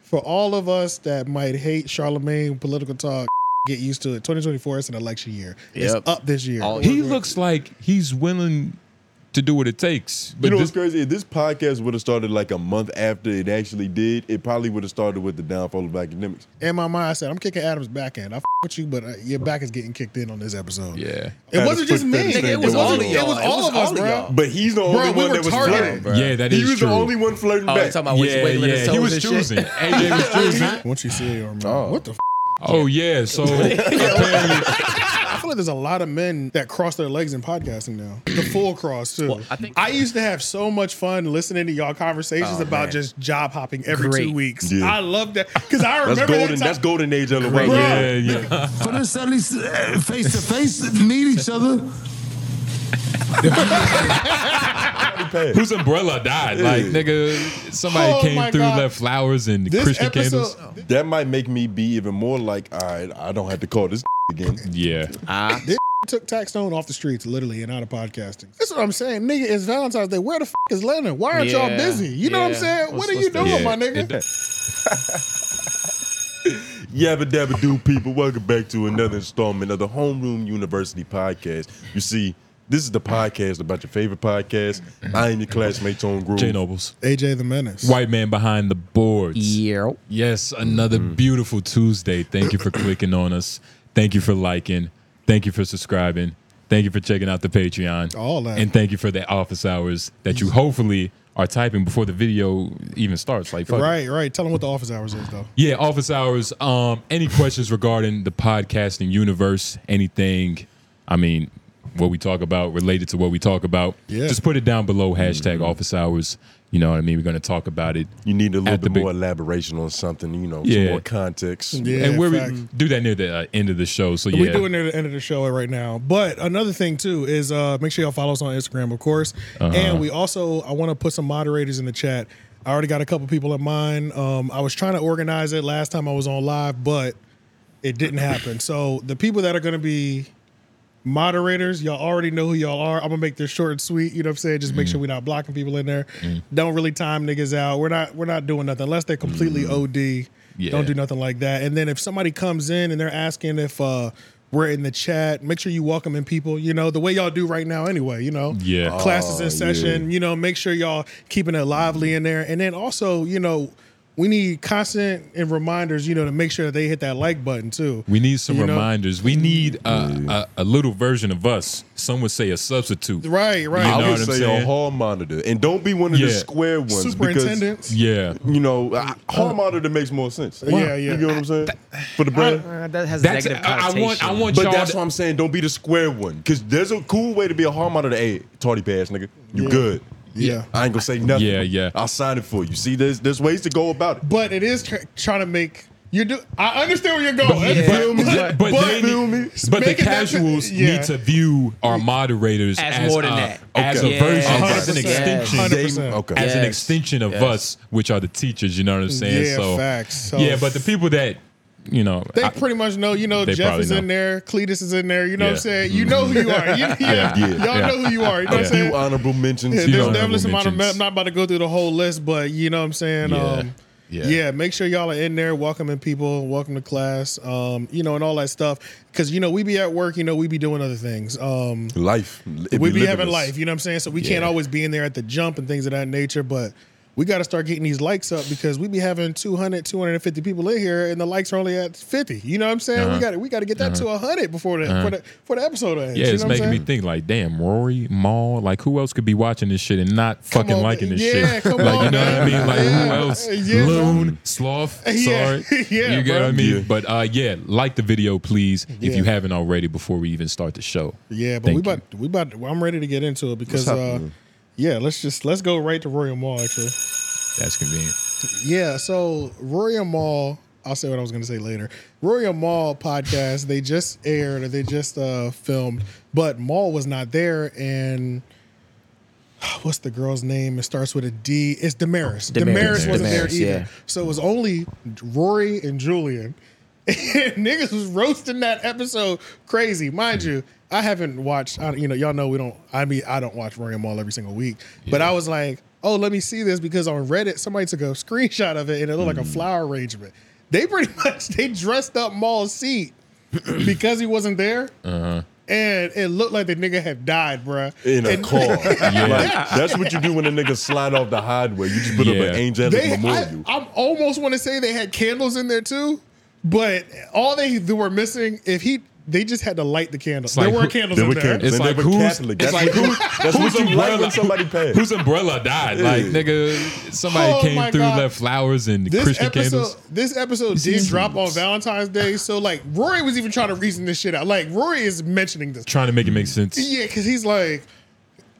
for all of us that might hate Charlemagne political talk, get used to it. 2024 is an election year. Yep. It's up this year. All- He looks like he's willing to do what it takes. But you know this, what's crazy? If this podcast would have started like a month after it actually did, it probably would have started with the downfall of academics. In my mind, I said, I'm kicking Adam's back end. I f- with you, but uh, your back is getting kicked in on this episode. yeah, It wasn't just me. Nigga, it was wasn't- all of It was y'all. all of us, of bro. y'all. But he's the we only one were that was targeted. flirting. Bro. yeah, that He is was true. the only one flirting Oh, you back. talking about yeah, wait, wait, yeah, he was choosing. AJ was choosing. Once you see it, or Oh. what the f-? Oh yeah, so uh, apparently, I feel like there's a lot of men that cross their legs in podcasting now. The full cross too. Well, I, I think- used to have so much fun listening to y'all conversations Oh, about man. just job hopping every two Great. weeks. Yeah. I love that because I remember That's golden. that That's time- golden age of the Great. world. yeah, yeah. For them suddenly face to face meet each other. Whose umbrella died? Like nigga, somebody Oh, my came through, God. left flowers and This Christian episode, candles. That might make me be even more like, all right, I don't have to call this again. Yeah, Ah. took Tax Stone off the streets, literally, and out of podcasting. That's what I'm saying, nigga. It's Valentine's Day. Where the f- is Lennon? Why aren't y'all Yeah. busy? You know what I'm Yeah. saying? What's- what are you what's the- doing, yeah. my nigga? It- Yabba dabba do, people. Welcome back to another installment of the Homeroom University podcast. You see, this is the podcast about your favorite podcast. I am your classmate, Tone Groove. J Nobles, AJ the Menace. white man behind the boards. Yeah. Mm-hmm. Yes, another beautiful Tuesday. Thank you for clicking on us. Thank you for liking. Thank you for subscribing. Thank you for checking out the Patreon. All that. Mm-hmm. And thank you for the office hours that you hopefully are typing before the video even starts. Like, fuck it. Right, right. Tell them what the office hours is, though. Yeah, office hours. Um, any questions regarding the podcasting universe? Anything? I mean, what we talk about related to what we talk about? Yeah. Just put it down below. Hashtag office hours. You know what I mean? We're gonna talk about it. Mm-hmm. You need a little At the bit big- more elaboration on something, you know, some Yeah. more context. Yeah, and we're, facts. we do that near the uh, end of the show. So yeah, We're doing it at the end of the show right now. But another thing too is uh make sure y'all follow us on Instagram, of course. Uh-huh. And we also I want to put some moderators in the chat. I already got a couple people in mind. Um, I was trying to organize it last time I was on live, but it didn't happen. So the people that are going to be moderators, y'all already know who y'all are. I'm gonna make this short and sweet. You know what I'm saying? Just Mm. make sure we're not blocking people in there. Don't really time niggas out. We're not we're not doing nothing unless they're completely OD. Mm. Yeah. Don't do nothing like that. And then if somebody comes in and they're asking if uh we're in the chat, make sure you welcome in people, you know, the way y'all do right now anyway, you know. Yeah. Classes in session, you know, make sure y'all keeping it lively in there. And then also, you know, we need constant and reminders, you know, to make sure that they hit that like button too. We need some You know? reminders. We need a, a, a little version of us. Some would say a substitute. Right, right. You I would know what I'm say saying? a hall monitor. And don't be one of the Yeah. square ones. Superintendent. Yeah. Because, you know, I- hall monitor makes more sense. Yeah, yeah. You get what I'm saying? For the brand. that has That's negative I, I want I connotation. want But y'all that's to- what I'm saying. Don't be the square one. Because there's a cool way to be a hall monitor. Hey, tardy pass, nigga. You good. Yeah. I ain't going to say nothing. Yeah, yeah. I'll sign it for you. See, there's, there's ways to go about it. but it is tr- trying to make you do. I understand where you're going. But- That's fine. but- but- but they feel need- me? But the Making that- casuals yeah. need to view our moderators As as, more than a, that. as Okay. a Yeah. version, as an 100%. extension, Yes. They- 100%. Okay. as an Yes. extension of Yes. us, which are the teachers. You know what I'm saying? Yeah, so facts. So- yeah, but the people that you know, They I- pretty much know. You know, They Jeff probably is in know. there. Cletus is in there. You know what I'm Yeah. saying? You know who you are. You, yeah, Yeah. Y'all Yeah. know who you are. You know what Yeah. I'm saying? Few honorable mentions. Yeah, you there's know. definitely some amount of mentions. I'm not about to go through the whole list, but you know what I'm saying. Yeah. Um, yeah. Yeah. make sure y'all are in there, welcoming people, welcome to class, um, you know, and all that stuff. Because you know we be at work, you know we be doing other things. Um, Life. It we be living having this. life, you know what I'm saying? So we can't Yeah. always be in there at the jump and things of that nature, but we got to start getting these likes up because we be having 200, 250 people in here and the likes are only at 50. You know what I'm saying? Uh-huh. We got to we got to get that to 100 before the, for the for the episode ends. you Yeah, know it's what I'm making me saying? think like, damn, Rory, Maul, like who else could be watching this shit and not fucking on, liking this yeah, shit? come like on, you know what I man. mean? Like Yeah, who else? yeah, bro. Loon, Sloth, Yeah, sorry. yeah, you get bro. what I mean? Yeah. But uh yeah, like the video, please, if you Yeah. haven't already before we even start the show. Yeah, but Thank we you. about we about well, I'm ready to get into it because hop uh in. yeah, let's just let's go right to Royal Mall actually. That's convenient. Yeah, so Royal Mall, I'll say what I was going to say later. Royal Mall podcast, they just aired or they just uh, filmed, but Mall was not there. And what's the girl's name? It starts with a D. It's Damaris. Damaris, Damaris. wasn't Damaris, there either. yeah. So it was only Rory and Julian. And niggas was roasting that episode crazy, mind you. I haven't watched. I, you know, y'all know we don't. I mean, I don't watch Royal Mall every single week, but I was like, oh, let me see this because on Reddit somebody took a screenshot of it and it looked Mm. like a flower arrangement. They pretty much they dressed up Maul seat because he wasn't there. And it looked like the nigga had died, bruh. Uh-huh. in a And car. Like, that's what you do when a nigga slide off the highway. You just put Yeah. up an angelic They, I, memorial. I almost want to say they had candles in there too, but all they were missing if he they just had to light the candle. there like were who- candles They in were there. Catholic. It's They like were who's- Catholic. it's That's like what who- you, that's who's what you like umbrella- when somebody passed. Whose umbrella died? Like Yeah. nigga, somebody Oh, came my through, God. left flowers and This Christian episode, candles. this episode did drop on Valentine's Day, so like Rory was even trying to reason this shit out. Like Rory is mentioning this, Trying to make it make sense. yeah, because he's like,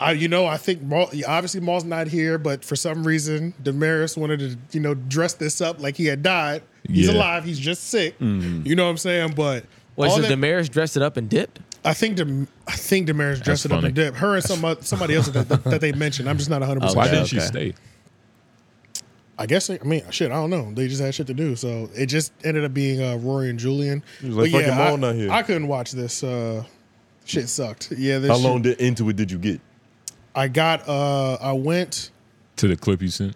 I, you know, I think Maul, obviously Maul's not here, but for some reason Damaris wanted to, you know, dress this up like he had died. He's Yeah. alive. He's just sick. Mm. Mm-hmm. Mm. You know what I'm saying? But Wait, all so that- Damaris dressed it up and dipped? I think the I think Damaris dressed it up funny. and dip. Her and some somebody else that, that they mentioned. I'm just not 100. Okay. Why percent didn't sure. she okay. stay? I guess they- I mean shit. I don't know. They just had shit to do, so it just ended up being uh, Rory and Julian. was like, But "Fucking I, Maul not here." I couldn't watch this. Uh, shit sucked. Yeah, this How shit- long did, into it did you get? I got. Uh, I went. To the clip you sent.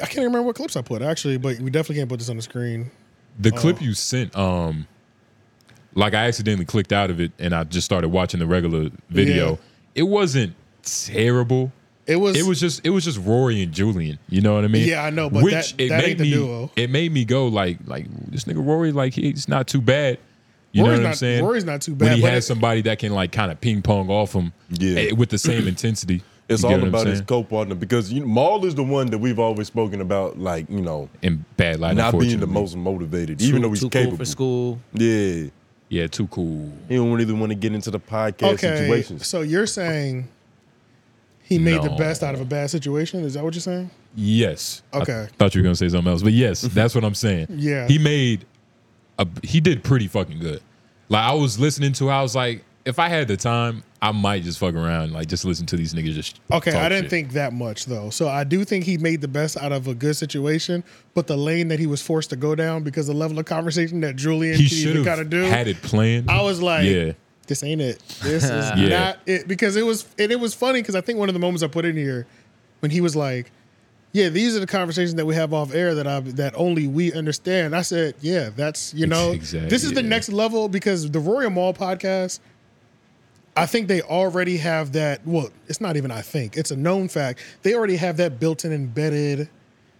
I can't remember what clips I put actually, but we definitely can't put this on the screen. The Oh. clip you sent, um, like I accidentally clicked out of it and I just started watching the regular video. Yeah. It wasn't terrible. It was. It was just it was just Rory and Julian. You know what I mean? Yeah, I know, but that- that ain't the me duo. it made me go like like this nigga Rory like he's not too bad. You Rory's know what not, I'm saying? Rory's not too bad. when he but has it- somebody that can like kind of ping pong off him, Yeah. eh, with the same intensity. It's You get all what I'm about his saying? co-partner because you know, Maul is the one that we've always spoken about, like you know, and bad light. not being the unfortunately. most motivated, Too- even though he's too capable. cool for school. Yeah, yeah, too cool. he don't really want to get into the podcast okay, situations. so you're saying he made the No. best out of a bad situation? Is that what you're saying? Yes. I Okay. thought you were gonna say something else, but yes, that's what I'm saying. Yeah. He made a he did pretty fucking good. Like I was listening to, it, I was like, if I had the time, I might just fuck around, like just listen to these niggas just. Okay, talk I didn't shit. think that much though. So I do think he made the best out of a good situation, but the lane that he was forced to go down because the level of conversation that Julian he could even should have kinda do, had it planned. I was like, yeah, this ain't it. This is Yeah. not it because it was and it was funny because I think one of the moments I put in here when he was like, yeah, these are the conversations that we have off air that I that only we understand. I said, yeah, that's you know, Exact- this is the yeah. next level because the Royal Mall podcast. I think they already have that. Well, it's not even I think it's a known fact. They already have that built in embedded.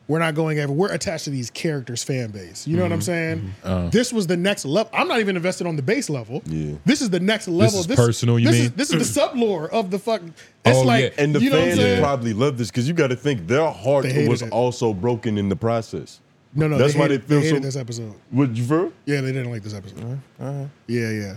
We're not going ever. We're attached to these characters' fan base. You know what Mm-hmm. I'm saying? this was the next level. I'm not even invested on the base level. Uh. Yeah. This is the next level. is personal, you this mean? Is, this is the sub lore of the fuck. It's Oh, like yeah. And the you know what I'm fans saying? probably love this because you got to think their heart They hated was it. also broken in the process. no, no. That's they why hated, they feel hated so- this episode. Would you feel? Uh-huh. Yeah, they didn't like this episode. Yeah, yeah.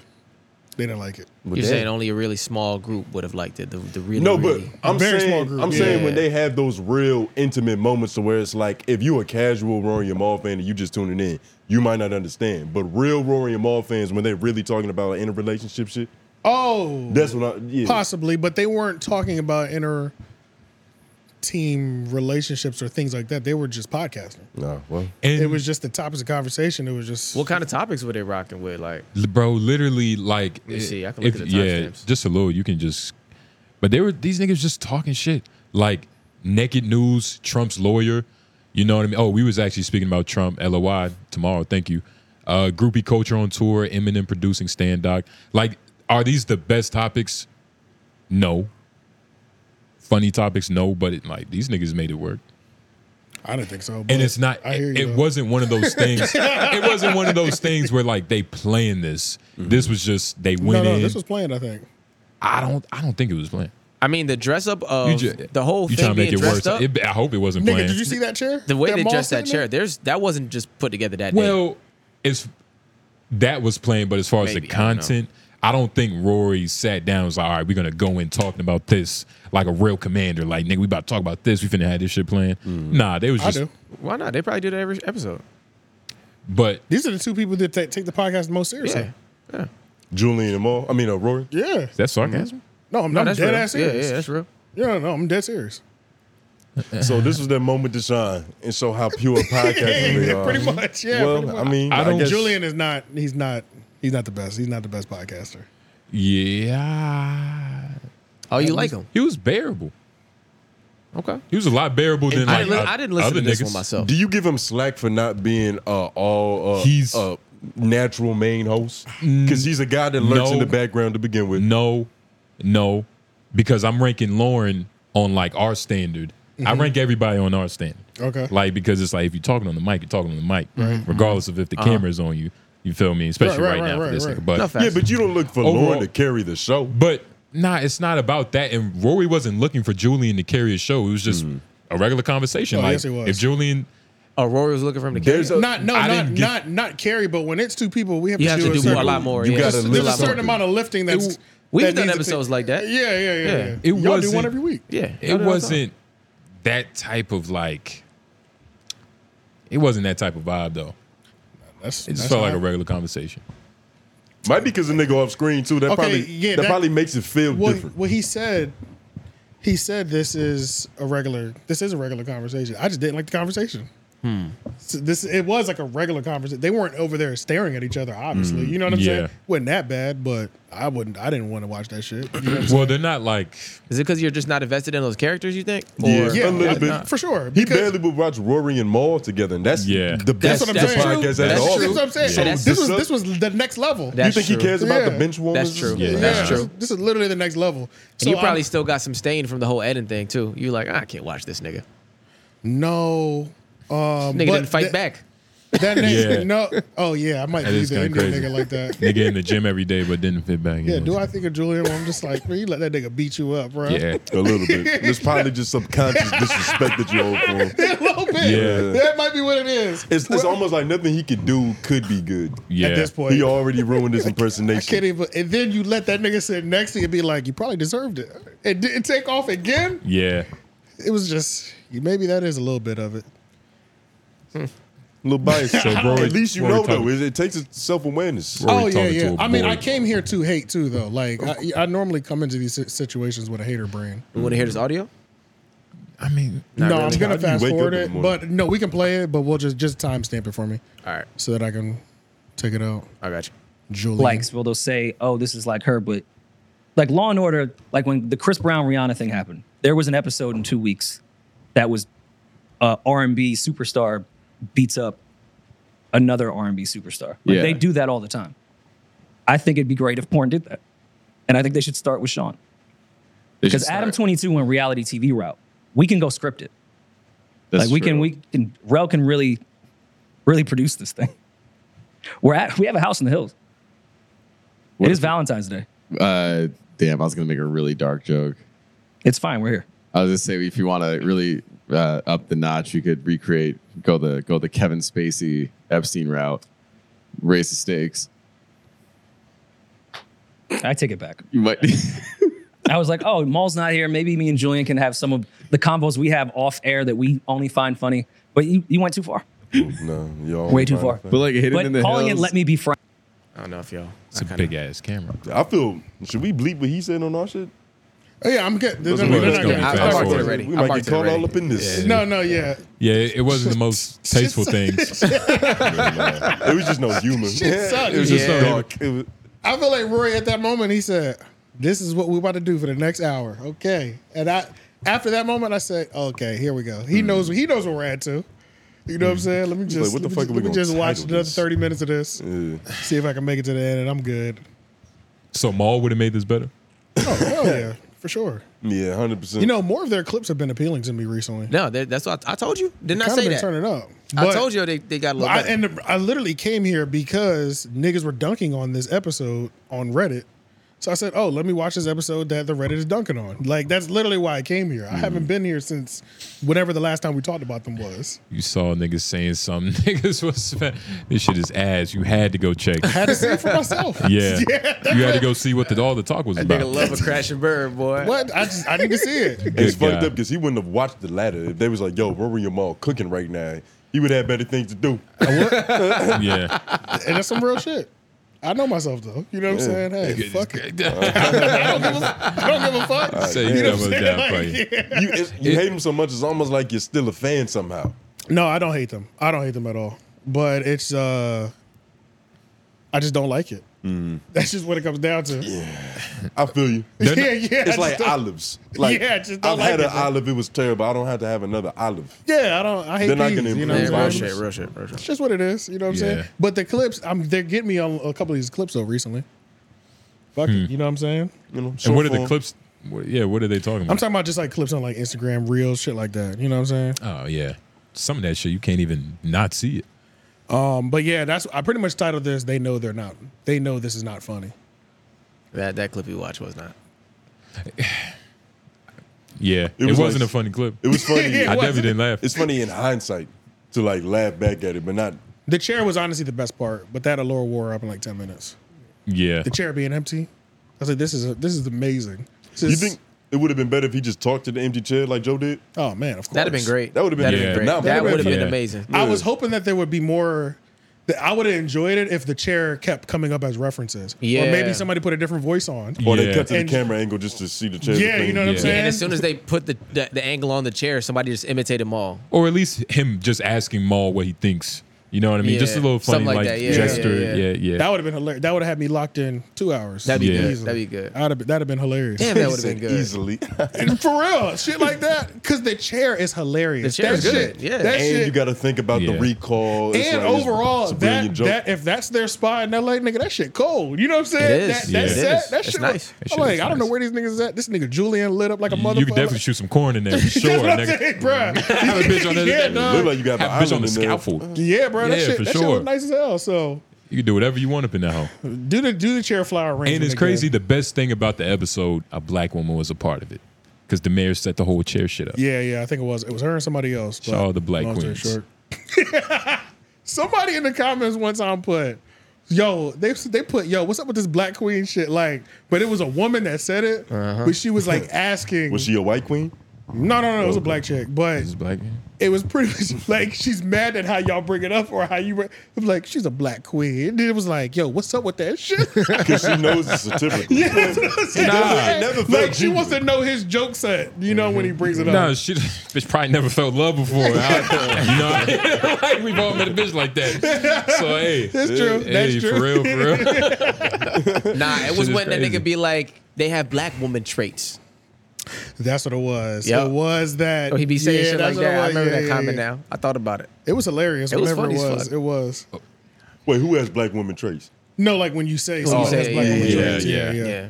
They didn't like it. You're saying only a really small group would have liked it. The, the really, No, but really- I'm Very saying small group, I'm yeah. saying when they have those real intimate moments to where it's like if you a casual Rory and Maul fan and you just tuning in, you might not understand. But real Rory and Maul fans when they're really talking about like, interrelationship shit, Oh, that's what I yeah. possibly, but they weren't talking about inner team relationships or things like that. They were just podcasting. Nah, well, and It was just the topics of conversation. It was just what kind of topics were they rocking with? Like, Li- bro. Literally, like, me eh, see, I can look at the yeah, timestamps. just a little. You can just, but they were these niggas just talking shit, like naked news. Trump's lawyer, you know what I mean? Oh, we was actually speaking about Trump. LOI tomorrow. Thank you. Uh, groupie culture on tour. Eminem producing stand doc. Like, are these the best topics? No. Funny topics, no, but it, like these niggas made it work. I didn't think so. but and it's not I hear it, you, it though. wasn't one of those things it wasn't one of those things where like they playing this Mm-hmm. this was just they No, went no. in This was planned. I think. i don't i don't think it was playing I mean, the dress up of You ju- the whole you thing trying to make being it dressed worse up. It- i hope it wasn't Nigga, planned did you see that chair? the way they mall dressed that sitting in? chair, there's that wasn't just put together that day. well it's that was playing but as far as the Maybe, I don't know. content I don't think Rory sat down and was like, all right, we're going to go in talking about this like a real commander. Like, nigga, we about to talk about this. We finna have this shit planned. Mm-hmm. Nah, they was I just, do. Why not? They probably do that every episode. but These are the two people that ta- take the podcast the most seriously. Yeah. Julian and Maul, I mean uh, Rory. Yeah. that's sarcasm. No, I'm No, not that's dead real. ass yeah, serious. yeah, that's real. yeah. no, I'm dead serious. Mm-hmm. So this was their moment to shine and show how pure podcasting they Yeah, are. pretty much. Yeah. well, pretty much. I mean, I I don't- guess- Julian is not. He's not. He's not the best. He's not the best podcaster. Yeah. Oh, you like them? He was bearable. Okay. He was a lot bearable than I like didn't, li- o- I didn't listen other to this niggas. one myself. Do you give him slack for not being uh, all uh, He's- Mm, uh, natural main host? Because he's a guy that lurks in No. the background to begin with. No, no, because I'm ranking Lauren on like our standard. I rank everybody on our standard. Mm-hmm. Okay. Like because it's like if you're talking on the mic, you're talking on the mic, Mm-hmm. regardless of if the camera is on you. You feel me? Especially right, right, right, now right, for this right. nigga. But Uh-huh. No facts. Yeah, but you don't look for Lauren Overall- to carry the show. But nah, it's not about that. And Rory wasn't looking for Julian to carry his show. It was just a regular conversation. Oh, like yes, it was. if Julian, Mm. Oh, Rory was looking for him to There's carry. a, Not no, I not didn't get- not not carry, but when it's two people, we have You to have do to a do certain, a lot more. You yeah. gotta There's a There's a lift lot more. certain amount of lifting that's It- We've that done needs to take- episodes like that. Yeah, yeah, yeah. yeah. Yeah. It Y'all do wasn't- one every week. Yeah. it wasn't that type of like. It wasn't that type of vibe though. That's, It just that's felt how like I- a regular conversation. might be because the nigga off screen too. That Okay, probably yeah, that, that- probably makes it feel Well, different. well, he said, he said this is a regular. This is a regular conversation. I just didn't like the conversation. Hmm. So this it was like a regular conversation. They weren't over there staring at each other. Obviously, Mm, you know what I'm yeah. saying. wasn't that bad, but I wouldn't. I didn't want to watch that shit. You know what I'm Well, they're not like Is it because you're just not invested in those characters? You think? Or Yeah. saying? yeah, a little I- bit. for sure. He because- barely would watch Rory and Maul together, and that's Yeah. the best That's what I'm saying. the podcast has to That's That's offer. true. what I'm saying. Yeah, that's- this was the- this was the next level. You That's think true. he cares about Yeah. the bench warmers? That's and true. stuff? Yeah, yeah, that's this- true. This is literally the next level. And you So probably I'm- still got some stain from the whole Eden thing too. You like, "Ah, I can't watch this nigga. no. Um, Nigga but didn't that- fight back. That nigga, Yeah. no. Oh yeah, I might That be is the kinda Indian crazy. nigga like that. nigga in the gym every day, but didn't fit back. in. Yeah, do I think of Julian? I'm just like, man, you let that nigga beat you up, bro. Yeah, A little bit. It's probably just subconscious disrespect that you hold for him. a little bit. Yeah. Oh, That might be what it is. It's, it's almost like nothing he could do could be good. yeah. At this point, He already ruined his I can't impersonation. even. And then you let that nigga sit next to you and be like, you probably deserved it. It didn't take off again. Yeah, It was just maybe that is a little bit of it. Little bias. So, bro, At least you bro, know we talking- though. It, it takes self awareness. Rory oh yeah, talking yeah. to a I mean, boy. I came here to hate too, though. Like Oh. I, I normally come into these si- situations with a hater brain. You want to hear this audio? I mean, Not no, really. I'm How gonna do you fast wake forward up in it, the morning? but no, we can play it, but we'll just just timestamp it for me All right, so that I can take it out. I got you. Julian, likes will they'll say, "Oh, this is like her," but like Law and Order, like when the Chris Brown Rihanna thing happened, there was an episode in two weeks that was uh, R and B superstar beats up another R and B superstar. Like, Yeah. They do that all the time. I think it'd be great if porn did that, and I think they should start with Sean because Adam Twenty Two and reality TV route, we can go script it. like we can, we can, Rel can really, really produce this thing. We're at, we have a house in the hills. What it is if- Valentine's Day. Uh, damn, I was gonna make a really dark joke. It's fine. We're here. I was just saying, if you want to really uh, up the notch, you could recreate go the go the Kevin Spacey Epstein route, raise the stakes. I take it back. You might. I was like, oh, Maul's not here. Maybe me and Julian can have some of the combos we have off air that we only find funny. But you, you went too far. No, y'all Way too far. Oh, But like hidden But in the calling hills. it "Let Me Be Fried" I don't know if y'all. it's a big ass camera. I feel. Should we bleep what he said on our shit? Oh, yeah, I'm good. They're Let's not- go. they're Let's not go. gonna- I- I they're not parked it gonna- already. We I might parked get it caught already. all up in this. No, no, yeah. Yeah, it wasn't the most tasteful things. it was just no humor. Shit sucked. It was just Yeah. so dark. It was, I feel like Rory at that moment. He said, "This is what we're about to do for the next hour." Okay, and I after that moment, I said, "Okay, here we go." He knows. He knows where we're at too. You know what I'm saying? Let me just Hmm. like, what the let me fuck just- are we let me gonna just watch title another this? 30 minutes of this. yeah. See if I can make it to the end, and I'm good. So Maul would have made this better. Oh hell yeah, for sure. Yeah, hundred percent. You know, more of their clips have been appealing to me recently. No, that- that's what I, I told you. Didn't I Kind of say been that? turning up. I But- told you they, they got a little. I, better. and I literally came here because niggas were dunking on this episode on Reddit. So I said, "Oh, let me watch this episode that the Reddit is dunking on." Like that's literally why I came here. I haven't Mm. been here since whenever the last time we talked about them was. You saw niggas saying something. Niggas was this shit is ass. You had to go check. I had to see it for myself. Yeah, yeah. you had to go see what the, all the talk was nigga about. love a crash and burn, boy. What? I just I need to see it. it's Good fucked guy. up because he wouldn't have watched the latter if they was like, "Yo, Rory and Maul cooking right now." He would have better things to do. Yeah, And that's some real shit. I know myself though. You know what I'm saying? Hey, fuck it. I don't give a, I don't give a fuck. Say you know double what I'm down saying? for you. yeah. You, it's, you hate him so much, it's almost like you're still a fan somehow. No, I don't hate them. I don't hate them at all. But it's uh I just don't like it. That's just what it comes down to. Yeah, I feel you. Mm. yeah. not- I It's just like don't- olives. Like, Yeah, I just don't I've had like an it. olive. It was terrible. I don't have to have another olive. yeah, I don't. I hate They're not peas. gonna you know improve what Yeah, I'm real saying? shit, real shit, real shit. It's just what it is. You know what I'm Yeah. saying? But the clips, I'm they're getting me on a couple of these clips though recently. Fuck it. You know what I'm saying? Hmm. You know, And short what are the form. clips? What, yeah, what are they talking I'm about? talking about just like clips on like Instagram reels, shit like that. You know what I'm saying? oh yeah, some of that shit you can't even not see it. Um, but yeah, that's I pretty much titled this. They know they're not. They know this is not funny. That that clip you watched was not. Yeah, it, was was like- not a funny clip. It was funny. Yeah, I it definitely wasn't. didn't laugh. It's funny in hindsight to like laugh back at it, but not. The chair was honestly the best part, but that allure wore up in like ten minutes. yeah, The chair being empty, I was like, this is this is amazing. This You is- think it would have been better if he just talked to the empty chair like Joe did? Oh man, of course That'd have been great. That would've been- That'd've Yeah. great. That That'd've been would have been fun. amazing. I Yeah. was hoping that there would be more. That I would have enjoyed it if the chair kept coming up as references, or Yeah. maybe somebody put a different voice on. Or they Yeah. cut to the And- camera angle just to see the chair. Yeah, you know what I'm Yeah. saying. And as soon as they put the, the the angle on the chair, somebody just imitated Maul. or at least him just asking Maul what he thinks. You know what I mean? Just a Yeah, little funny something like, like that. Yeah, gesture. yeah, Yeah, yeah. yeah. That would have been hilarious. That would have had me locked in two hours. That'd be Yeah. good. Easily. That'd be good. I'd have, that'd have been hilarious. Damn, that would have been good. Easily. and And for real, shit like that. Because the chair is hilarious. The chair that is good. Shit, Yeah. that And shit. you got to think about the Yeah. recall. It's and like, it's- overall, it's a that, brilliant joke. that if that's their spot in LA, nigga, that shit cold. You know what I'm saying? It is. That, that Yeah. set, It is. that It's shit nice. was- That I'm shit like, is I don't know nice. where these niggas is at. This nigga Julian lit up like a You, motherfucker. you could definitely shoot some corn in there for sure. That's what I'm nigga. saying, bruh. Have a bitch on the, Yeah, Look dog. like you got have a bitch an on the island in there. scalpel. Yeah, bro. That, Yeah, shit, for that shit sure. was nice as hell. So You can do whatever you want up in that home. do the do the chair flower arrangement. And it's again. crazy. The best thing about the episode, a black woman was a part of it because the mayor set the whole chair shit up. Yeah, yeah, I think it was. It was her and somebody else. but Shout out Oh, the black long story queens. somebody in the comments one time put, "Yo, they they put yo, what's up with this black queen shit?" Like, but it was a woman that said it, Uh-huh. but she was like asking. Uh-huh. Was she a white queen? Oh, no, no, no, it was a black chick, but This black man. it was pretty much like she's mad at how y'all bring it up or how you. Bring, I'm like, she's a black queen. And it was like, yo, what's up with that shit? Because she knows it's a typical. yeah, that's what I'm saying. Nah. Never felt Mm-hmm. like she you. wants to know his joke set. You know when he brings it up. No, she bitch probably never felt love before. I, you know, what I mean? like we've all met a bitch like that. So hey, That's true. That's hey, true. for real, for real. Nah, it was is when that crazy. nigga be like, they have black woman traits. That's what it was. Yeah. It was that. So Oh, he be saying yeah, shit like that's what it that. was. I remember Yeah, that yeah, comment yeah. now. I thought about it. It was hilarious. It was whatever funny it as was. fuck. It was. Wait, who has black women traits? No, like when you say When Oh, you something that's say- black yeah, woman yeah, traits. yeah, Yeah.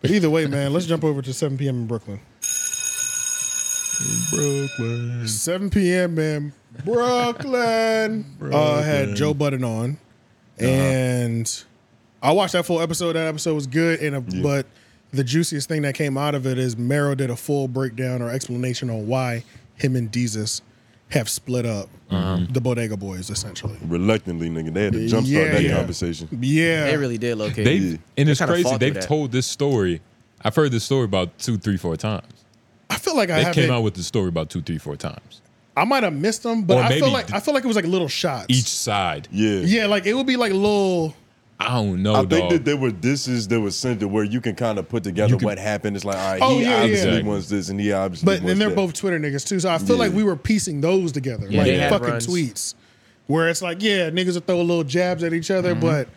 But either way, man, let's jump over to 7 p.m. in Brooklyn. 7 p.m. in Brooklyn. Uh, had Joe Budden on, and I watched that full episode. That episode was good, and a, but the juiciest thing that came out of it is Mero did a full breakdown or explanation on why him and Jesus have split up Uh-huh. the Bodega Boys, essentially. Reluctantly, nigga. They had to jumpstart Yeah, that yeah. conversation. Yeah, They really did locate. They you. and it's They kinda crazy. fought They've through that. told this story. I've heard this story about two, three, four times. I feel like I They haven't. came out with the story about two, three, four times. I might have missed them, but Or I feel maybe like th- I feel like it was like little shots. Each side. Yeah. yeah, like it would be like little. I don't know. I think dog. that there were disses that were sent to where you can kind of put together You can- what happened. It's like, all right, Oh, he yeah, obviously yeah. wants this and he obviously But wants then they're that. both Twitter niggas too, so I feel Yeah. like we were piecing those together, Yeah, like they had fucking runs. tweets, where it's like, yeah, niggas would throw little jabs at each Mm-hmm. other. But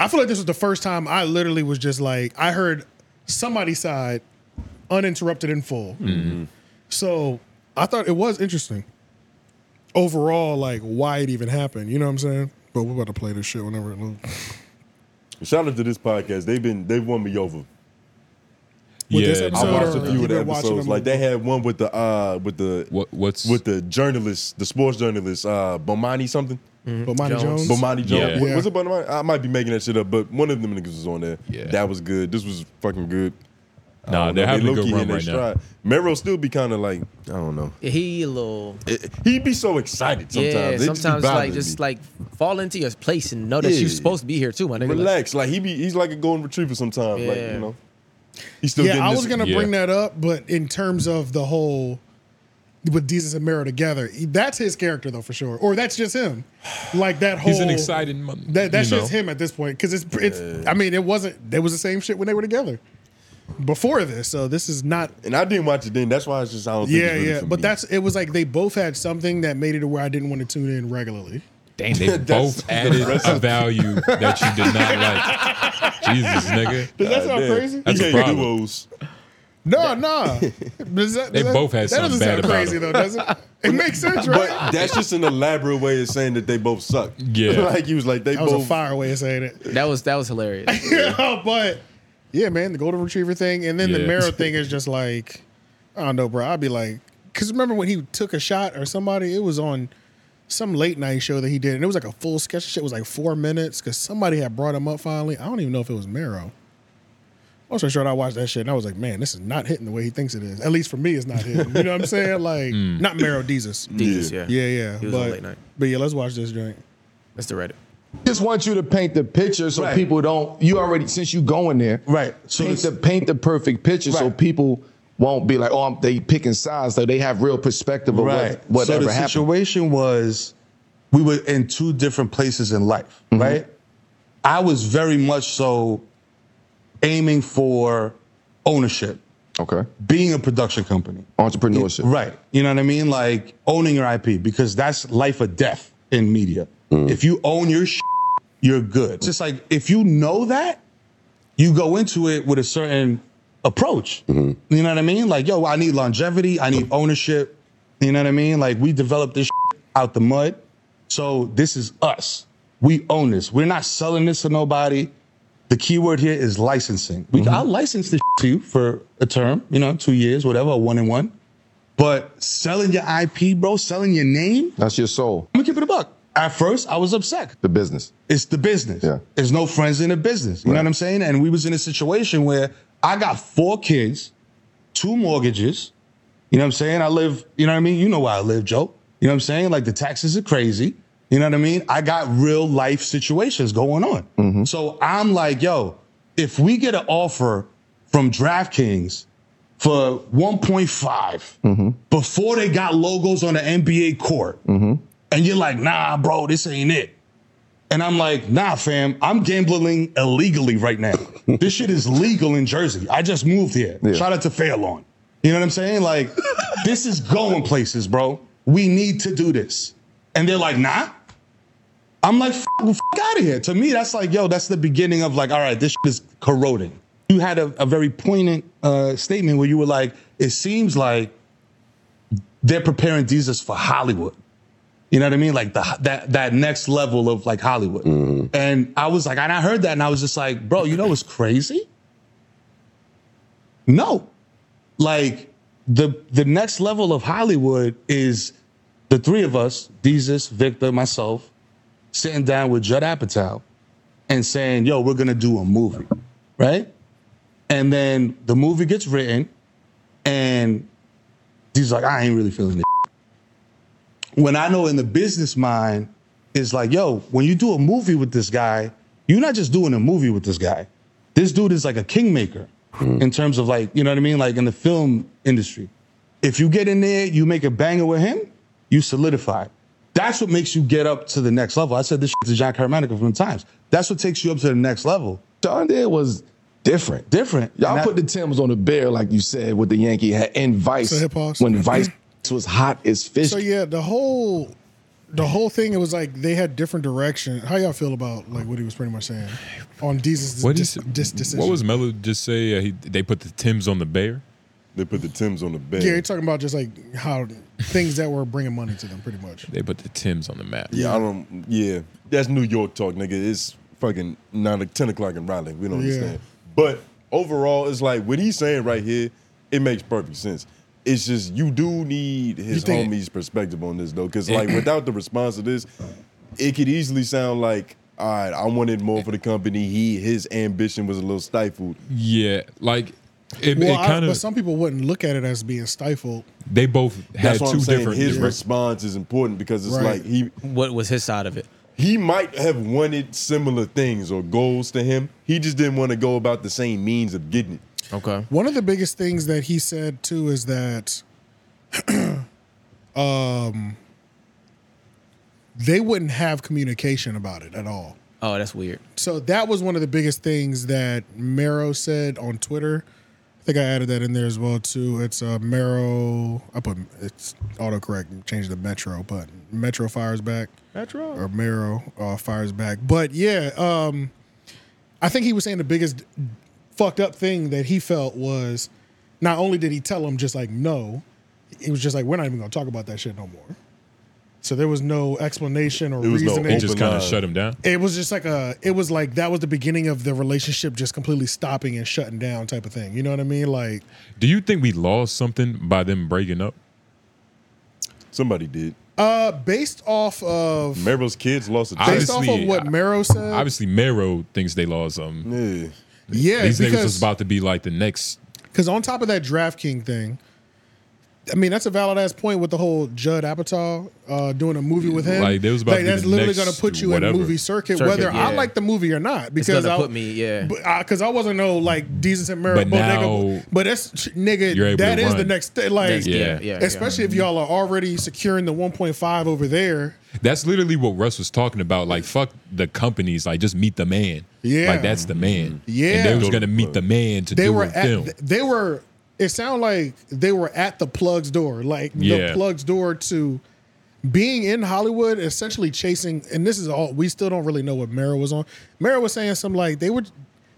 I feel like this was the first time I literally was just like, I heard somebody's side uninterrupted in full. Mm-hmm. So I thought it was interesting overall, like why it even happened. You know what I'm saying? But we're about to play this shit whenever it loops. Shout out to this podcast. They've been they've won me over. with yeah. this I So watched a are- few you of the been watching episodes. them? Like they had one with the uh with the What, what's with the journalist, the sports journalist, uh Bomani something. But Monty Mm-hmm. Jones, Jones. Bomani Jones. Yeah. Was it Bomani? I might be making that shit up, but one of them niggas was on there. Yeah. That was good. This was fucking good. I Nah, don't they're know. having a low-key good run in their right now. stride. Mero still be kind of like, I don't know. He a little. He'd be so excited sometimes. It Yeah, just be sometimes like bothering just me. like fall into your place and know that Yeah. you're supposed to be here too, my nigga. Like, relax. Like he be, he's like a golden retriever sometimes. Like Yeah. you know, he's still. yeah, getting I this- was gonna Yeah. bring that up, but in terms of the whole with Jesus and Mero together, that's his character though for sure, or that's just him. Like that whole He's an excited mother. That, that's you know. just him at this point because it's it's. I mean, it wasn't. It was the same shit when they were together before this, so this is not. and I didn't watch it then. That's why it's just I don't. Think Yeah, it's really yeah, for but me. that's it was like they both had something that made it to where I didn't want to tune in regularly. Damn, they both added a value that you did not like. Jesus, nigga. Does that sound Damn. crazy? That's a He had problem. duos. No, no. Does that, They does that- both that had something doesn't sound bad about crazy though, them. does it? It makes sense, right? But that's just an elaborate way of saying that they both suck. Yeah. like he was like they That was a both. fire way of saying it. That was that was hilarious. Yeah, but yeah, man, the golden retriever thing, and then the Yeah. marrow thing is just like, I don't know, bro. I'd be like, because remember when he took a shot or somebody, it was on some late night show that he did, and it was like a full sketch. Shit was like four minutes because somebody had brought him up finally. I don't even know if it was marrow. I was so sure that I watched that shit and I was like, man, this is not hitting the way he thinks it is. At least for me, it's not hitting. You know what I'm saying? Like, not Marrow Jesus. Jesus, yeah. Yeah, yeah. He was but, on late night. But yeah, let's watch this joint. Mr. Reddit. just want you to paint the picture so Right. people don't. You already since you going there, Right. So So paint the this- paint the perfect picture so Right. people won't be like, oh, I'm, they picking sides. So they have real perspective of right. what, whatever so the happened. situation was we were in two different places in life, Mm-hmm. right? I was very much so aiming for ownership, okay, being a production company. entrepreneurship. Right. You know what I mean? Like owning your IP because that's life or death in media. Mm. If you own your shit, you're good. It's just like if you know that, you go into it with a certain approach. Mm-hmm. You know what I mean? Like, yo, I need longevity, I need ownership. You know what I mean? Like we developed this shit out the mud. So this is us. We own this. We're not selling this to nobody. The key word here is licensing. We, Mm-hmm. I'll license this to you for a term, you know, two years, whatever, one and one. But selling your IP, bro, selling your name, I'm That's your soul, gonna keep it a buck. At first, I was upset. the business. It's the business. Yeah. There's no friends in the business. You know Right. what I'm saying? And we was in a situation where I got four kids, two mortgages. You know what I'm saying? I live, you know what I mean? You know where I live, Joe. You know what I'm saying? Like the taxes are crazy. You know what I mean? I got real life situations going on. So I'm like, yo, if we get an offer from DraftKings for 1.5 Mm-hmm. before they got logos on the NBA court, and you're like, nah, bro, this ain't it. And I'm like, nah, fam, I'm gambling illegally right now. this shit is legal in Jersey. I just moved here. Shout out to Fairlawn. You know what I'm saying? Like, this is going places, bro. We need to do this. And they're like, nah. I'm like, f- out of here. To me, that's like, yo, that's the beginning of like, all right, this shit is corroding. You had a, a very poignant uh, statement where you were like, it seems like they're preparing Jesus for Hollywood. You know what I mean? Like the that that next level of like Hollywood. And I was like, and I heard that, and I was just like, bro, you know what's crazy? No, like the the next level of Hollywood is the three of us, Jesus, Victor, myself, sitting down with Judd Apatow, and saying, yo, we're gonna do a movie, right? And then the movie gets written, and he's like, I ain't really feeling this when I know in the business mind is like, yo, when you do a movie with this guy, you're not just doing a movie with this guy. This dude is like a kingmaker in terms of like, you know what I mean? Like in the film industry. If you get in there, you make a banger with him, you solidify. That's what makes you get up to the next level. I said this shit to John Carmanica from the Times. That's what takes you up to the next level. John did was different. Different. Y'all And that- put the Timbs on the bear, like you said, with the Yankee hat and Vice. So hip hop's- when Vice was hot as fish. So yeah, the whole the whole thing it was like they had different direction. How y'all feel about like what he was pretty much saying on Jesus What, dis, is, dis, decision? what was Mello just say? Uh, he, they put the Tims on the bear? They put the Tims on the bed. yeah, you're talking about just like how things that were bringing money to them, pretty much. They put the Tims on the map. Yeah, I don't. Yeah, that's New York talk, nigga. It's fucking nine, ten o'clock in Raleigh. We don't Yeah. understand. But overall, it's like what he's saying right here. It makes perfect sense. It's just you do need his think- homie's perspective on this though, because like without the response to this, it could easily sound like, all right, I wanted more for the company. He his ambition was a little stifled. Yeah, like it, Well, it I, kind but of. some people wouldn't look at it as being stifled. They both had That's what two I'm saying. different. His different- response is important because it's Right. like he What was his side of it? he might have wanted similar things or goals to him. He just didn't want to go about the same means of getting it. Okay. One of the biggest things that he said too is that um they wouldn't have communication about it at all. Oh, that's weird. So that was one of the biggest things that Mero said on Twitter. I think I added that in there as well too. It's uh, Mero. I put it's autocorrect. Changed the Metro, but Metro fires back. Metro or Mero uh, fires back. But yeah, um, I think he was saying the biggest fucked up thing that he felt was not only did he tell him just like no, he was just like we're not even gonna talk about that shit no more. So there was no explanation or There was no reasoning. They Open just kind line. of shut him down. it was just like a it was like that was the beginning of the relationship just completely stopping and shutting down type of thing you know what i mean like Do you think we lost something by them breaking up? Somebody did. uh based off of Meryl's kids lost a based test. off of obviously, what I- mero said Obviously, Mero thinks they lost something. Yeah. yeah These niggas was because about to be like the next. because on top of that DraftKings thing I mean that's a valid ass point with the whole Judd Apatow uh, doing a movie with him. Like, they was about to be that's the literally next going to put you in whatever. movie circuit, Circuit, whether I yeah. like the movie or not. It's Because gonna I, put me, yeah. because I, wasn't no like decent Mero, But but, now- nigga, but that's You're nigga. able That to is the run. next thing. Like That's- Yeah. yeah, yeah, especially if y'all are already securing the 1.5 over there. That's literally what Russ was talking about. Like, fuck the companies. Like, just meet the man. Yeah. Like, that's the man. Yeah. And they was Go to going to the meet club. the man to They do were a at film. they were it sounded like they were at the plug's door, like Yeah. the plug's door to being in Hollywood, essentially chasing and this is all we still don't really know what Mero was on. Mero was saying some like they were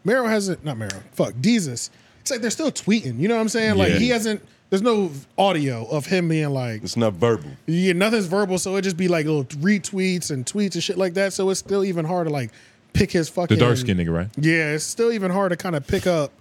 Mero hasn't not Mero, fuck, Jesus. It's like they're still tweeting, you know what I'm saying? Like Yeah. he hasn't there's no audio of him being like It's not verbal. Yeah, nothing's verbal, so it just be like little retweets and tweets and shit like that. So it's still even hard to like pick his the fucking dark skinned nigga, right? Yeah, it's still even hard to kind of pick up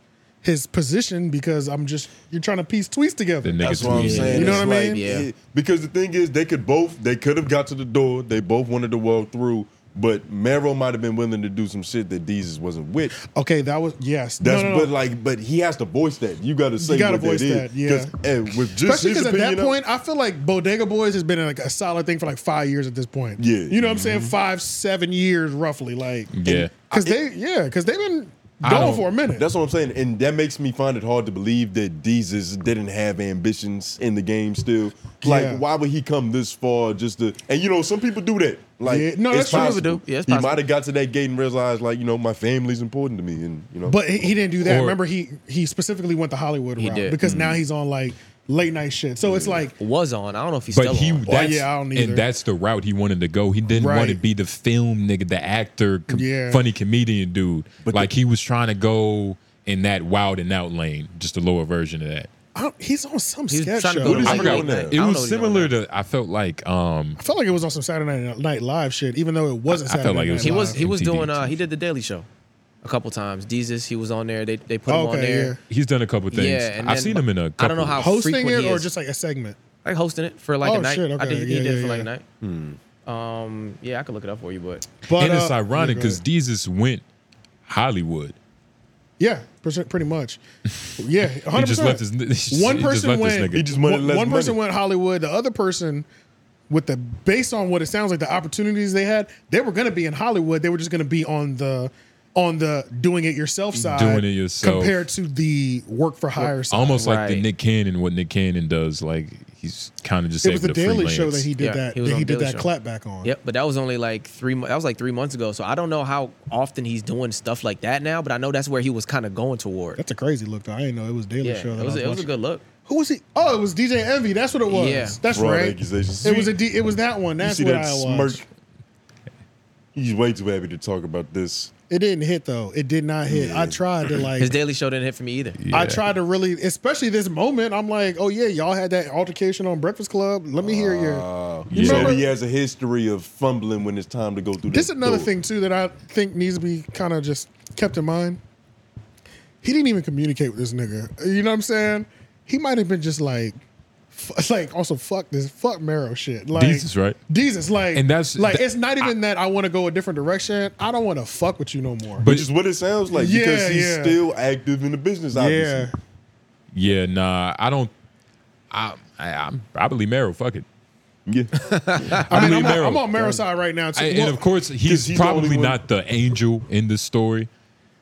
his position because I'm just you're trying to piece tweets together. The That's niggas what I'm tweeted. saying. You know It's what I like, mean? Yeah. it- because the thing is, they could both. They could have got to the door. They both wanted to walk through. But Mero might have been willing to do some shit that Jesus wasn't with. Okay, that was yes. That's no, no, no. but like, but he has to voice that. You got to say gotta what voice that that, yeah. is. 'Cause, eh, with just Especially his because at that opinion of- point, I feel like Bodega Boys has been like a solid thing for like five years at this point. Yeah. Mm-hmm. you know what I'm saying? Five, seven years roughly. Like, Yeah. because they, yeah, because they've been I going don't- for a minute. That's what I'm saying, and that makes me find it hard to believe that Jesus didn't have ambitions in the game. Still, like, Yeah. why would he come this far just to? And you know, some people do that. Like, Yeah. No, it's that's true. possible. People do. Yeah, it's he possible. might have got to that gate and realized, like, you know, my family's important to me, and you know, But he, he didn't do that. Or- Remember, he he specifically went the Hollywood route did. Mm-hmm. because now he's on like late night shit. So it's like Oh, was on. I don't know if he's But still he, on. that's, yeah, I don't either. and that's the route he wanted to go. He didn't want to Right. be the film nigga, the actor, com- Yeah. funny comedian dude. But like he was trying to go in that wild and out lane, just a lower version of that. I don't- he's on some He's sketch trying to show. go to I, like forgot- late that. night. I It don't know was if he's on similar that. to I felt like um I felt like it was on some Saturday Night Live shit, even though it wasn't I- I felt Saturday like it Night was- He was Live. he was MTV doing uh too. he did the Daily Show a couple times. Jesus, he was on there. They they put him on Oh, Okay, yeah. there. he's done a couple things. Yeah, and I've then- seen him in a couple. I don't know how hosting frequent it he or is. just like a segment. like hosting it for like Oh, a night. shit, I okay, think he yeah, did it yeah, for like a yeah. night. Um, yeah, I could look it up for you, but Hmm. But and it's uh, ironic yeah, go because ahead. Jesus went Hollywood. yeah, percent- pretty much, yeah, He hundred just left his percent. he just- One he just person left this went. nigga. He just wanted one, less one person money. went Hollywood. The other person, with the based on what it sounds like, the opportunities they had, they were going to be in Hollywood. They were just going to be on the on the doing it yourself side, Doing it yourself. compared to the work for hire side. almost like the Right. Nick Cannon, what Nick Cannon does. Like he's kind of just it was able the to Daily freelance. Show that he did Yeah, that. he He, was that on he The did Daily that Show. clap back on. yep. But that was only like three. mo- That was like three months ago. So I don't know how often he's doing stuff like that now. But I know that's where he was kind of going toward. That's a crazy look though. I didn't know it was Daily Yeah, Show. That it was I it was a watching. good look. Who was he? Oh, it was DJ Envy. That's what it was. Yeah. That's Fraud right. accusations. It was See- a D, it was that one. That's you see what that I smirk. watched. He's way too happy to talk about this. It didn't hit though. It did not hit. I tried to like. His Daily Show didn't hit for me either. I Yeah. tried to really, especially this moment. I'm like, oh yeah, y'all had that altercation on Breakfast Club. Let me hear your. Oh, Uh, You so remember- he has a history of fumbling when it's time to go through. This is that another door. thing too that I think needs to be kind of just kept in mind. He didn't even communicate with this nigga. You know what I'm saying? He might have been just like, f- like also fuck this, fuck Marrow shit. Like Jesus, right? Jesus, like, And that's- like that- it's not even that I want to go a different direction. I don't want to fuck with you no more. But- Which is what it sounds like because Yeah, he's yeah. still active in the business. Obviously. yeah, Yeah, nah, I don't. I, I I'm probably Meryl. Fuck it. yeah. I mean, I'm, believe on- Meryl. I'm on Meryl's side right now. Too. I- Well, and of course, he's, he's the only probably one- not the angel in this story,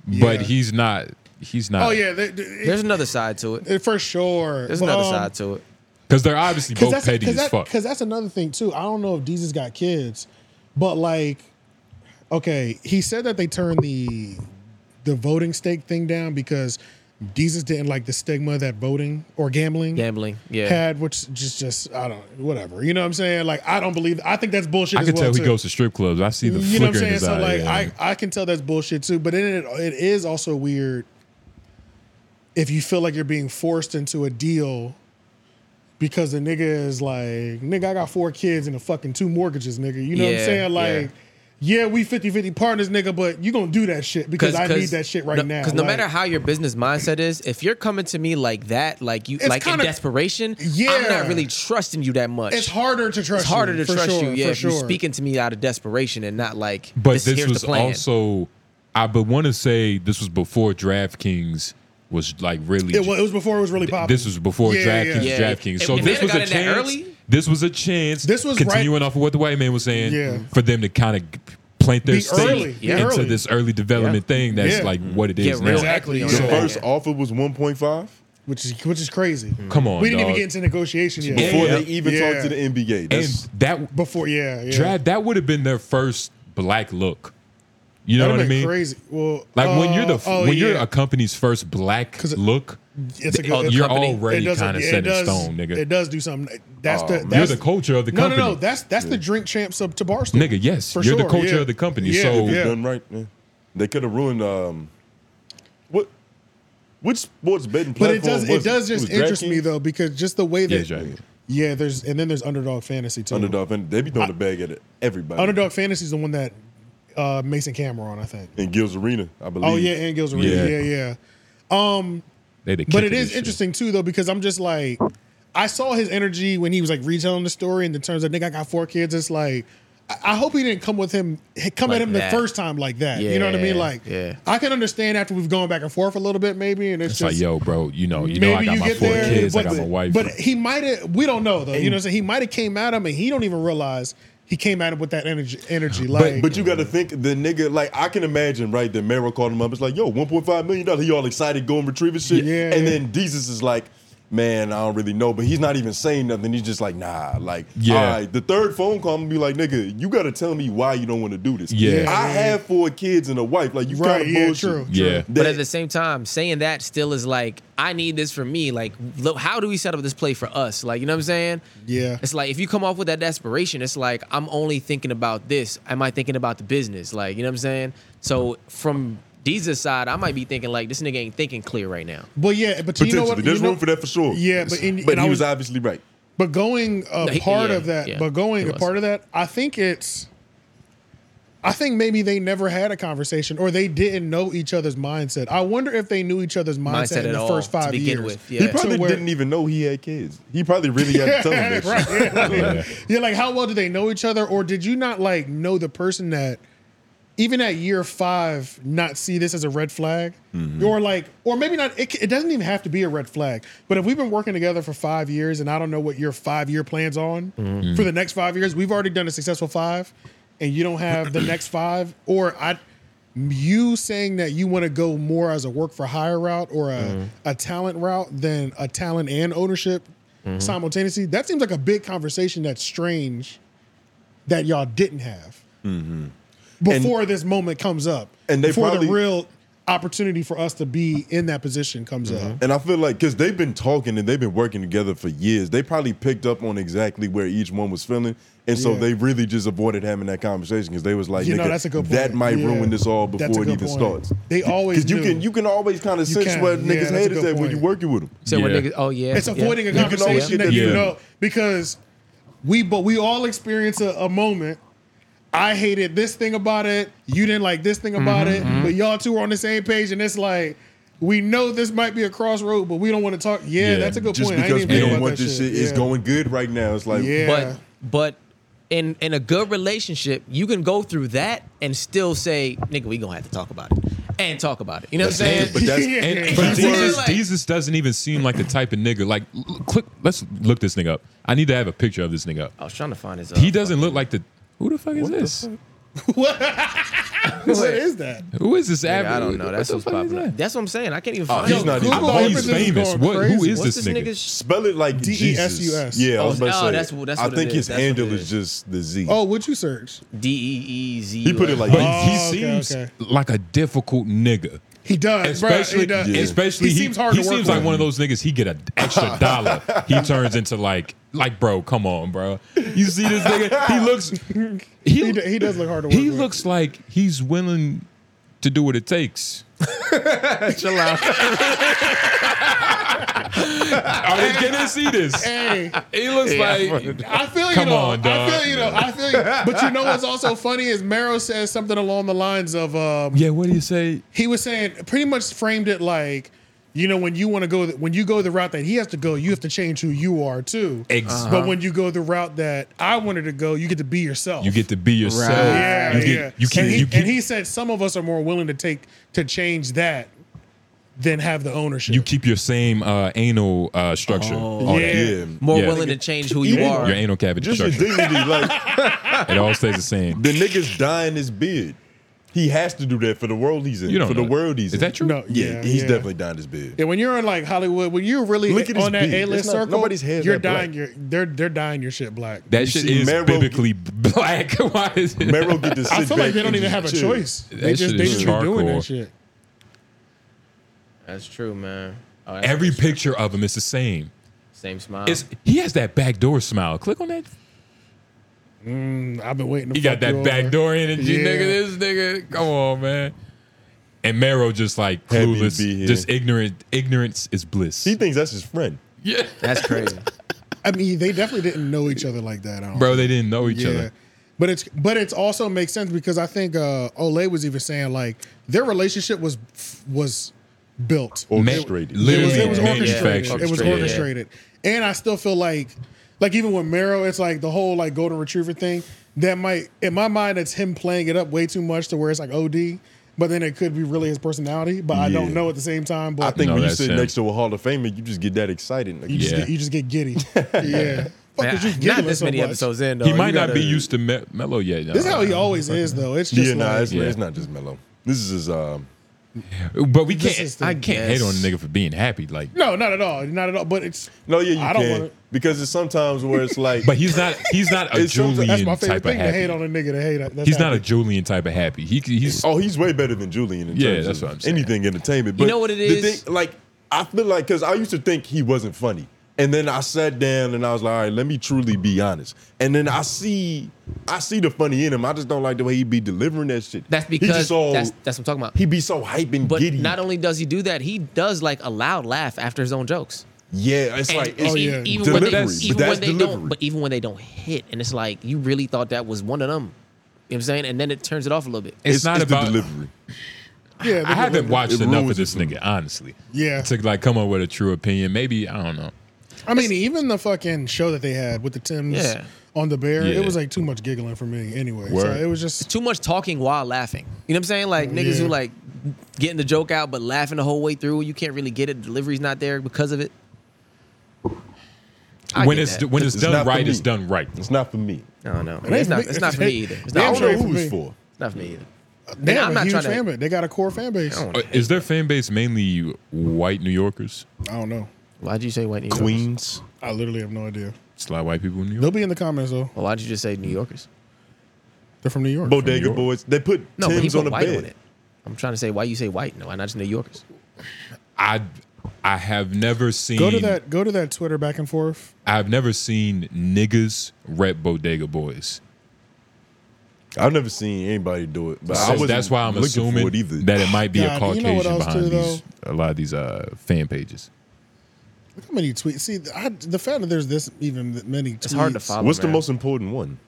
but Yeah. he's not. He's not. oh yeah, they, they- it- There's another side to it. it- Eh, for sure. There's another Um, side to it. because they're obviously Cause both that's, petty cause as that- fuck. Cause that's another thing too. I don't know if Jesus got kids, but like, okay, he said that they turned the the voting stake thing down because Jesus didn't like the stigma that voting or gambling Gambling. Yeah. had, which just just I don't whatever. You know what I'm saying? Like I don't believe. I think that's bullshit. I as can well, tell he too. goes to strip clubs. I see the You know what I'm flicker saying? in his So eye. like yeah. I I can tell that's bullshit too. But then it it is also weird if you feel like you're being forced into a deal because the nigga is like nigga I got four kids and a fucking two mortgages nigga. You know what I'm Yeah, saying? yeah. Like. Yeah, we 50-50 partners, nigga, but you gonna do that shit because I need that shit right no, now. Because no Like- matter how your business mindset is, if you're coming to me like that, like you, It's like kinda- in desperation, Yeah. I'm not really trusting you that much. it's harder to trust. It's harder to for trust sure, you. Yeah, for if sure. you're speaking to me out of desperation and not like, But this, this, here's was the plan. also, I but want to say this was before DraftKings was like really. It, wa- it was before it was really popular. this was before Yeah, yeah, DraftKings. yeah. Yeah. DraftKings. If- So if this they was a had gotten that chance. early- this was a chance. This was right- continuing off of what the white man was saying. Yeah. For them to kind of plant their Be stake early, be into early. this early development thing. That's Yeah. like what it Get is real now. Exactly. equity on So- The that. first offer was 1.5 which is which is crazy. Hmm. Come on, we didn't even dog. get into negotiation yet. before Yeah. they even Yeah. talked to the NBA. and That's, that Before, yeah, yeah. Drag that would have been their first black look. You know That'd what I been mean? Crazy. Well, Like when uh, you're the oh, when you're yeah. a company's first black it- look, it's a good, it- you're company- it already does- kind of yeah, it set in does- stone, nigga. It does do something. That's Oh, the man. that's, you're the culture of the No, no, company. no. That's that's the drink champs of to Barstool. nigga. Yes, for you're the sure, culture yeah. of the company. Yeah, so yeah. done right. man. They could have ruined um, what? Which sports betting But it platform? does was it does just was interest me DraftKings? though because just the way yeah, that yeah, Drag. there's and then there's underdog fantasy too. Underdog, and they be throwing the bag at everybody. underdog fantasy is the one that uh, Mason Cameron, I think. in Gil's Arena, I believe. Oh yeah, and Gil's Arena. Yeah. Yeah, yeah. Um, They the But kicker it is this year. interesting too, though, because I'm just like, I saw his energy when he was like retelling the story, and the terms of nigga, I got four kids. It's like, I I hope he didn't come with him, come at Like him that. the first time like that. you know what I mean? Yeah, Like, yeah. I can understand after we've gone back and forth a little bit, maybe, and it's, It's just like, yo, bro, you know, you maybe know, I got you my get four there, kids, but, I got my wife. But he might have. We don't know though. you know, what I'm saying he might have came at him, and he don't even realize he came at him with that energy. Energy, like, But, but you got to think the nigga like I can imagine right that Merrill called him up. It's like yo, one point five million dollars. He all excited, go and retrieve his shit. Yeah. And then Jesus is like, man, I don't really know. But he's not even saying nothing. He's just like, nah, like Yeah. all right. The third phone call, I'm gonna be like, nigga, you got to tell me why you don't want to do this. Yeah. Yeah. I have four kids and a wife. Like you Right, kind of yeah, bullshit. true. yeah, That- But at the same time, saying that still is like, I need this for me. Like, look, how do we set up this play for us? Like, you know what I'm saying? Yeah. It's like if you come off with that desperation, it's like I'm only thinking about this. Am I thinking about the business? Like, you know what I'm saying? So from Jesus' side, I might be thinking like this nigga ain't thinking clear right now. but yeah, but you potentially, know what? there's you know- room for that for sure. Yeah, but in- but and I he was, was- obviously right. But going a he- part yeah, of that, yeah, but going he a was. part of that, I think it's. I think maybe they never had a conversation, or they didn't know each other's mindset. I wonder if they knew each other's mindset, Mindset in at the all, first to five begin years. with, To He yeah. probably where- didn't even know he had kids. He probably really had to tell him right, this. yeah. Yeah. Yeah, like how well did they know each other, or did you not like know the person that, even at year five, not see this as a red flag, Mm-hmm. or like, or maybe not. It, c- it doesn't even have to be a red flag. But if we've been working together for five years, and I don't know what your five year plans on Mm-hmm. Mm-hmm. for the next five years, we've already done a successful five, and you don't have the next five, or I. You saying that you want to go more as a work for hire route or a, a talent route than a talent and ownership simultaneously. That seems like a big conversation that's strange that y'all didn't have before this moment comes up. and they before probably- the real opportunity for us to be in that position comes up. Mm-hmm. And I feel like because they've been talking and they've been working together for years, they probably picked up on exactly where each one was feeling, and so Yeah. they really just avoided having that conversation because they was like, You know, "Nigga, that's a good that point. might Yeah. ruin this all That's a before it good even point. starts." They always because you knew. can you can always kind of sense can. where Yeah, niggas' that's a head good is at when point. you're working with them. So when Yeah. nigga, oh yeah, It's yeah. avoiding a You can always conversation get that that you feeling. know because we but we all experience a, a moment. I hated this thing about it. You didn't like this thing Mm-hmm. about it. But y'all two are on the same page, and it's like we know this might be a crossroad, but we don't want to talk. Yeah, Yeah, that's a good Just point. I because didn't we even think about don't want that this shit, it's Yeah. going good right now. It's like, Yeah. But but in in a good relationship, you can go through that and still say, nigga, we gonna have to talk about it. And talk about it. You know what I'm saying? but that's Yeah. But And, but it's Jesus, like- Jesus doesn't even seem like the type of nigga. Like, l- click. Let's look this nigga up. I need to have a picture of this nigga up. I was trying to find his. Uh, He doesn't look like the. Who the fuck is this? What is that? Who is this? Nigga, average? I don't know. What That's the what's fuck is popular. that? That's what I'm saying. I can't even find. Oh, he's him. not even- Google I thought he's Earth is famous. going What? Who crazy. is What's this, this nigga? nigga's? Sh- spell it like D-E-S-U-S. E Jesus. Yeah, I was about Oh, to oh, say. that's- that's I what it think is. his That's what it handle is. is. just the Z. Oh, what you search? D E E Z. he put it like but Oh, he okay, seems okay. like a difficult nigga. He does, bro. Especially, He does. yeah. especially He he, seems hard he to work seems with. like one of those niggas. He get an extra dollar. he turns into like, like, bro, come on, bro. You see this nigga? He looks, he, He, do- he does look hard to work he with. looks like he's willing to do what it takes. Chill out. Are they gonna see this? Hey, He looks like, I feel you. Come though. on, I dog. feel you. Though. I feel you. But you know what's also funny is Mero says something along the lines of, um, yeah. What do you say? he was saying pretty much framed it like you know when you want to go when you go the route that he has to go you have to change who you are too Ex- but when you go the route that i wanted to go you get to be yourself You get to be yourself. Right. yeah You get, yeah You can. and, he, you keep, and he said some of us are more willing to take to change that than have the ownership you keep your same uh, anal uh, structure. All Oh. yeah. that. Yeah. More Yeah. willing to change who you Yeah. are. Your anal cavity Just your structure. dignity. Like, It all stays the same. The nigga's dyeing his beard. He has to do that for the world he's in. You don't for know the world he's Is in. that true? no Yeah, yeah he's yeah. definitely dyeing his beard. yeah, when you're in like Hollywood, when you're really Look at his on that beard. It's A-list not- circle, nobody's hair's you're that black. dying your they're they're dying your shit black. That shit see is Mero- biblically black. Why is it? Mero get to sit I feel like back they don't and even just have a chill. choice. They That just shit they is just be doing charcoal. that shit. That's true, man. Oh, that's Every that's true. picture of him is the same. same smile. It's he has that backdoor smile. Click on that. Mm, I've been waiting. To He got fuck that you over. backdoor energy, Yeah. nigga. This nigga, come on, man. And Mero just like Happy to clueless, be here. just ignorant. Ignorance is bliss. He thinks that's his friend. yeah, that's crazy. I mean, they definitely didn't know each other like that, I don't bro, they didn't know each Yeah. other. But it's but it's also makes sense because I think uh, Ole was even saying like their relationship was was built. Orchestrated. It Ma- was, literally it was orchestrated. manufactured. It was Yeah. orchestrated. And I still feel like like even with Mero, it's like the whole like golden retriever thing. That might in my mind it's him playing it up way too much to where it's like OD, but then it could be really his personality. But I don't Yeah. know at the same time. But I think No, when you that's sit him. next to a Hall of Famer, you just get that excited. Like, you just Yeah. get, you just get giddy. yeah. Fuck Man, is you not giggling this so many much? episodes in though. He You might not gotta- be used to me- Mellow yet. This is nah. how he always is though. It's just yeah, nah, like, it's, Yeah. it's not just mellow. This is his. Um, But we This can't. is the- I can't hate on a Yes. nigga for being happy. Like, No, not at all. Not at all. But it's no, yeah, you I don't can wanna- because it's sometimes where it's like. but he's not. He's not a It's sometimes- Julian that's my type favorite of thing to hate happy. on a nigga to hate. That's He's not a happy. Julian type of happy. He he's Oh, he's way better than Julian. In Yeah, terms that's of what I'm saying. Anything entertainment. But You know what it the is? thing- like I feel like because I used to think he wasn't funny, and then I sat down and I was like, all right, let me truly be honest. And then I see, I see the funny in him. I just don't like the way he be delivering that shit. That's he because just all, that's that's what I'm talking about. he be so hype and but giddy. not only does he do that, he does like a loud laugh after his own jokes. yeah, it's And like it's it's oh, e- yeah. even delivery. when they, but even that's when they delivery. don't, but even when they don't hit, and it's like you really thought that was one of them. You know what I'm saying? And then it turns it off a little bit. it's, not about. the delivery. Yeah, I haven't watched It enough of ruins this it for me. nigga, honestly. Yeah. To like come up with a true opinion. Maybe I don't know. I mean, even the fucking show that they had with the Tims Yeah. on the bear, Yeah. it was like too much giggling for me. Anyway, so Word. it was just Too much talking while laughing. You know what I'm saying? Like niggas Yeah. who like getting the joke out but laughing the whole way through. You can't really get it. Delivery's not there because of it. I when get it's that. when it's, It's done not for right, me. it's done right. It's not for me. I don't know. ain't It's for not. me. It's not for me either. It's Damn I not. don't For me. straight know for who me. it's for. It's not for me either. they Nigga, have I'm a not huge trying to. fan base. They got a core fan base. I I don't don't, know. Uh, Is their fan base mainly white New Yorkers? know. Why'd you say white New Yorkers? Queens. I literally have no idea. It's a lot of white people in New York. They'll be in the comments though. Well, why'd you just say New Yorkers? They're from New York. Bodega boys, they put No, but he Tim's put on the white bed. on it. I'm trying to say why you say white. No, why not just New Yorkers? I I have never seen Go to that. Go to that Twitter back and forth. I've never seen niggas rep Bodega Boys. I've never seen anybody do it, but I So wasn't that's why I'm looking assuming for it either. that it might be a God, you Caucasian know what else behind too, these a lot of these uh, fan pages. Look how many tweets. See, I, the fact that there's this even that many tweets. It's hard to follow. What's the man. most important one?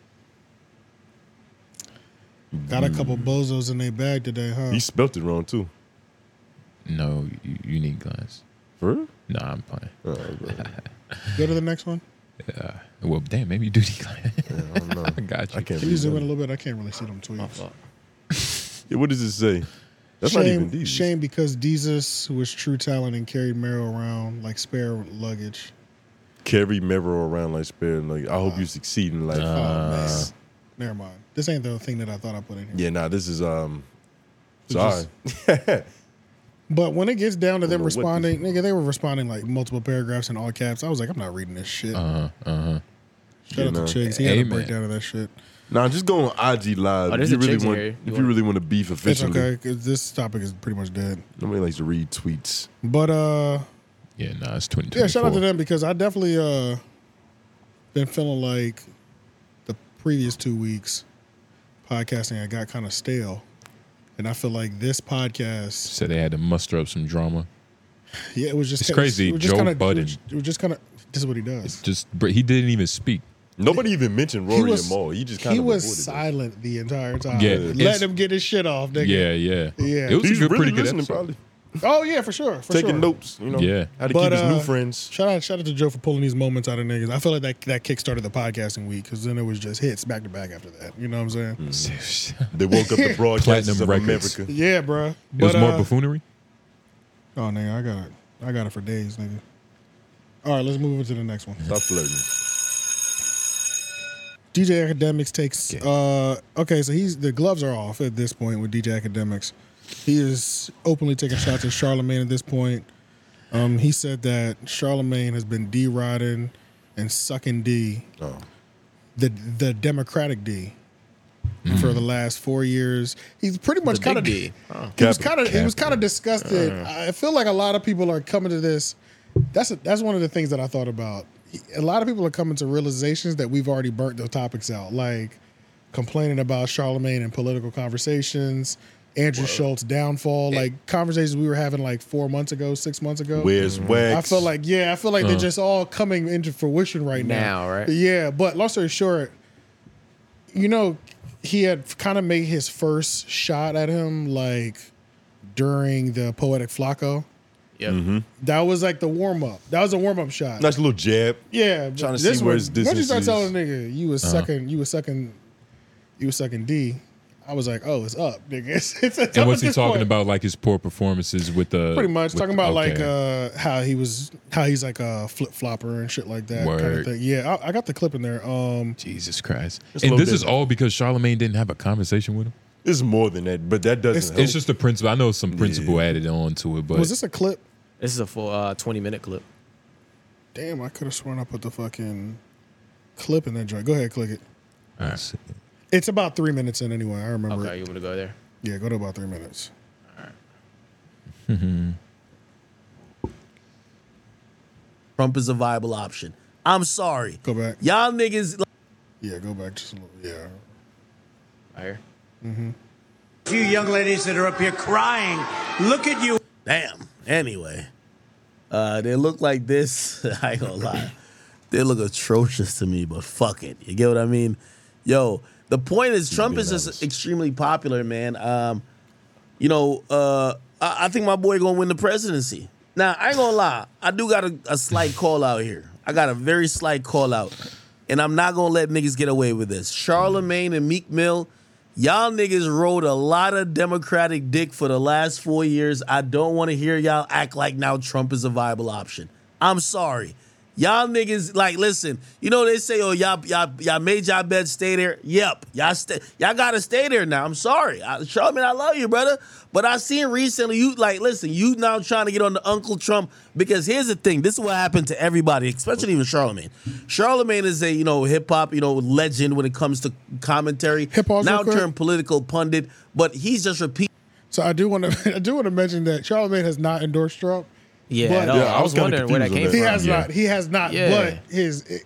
Got a couple bozos in their bag today, huh? You spelt it wrong too. No, you, you need guns. For real? No, I'm playing. Oh, bro. Go to the next one. Well, damn, maybe you do need guns. I don't know. I got you. I can't Can you read zoom in a them. little bit? I can't really see them tweets. Yeah, What does it say? That's shame, not even these. shame because Desus was true talent and carried Merrill around like spare luggage. Carry Mero around like spare. Like, I hope you succeed in life. Oh, man. Never mind. This ain't the thing that I thought I put in here. yeah, nah, this is um. Sorry. But when it gets down to them know what this responding, nigga, they were responding like multiple paragraphs in all Uh-huh. caps. I was like, I'm not reading this shit. Uh huh. Uh huh. Shout out know. to Chiggs. He had a Amen. breakdown of that shit. Nah, just go on IG live. Oh, Uh, if there's you a really chicks in want, here. You if you wanna- really want to beef It's officially, okay because this topic is pretty much dead. nobody likes to read tweets. But uh, Yeah, nah, it's 2024. yeah, shout out to them because I definitely uh been feeling like the previous two weeks podcasting I got kind of stale, and I feel like this podcast, Said they had to muster up some drama. yeah, it was just It's it was- crazy, It was just Joe kinda, Budden. It was, it was just kind of this is what he does. Just but he didn't even speak. Nobody even mentioned He Rory was, and Maul. He just kind he of was silent the entire time. Yeah, it's- let him get his shit off, nigga. Yeah, yeah, Yeah. It was He's a good, really pretty good listening, episode. probably Oh yeah, for sure. For taking sure. notes. You know, Yeah. how to But, keep his new uh, friends. Shout out, shout out to Joe for pulling these moments out of niggas. I feel like that that kickstarted the podcasting week because then it was just hits back to back after that. You know what I'm saying? Mm. They woke up the broadcasters Platinum of Records. America. Yeah, bruh. It was But, more uh, buffoonery. Oh nigga, I got it. I got it for days, nigga. All right, let's move on to the next one. Stop flirting. DJ Academics takes. Uh, okay, so he's the gloves are off at this point with DJ Academics. He is openly taking shots at Charlemagne at this point. Um, he said that Charlemagne has been deriding and sucking D, Oh. the the Democratic D, for the last four years. He's pretty much The kind of big D. He was kind of he was kind of disgusted. I feel like a lot of people are coming to this. That's a, that's one of the things that I thought about. A lot of people are coming to realizations that we've already burnt the topics out, like complaining about Charlemagne and political conversations, Andrew Schultz downfall, like conversations we were having like four months ago, six months ago. Where's Wax? I feel like yeah, I feel like they're just all coming into fruition right now. Now, right? Yeah, but long story short, you know, he had kind of made his first shot at him like during the poetic Flacco. Yep. That was like the warm up. That was a warm up shot. Mm-hmm. nice little jab. yeah, Trying to this see one- where his Once you start distance telling a nigga you was sucking, you was sucking, you was sucking D. I was like, oh, it's up, nigga. It's, it's, it's up And at what's he this talking point. about? Like his poor performances with the Pretty much with- talking about like okay. uh, how he was, how he's like a flip flopper and shit like that kind of Word. thing. Yeah, I, I got the clip in there. Um, Jesus Christ. It's And low this is digital. all because Charlemagne didn't have a conversation with him. It's more than that, but that doesn't help. It's just the principle. I know some principle added on to it, but was this a clip? This is a full uh, 20 minute clip. Damn, I could have sworn I put the fucking clip in that joint. Go ahead, click it. It's about three minutes in anyway. I remember. Okay, It. you want to go there? Yeah, go to about three minutes. Mm-hmm. Trump is a viable option. I'm sorry. Go back. Y'all niggas. Yeah, go back just a little. Yeah. Mm-hmm. Right here. A few young ladies that are up here crying. Look at you. Damn. Anyway, uh, they look like this. I ain't gonna lie. They look atrocious to me, but fuck it. You get what I mean? Yo, the point is, Trump is just extremely popular, man. Um, you know, uh, I, I think my boy gonna win the presidency. Now, I ain't gonna lie, I do got a, a slight call out here. I got a very slight call out, and I'm not gonna let niggas get away with this. Charlemagne and Meek Mill, y'all niggas rode a lot of Democratic dick for the last four years. I don't want to hear y'all act like now Trump is a viable option. I'm sorry. Y'all niggas, like, listen. You know they say, oh, y'all, y'all, y'all made y'all bed, stay there. Yep, y'all stay, y'all gotta stay there now. I'm sorry, I, Charlamagne, I love you, brother, but I seen recently you like, listen, you now trying to get on the Uncle Trump because here's the thing. This is what happened to everybody, especially even Charlemagne. Charlemagne is a you know hip hop you know legend when it comes to commentary. Hip hop's now real quick. turned political pundit, but he's just repeating. So I do want to. I do want to mention that Charlemagne has not endorsed Trump. Yeah, But- at all. Yeah, I, I was was kinda wondering where that confused came on from. He has Yeah. not. He has not. Yeah. But his. It,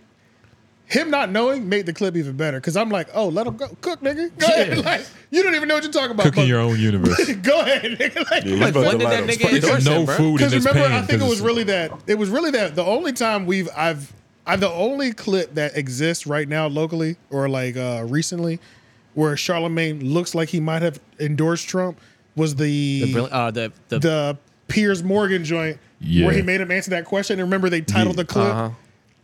him not knowing made the clip even better because I'm like, oh, let him go, cook, nigga. Go ahead. Yeah. Like, you don't even know what you're talking about. cooking but- your own universe. go ahead, nigga. Like, Yeah, he's like, about to when did light that up. nigga It's endorse It's him, no bro? food in Because this remember, pan. I think it 'cause was it's- really that. It was really that. The only time we've I've I the only clip that exists right now locally or like uh recently where Charlemagne looks like he might have endorsed Trump was the The, brill- uh, the, the, the Piers Morgan joint Yeah. where he made him answer that question. And remember, they titled the clip. Uh-huh.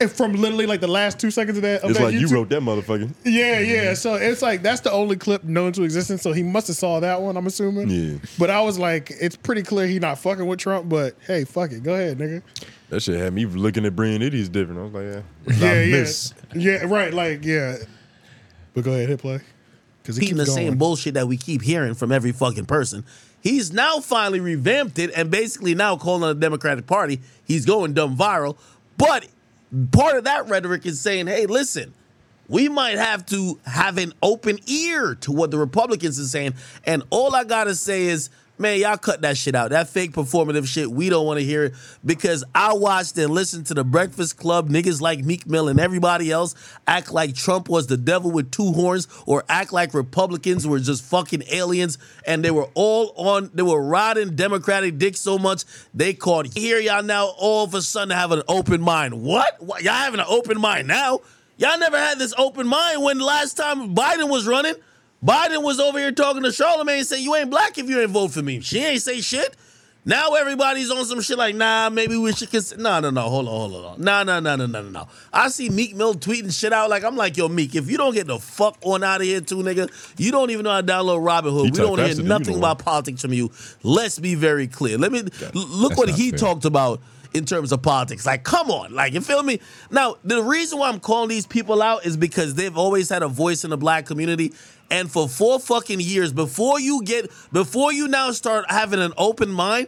And from literally like the last two seconds of that, of It's that like you YouTube- wrote that Mm-hmm. motherfucker. yeah, yeah. So it's like that's the only clip known to existence. So he must have saw that one. I'm assuming. Yeah. But I was like, it's pretty clear he not fucking with Trump. But hey, fuck it, go ahead, nigga. That shit had me looking at Brian Idiots different. I was like, yeah. Yeah, I yeah, miss. yeah. Right, like yeah. But go ahead, hit play. Because he repeating the keeps going. same bullshit that we keep hearing from every fucking person. He's now finally revamped it and basically now calling on the Democratic Party. He's going dumb viral. But part of that rhetoric is saying, hey, listen, we might have to have an open ear to what the Republicans are saying. And all I gotta say is, man, y'all cut that shit out. That fake performative shit, we don't wanna hear it because I watched and listened to the Breakfast Club niggas like Meek Mill and everybody else act like Trump was the devil with two horns or act like Republicans were just fucking aliens and they were all on, they were riding Democratic dick so much they called here y'all now all of a sudden have an open mind. What? what? Y'all having an open mind now? Y'all never had this open mind when last time Biden was running. Biden was over here talking to Charlemagne saying, You ain't black if you ain't vote for me. She ain't say shit. Now everybody's on some shit like, nah, maybe we should consider. No, no, no, hold on, hold on, hold on. Nah, nah, nah, nah, nah, nah, nah. I see Meek Mill tweeting shit out like, I'm like, yo, Meek, if you don't get the fuck on out of here, too, nigga, you don't even know how to download Robin Hood. He we talk don't hear faster than you, nothing though. about politics from you. Let's be very clear. Let me l- look That's what not he fair. talked talked about in terms of politics. Like, come on, like you feel me? Now, the reason why I'm calling these people out is because they've always had a voice in the black community. And for four fucking years, before you get before you now start having an open mind,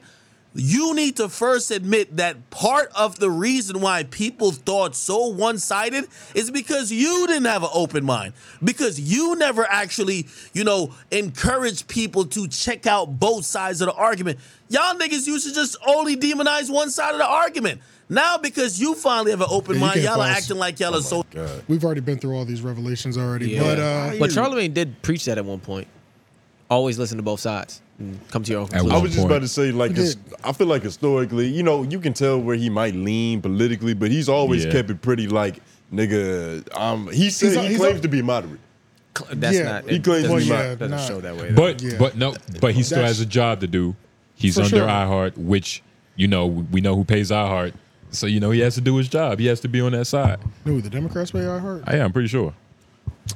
you need to first admit that part of the reason why people thought so one-sided is because you didn't have an open mind. Because you never actually, you know, encouraged people to check out both sides of the argument. Y'all niggas used to just only demonize one side of the argument. Now because you finally have an open Yeah, you mind, can't y'all are pause. Oh acting like y'all are so We've already been through all these revelations already. Yeah. But uh, but Charlemagne did preach that at one point. Always listen to both sides and come to your own conclusion. I was just about to say, like, He his- I feel like historically, you know, you can tell where he might lean politically, but he's always Yeah. kept it pretty, like, nigga. Um, he said He's a- he he's a- claims to be moderate. That's Yeah. not- He it claims to doesn't be show- moderate. doesn't show that way. But but no, but he still That's- has a job to do. He's For under sure. iHeart, which you know we know who pays iHeart. So you know he has to do his job. He has to be on that side. no, the Democrats pay iHeart. I, yeah, I'm pretty sure.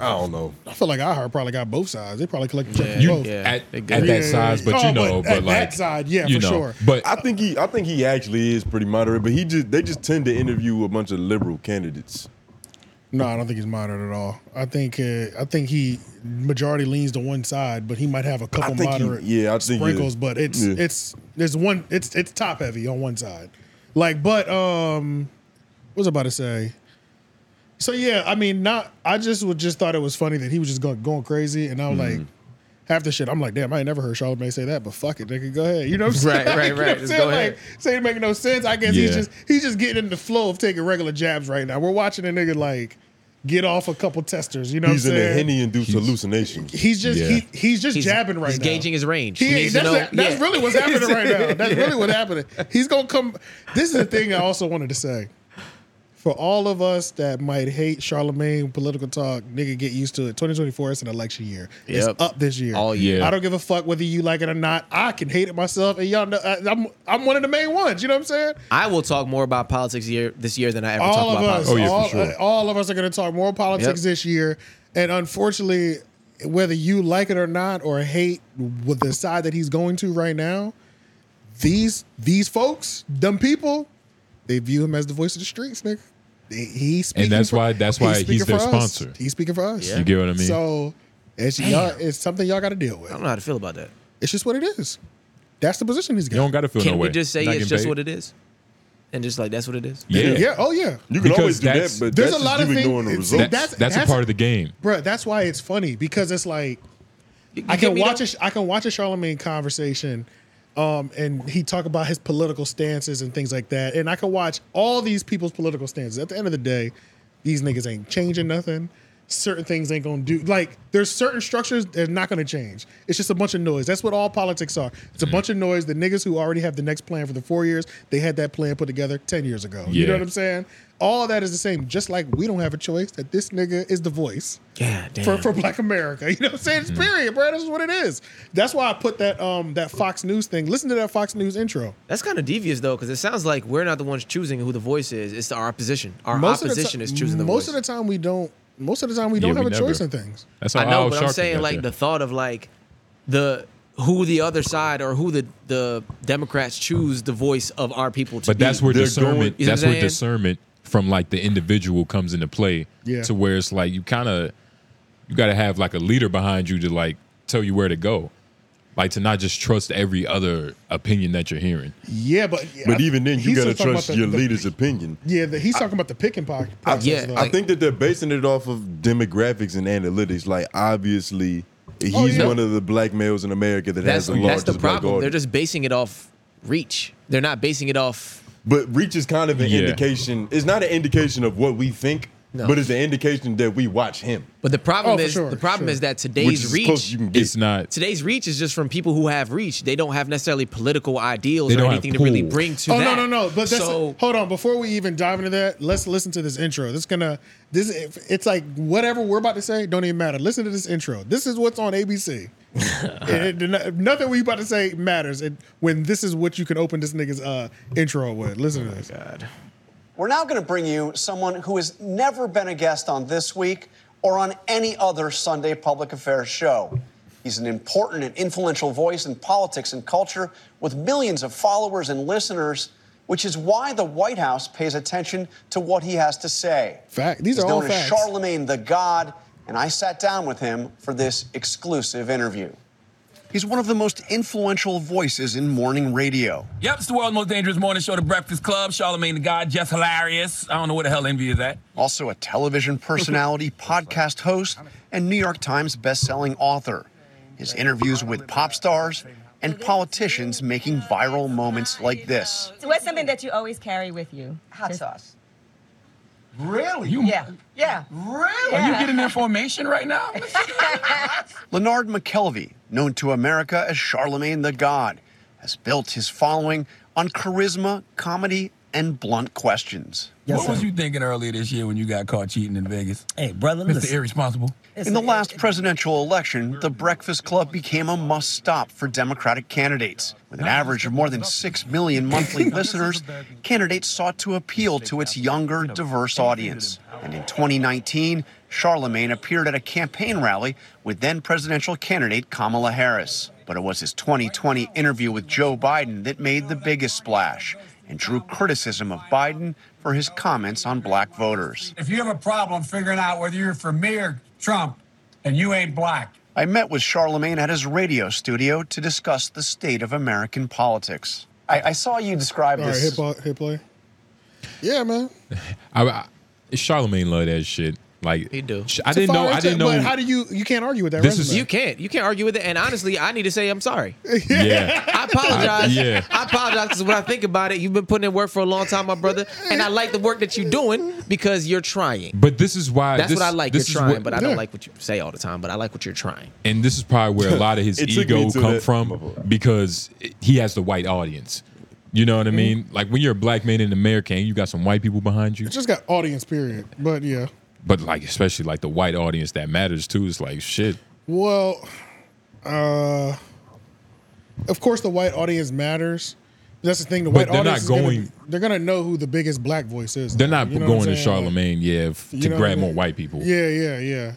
I don't know. I feel like iHeart probably got both sides. They probably collect a check Yeah, from you- both. at- at that size, but you Oh, know, but at like, that side, yeah, for you know. sure. But I think he, I think he actually is pretty moderate, but he just, they just tend to interview a bunch of liberal candidates. No, I don't think he's moderate at all. I think uh, I think he majority leans to one side, but he might have a couple I think he- moderate yeah, I think he- sprinkles. But it's yeah. it's there's one it's it's top heavy on one side, like but um, what was I about to say? So yeah, I mean, not I just would just thought it was funny that he was just going going crazy, and I'm Mm-hmm. like. Half the shit, I'm like, damn, I ain't never heard Charlamagne say that, but fuck it, nigga, go ahead. You know what I'm Right, saying? You right, know what right. I'm Just saying? go ahead. Like, say it make no sense. I guess he's Yeah. just he's just getting in the flow of taking regular jabs right now. We're watching a nigga like get off a couple testers. You know he's what I'm in a saying? henny induced hallucination. He's just he, he's just jabbing right he's now. gauging his range. He, He needs to that's know- that's yeah. really what's happening right now. That's really what's happening. He's gonna come. This is the thing I also wanted to say. For all of us that might hate Charlemagne political talk, nigga, get used to it. 2024 is an election year. Yep. It's up this year. Oh, All year. I don't give a fuck whether you like it or not. I can hate it myself, and y'all know I, I'm I'm one of the main ones. You know what I'm saying? I will talk more about politics year this year than I ever all talk of about us, politics. Oh, all, uh, all of us are going to talk more politics Yep. this year, and unfortunately, whether you like it or not, or hate with the side that he's going to right now, these these folks, them people, they view him as the voice of the streets, nigga. He- He's speaking and that's for- why that's why he's, speaking their for us. sponsor. He's speaking for us. You get what I mean? So it's y'all, it's something y'all got to deal with. I don't know how to feel about that. It's just what it is. That's the position he's got. you don't got to feel Can no we way. just say Not it's getting just paid. what it is? And just like that's what it is? Yeah. Yeah. Oh yeah. You can Because always do that, that's- but There's that's a lot just of you things. ignoring the it's- results. that's, That's a part of the game. Bruh, that's why it's funny because it's like I you get can me watch though? a, I can watch a Charlemagne conversation, um, and he talk about his political stances and things like that, and I can watch all these people's political stances. At the end of the day, these niggas ain't changing nothing. Certain things ain't gonna do like there's certain structures they're not gonna change. It's just a bunch of noise. That's what all politics are. It's a bunch of noise. The niggas who already have the next plan for the four years, they had that plan put together ten years ago. You know Yeah. what I'm saying? All that is the same. Just like we don't have a choice that this nigga is the voice Yeah, for, for black America. You know what I'm saying? It's period, bro. This is what it is. That's why I put that um that Fox News thing. Listen to that Fox News intro. That's kind of devious though, because it sounds like we're not the ones choosing who the voice is. It's our opposition. Our of the opposition ti- is choosing the Most voice. of the time we don't most of the time we don't Yeah, have we a never. choice in things. That's how I know, Al but I'm Sharpton saying got like there. the thought of like the who the other side or who the the Democrats choose the voice of our people to But be. that's where They're discernment. going- You know that's what I'm where saying? discernment from like the individual comes into play. Yeah. To where it's like you kind of you got to have like a leader behind you to like tell you where to go. Like to not just trust every other opinion that you're hearing. Yeah, but yeah, But I- even then, you he's gotta just talking trust about the- your the- leader's opinion. Yeah, the, he's talking about the pick and pocket. I, process, though. I think that they're basing it off of demographics and analytics. Like obviously, he's yeah. one of the black males in America that That's has the largest that's the black problem. They're audience. just basing it off reach. They're not basing it off. But reach is kind of an Yeah. indication. It's not an indication of what we think, No. but it's an indication that we watch him. But the problem Oh, for is sure, the problem sure. is that Which today's is as reach close as you can get. It's not today's reach is just from people who have reach. They don't have necessarily political ideals They or don't have anything to really pull. bring to oh that. no, no, no! But that's, so hold on, before we even dive into that, let's listen to this intro. This gonna this it's like whatever we're about to say don't even matter. Listen to this intro. This is what's on ABC. It- it- nothing we about to say matters it, when this is what you can open this nigga's uh, intro with. Oh Listen to this. God. We're now going to bring you someone who has never been a guest on This Week or on any other Sunday public affairs show. He's an important and influential voice in politics and culture with millions of followers and listeners, which is why the White House pays attention to what he has to say. Fact. These He's are all known facts. as Charlemagne the God, and I sat down with him for this exclusive interview. He's one of the most influential voices in morning radio. Yep, it's the world's most dangerous morning show, The Breakfast Club. Charlemagne the God, Jeff Hilarious. I don't know where the hell envy is at. also a television personality, podcast host, and New York Times bestselling author. His interviews with pop stars and politicians making viral moments like this. So what's something that you always carry with you? Hot sauce. Really? yeah. Yeah. Really? Are you getting information right now? Leonard McKelvey, known to America as Charlemagne the God, has built his following on charisma, comedy, and blunt questions. what was you thinking earlier this year when you got caught cheating in Vegas? Hey, brother, Mr. listen. Irresponsible. In the last presidential election, the Breakfast Club became a must stop for Democratic candidates. With an average of more than 6 million monthly listeners, candidates sought to appeal to its younger, diverse audience. And in 2019, Charlemagne appeared at a campaign rally with then presidential candidate Kamala Harris. But it was his 2020 interview with Joe Biden that made the biggest splash and drew criticism of Biden for his comments on black voters. If you have a problem figuring out whether you're for me or Trump, and you ain't black, I met with Charlemagne at his radio studio to discuss the state of American politics. I, I saw you describe All right, hit, ball, hit play. Yeah, man. I, I Charlemagne love that shit. Like he do. I It's a didn't know. fire I didn't intake, But know. how do you? You can't argue with that. This This is- is you can't you can't argue with it. And honestly, I need to say I'm sorry. Yeah. I apologize. I- yeah. I apologize because when I think about it, you've been putting in work for a long time, my brother, and I like the work that you're doing because you're trying. But this is why. That's this- what I like. You're This is trying, what- but I don't like what you say all the time. But I like what you're trying. And this is probably where a lot of his It took me ego to come that- from because he has the white audience. You know what I Mm. mean? Like when you're a black man in America and you got some white people behind you, It just got audience period. But yeah. but like especially like the white audience that matters too. It's like shit. Well, uh, of course the white audience matters. That's the thing. The white But they're not audience is gonna- going- they're gonna know who the biggest black voice is. They're not You know what I'm going to saying? Like, Charlemagne, yeah, f- You to know what grab I mean? more white people. Yeah, yeah, yeah.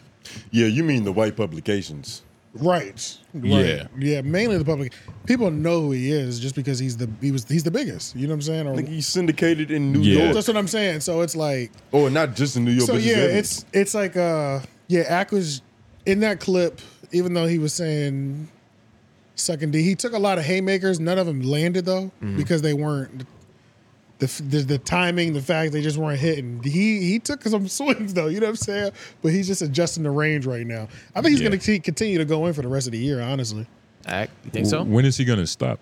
Yeah, you mean the white publications? Right. right. Yeah. Yeah. Mainly the public. People know who he is just because he's the he was he's the biggest. You know what I'm saying? Or, Like he's syndicated in New Yeah. York, that's what I'm saying. So it's like or not just in New York. so but just yeah, everywhere. it's it's like uh yeah, Ack was in that clip, even though he was saying second D, he took a lot of haymakers. None of them landed though Mm-hmm. Mhm. because they weren't the, the the timing, the fact they just weren't hitting. He he took some swings though, you know what I'm saying? But he's just adjusting the range right now. I think he's Yeah. going to continue to go in for the rest of the year, honestly. Act, you W- When is he gonna stop?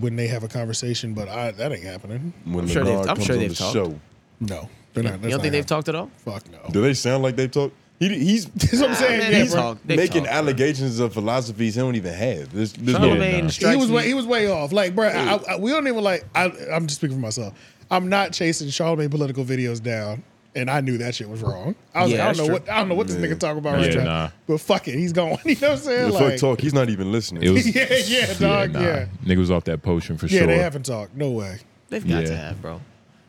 When they have a conversation, but I, that ain't happening. When I'm sure LeBron they've- I'm comes sure on they've the talked. show. No, they're not. You don't think they've talked at all? Fuck no. Do they sound like they talk? He, he's That's what I'm saying. man, they he's talk- they making talk, bro. allegations of philosophies he don't even have. There's, there's no Charlemagne he was way, he was way off. Like, bro, I, I, we don't even like. I, I'm just speaking for myself. I'm not chasing Charlemagne political videos down, and I knew that shit was wrong. I was Yeah, like, I don't that's know true. what I don't know what this Yeah. nigga talking about Yeah, right now. nah. But fuck it, he's going. You know what I'm saying? Yeah, like, fuck talk. He's not even listening. It was, yeah, yeah, dog, nah. yeah. Nigga was off that potion for yeah, sure. they haven't talked. No way. They've got to Yeah. have, bro.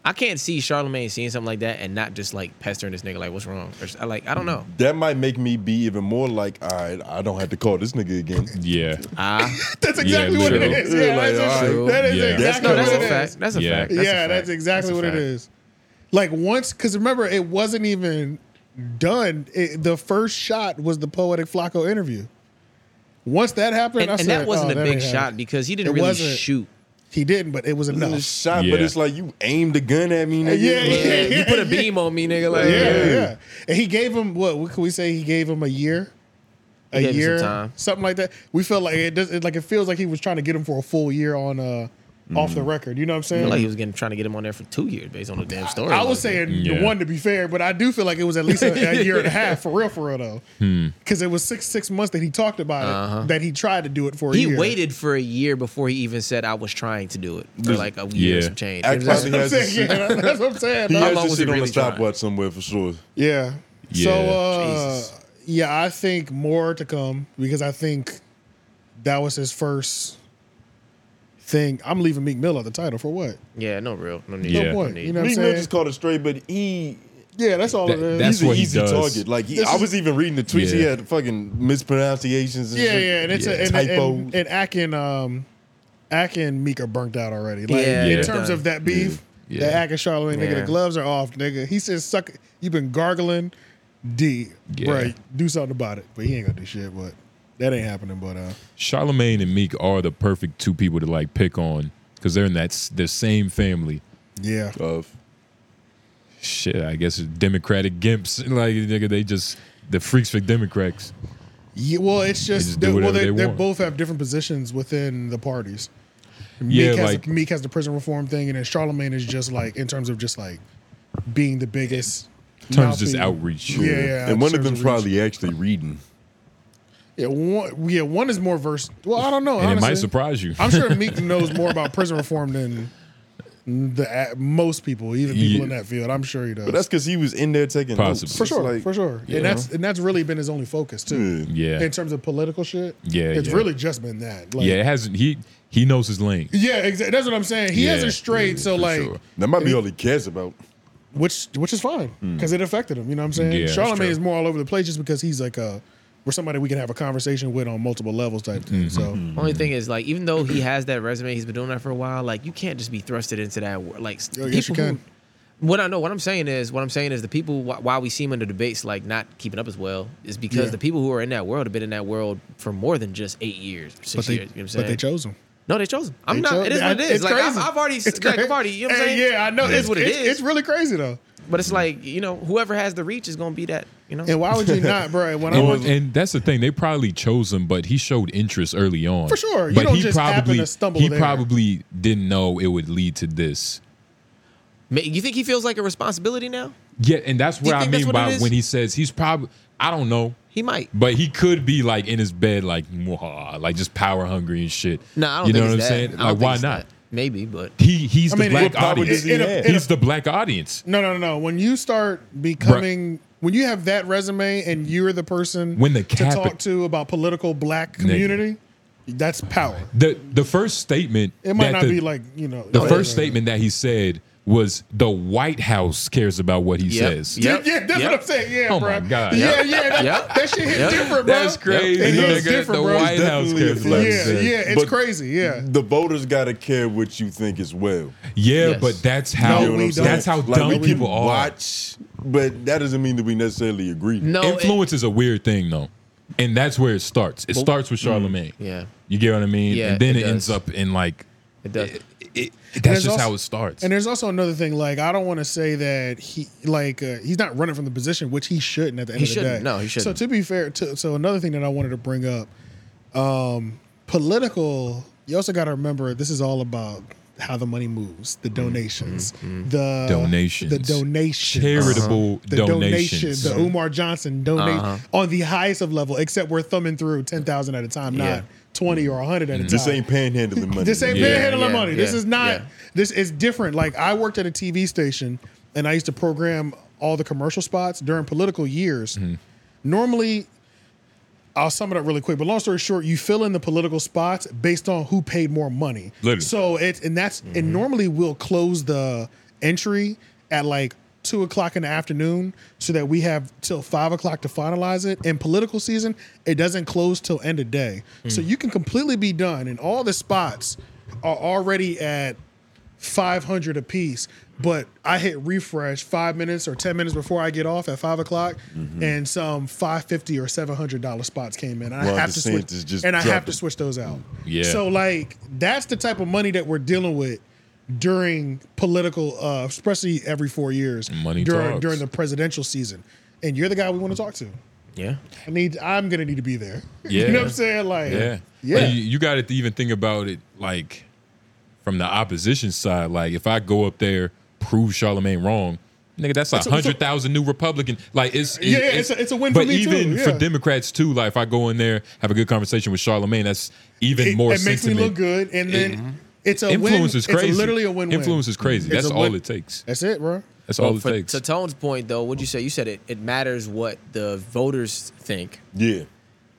I can't see Charlemagne seeing something like that and not just like pestering this nigga like, what's wrong? Or, s- like, I don't know. That might make me be even more like, all right, I don't have to call this nigga again. Yeah. Ah. That's exactly what it is. Yeah, that's a- that is exactly No, that's what a it fact. is. That's a fact. yeah, That's a fact. that's exactly That's what a it fact. is. Like once, because remember, it wasn't even done. It, the first shot was the poetic Flacco interview. Once that happened, And, I and said, that wasn't "Oh, a big ain't shot happening." because he didn't It really wasn't. shoot. He didn't, but it was It enough. was a shot, but it's like you aimed the gun at me, nigga. Yeah, Like, yeah, You put a beam on me, nigga. Like, yeah, yeah. And he gave him what? What can we say? He gave him a year, He a gave him some year, time. something like that. We felt like it does. It, like it feels like he was trying to get him for a full year on uh, off the record. You know what I'm I saying? feel Mm. like he was getting trying to get him on there for two years based on the damn story. I Like, was saying the one to be fair, but I do feel like it was at least a, a year and a half for real, for real though, Hmm. because it was six six months that he talked about Uh-huh. it that he tried to do it for. a He year. waited for a year before he even said I was trying to do it. Or This- like a year or Yeah. some change. I You know what I'm probably saying? has to- Yeah, that's what I'm saying. He dog. has long to was sit he on a really stopwatch somewhere for sure. Yeah. Yeah. So uh, yeah, I think more to come because I think that was his first thing. I'm leaving Meek Mill out the title for what? Yeah, no real. No need. No No point. need. You know what I'm Meek Mill saying? just called it straight, but he. Yeah, that's all it is. he's an easy target. Like he, This I is- was even reading the tweets. He Yeah. had fucking mispronunciations. And Yeah, shit. yeah, and it's A, and, typos. and, and Ack and um, Ack and Meek are burnt out already. Like Yeah, in yeah. terms of that beef, Yeah. that Yeah. Ack and Charlemagne nigga, Yeah. the gloves are off, nigga. He says, "Suck, you've been gargling, D, Yeah. right? Do something about it." But he ain't gonna do shit. But that ain't happening. But uh, Charlemagne and Meek are the perfect two people to like pick on because they're in that s- the same family. yeah, Of Shit, I guess it's Democratic gimps. Like nigga, they just the freaks for Democrats. yeah well, it's just, just they do well, whatever they, they they want. both have different positions within the parties. Yeah, Meek has, like- Meek has the prison reform thing, and then Charlemagne is just like in terms of just like being the biggest. In terms of just mouthpiece. outreach. Yeah, yeah. and one in terms of them's probably actually reading. Yeah, one, yeah, one is more versed. Well, I don't know. And it might honestly. surprise you. I'm sure Meek knows more about prison reform than the most people, even people Yeah. in that field. I'm sure he does. But that's because he was in there taking Possibly. notes. for sure, Like, for sure. you know. And that's and that's really been his only focus too. Yeah. In terms of political shit. Yeah, It's yeah. really just been that. Like, yeah, it hasn't. He he knows his lane. Yeah, exactly. That's what I'm saying. He Yeah, hasn't strayed, so for like, sure. That might be all he cares about. which which is fine because it affected him. You know what I'm saying? Hmm. Yeah, that's Charlemagne true. is more all over the place just because he's like a we're somebody we can have a conversation with on multiple levels type Mm-hmm. thing. So Only thing is, like, even though he has that resume, he's been doing that for a while. Like, you can't just be thrusted into that. wor- Like, s- Yo, Oh, yes, you people who- can. What I know, what I'm saying is, what I'm saying is, the people wh- why we see him in the debates like not keeping up as well is because Yeah. the people who are in that world have been in that world for more than just eight years, six but they years. You know what I'm saying? but they chose him. No, they chose him. I'm They not. chose- it is what it I- is. it's like I've, crazy. I've already. It's like, I've crazy. already. You know what I'm Hey, saying? yeah, I know. It It's- is what it it's- is. it's really crazy though. But it's like you know, whoever has the reach is gonna be that. You know. And why would you not, bro? When I and, was and that's the thing. They probably chose him, but he showed interest early on. For sure. You but don't he just happen probably to stumble he there. probably didn't know it would lead to this. Ma- You think he feels like a responsibility now? Yeah, and that's Do you what I think that's mean what it by is? when he says he's probably. I don't know, He might. but he could be like in his bed, like "Mwah," like just power hungry and shit. No, I don't. you know think what it's I'm that. saying? I don't Like, think why it's not? that. Maybe, but He he's I the mean, black what power audience. does he In a- have? in a- he's the black audience. no no no no. When you start becoming when you have that resume and you're the person When the to cap- talk to about political black community, that's power. The the first statement It might that not the- be like, you know, The no, first no, no. statement that he said was the White House cares about what he Yep. says. Yeah, yeah, that's what I'm saying. Yeah, Oh bro. my God. Yeah, Yep. yeah, that, Yep. that shit hit Yep. different, bro. That's crazy, It hits nigga. different, The bro. White House Definitely a cares flex. about Yeah, said. yeah, it's crazy. Yeah, The voters gotta care what you think as well. Yeah, but that's how You know what I'm saying? that's how Like, dumb we can people are. Watch, but that doesn't mean that we necessarily agree. Oh, influence is a weird thing though, and that's where it starts. It Well- starts with Charlemagne. mm, yeah. you get what I mean. Yeah, and then it it, ends does. up in like it does. that's there's just how also- it starts. And there's also another thing. Like, I don't want to say that he like uh, he's not running from the position, which he shouldn't. At the end He of the shouldn't. day, No, he shouldn't. So to be fair, to, so another thing that I wanted to bring up, um, political. You also got to remember this is all about how the money moves, the donations, the Mm-hmm. Donations. the donations, Uh-huh. Charitable the donations, donations. Mm-hmm. the Umar Johnson donate Uh-huh. on the highest of level. Except we're thumbing through ten thousand at a time, Yeah. not twenty or hundred Mm-hmm. at a time. This ain't panhandling money. This ain't panhandling money. this yeah, is not. yeah. This is different. Like I worked at a TV station, and I used to program all the commercial spots during political years. Mm-hmm. Normally, I'll sum it up really quick. But long story short, you fill in the political spots based on who paid more money. Literally. So it's and that's and normally we'll close the entry at like two o'clock in the afternoon so that we have till five o'clock to finalize it. In political season, it doesn't close till end of day. So you can completely be done and all the spots are already at 500 apiece. But I hit refresh five minutes or 10 minutes before I get off at five o'clock, Mm-hmm. and some 550 or 700 dollar spots came in. And Ron I have to switch, DeSantis just and I have dropped to it. switch those out. Yeah. So like that's the type of money that we're dealing with during political, uh, especially every four years Money during talks. during the presidential season. And you're the guy we want to talk to. Yeah. I need. I'm gonna need to be there. Yeah. you know what I'm saying? Like, yeah. yeah. Like, you you got to even think about it like from the opposition side. Like, if I go up there, prove Charlemagne wrong, nigga, that's a It's a- it's a- 100,000 new Republican. Like, it's. Yeah, yeah, it's a- it's a win for But me, too, even for yeah. Democrats, too, like, if I go in there, have a good conversation with Charlemagne, that's even it, more it makes me sentiment. look good, and then Mhm. it's a Influence win. is crazy. It's literally a win-win. Influence is crazy. It's That's a all win- it takes. That's it, bro. That's Well, all it for- takes. To Tone's point, though, what'd you say? You said it. It matters what the voters think. Yeah.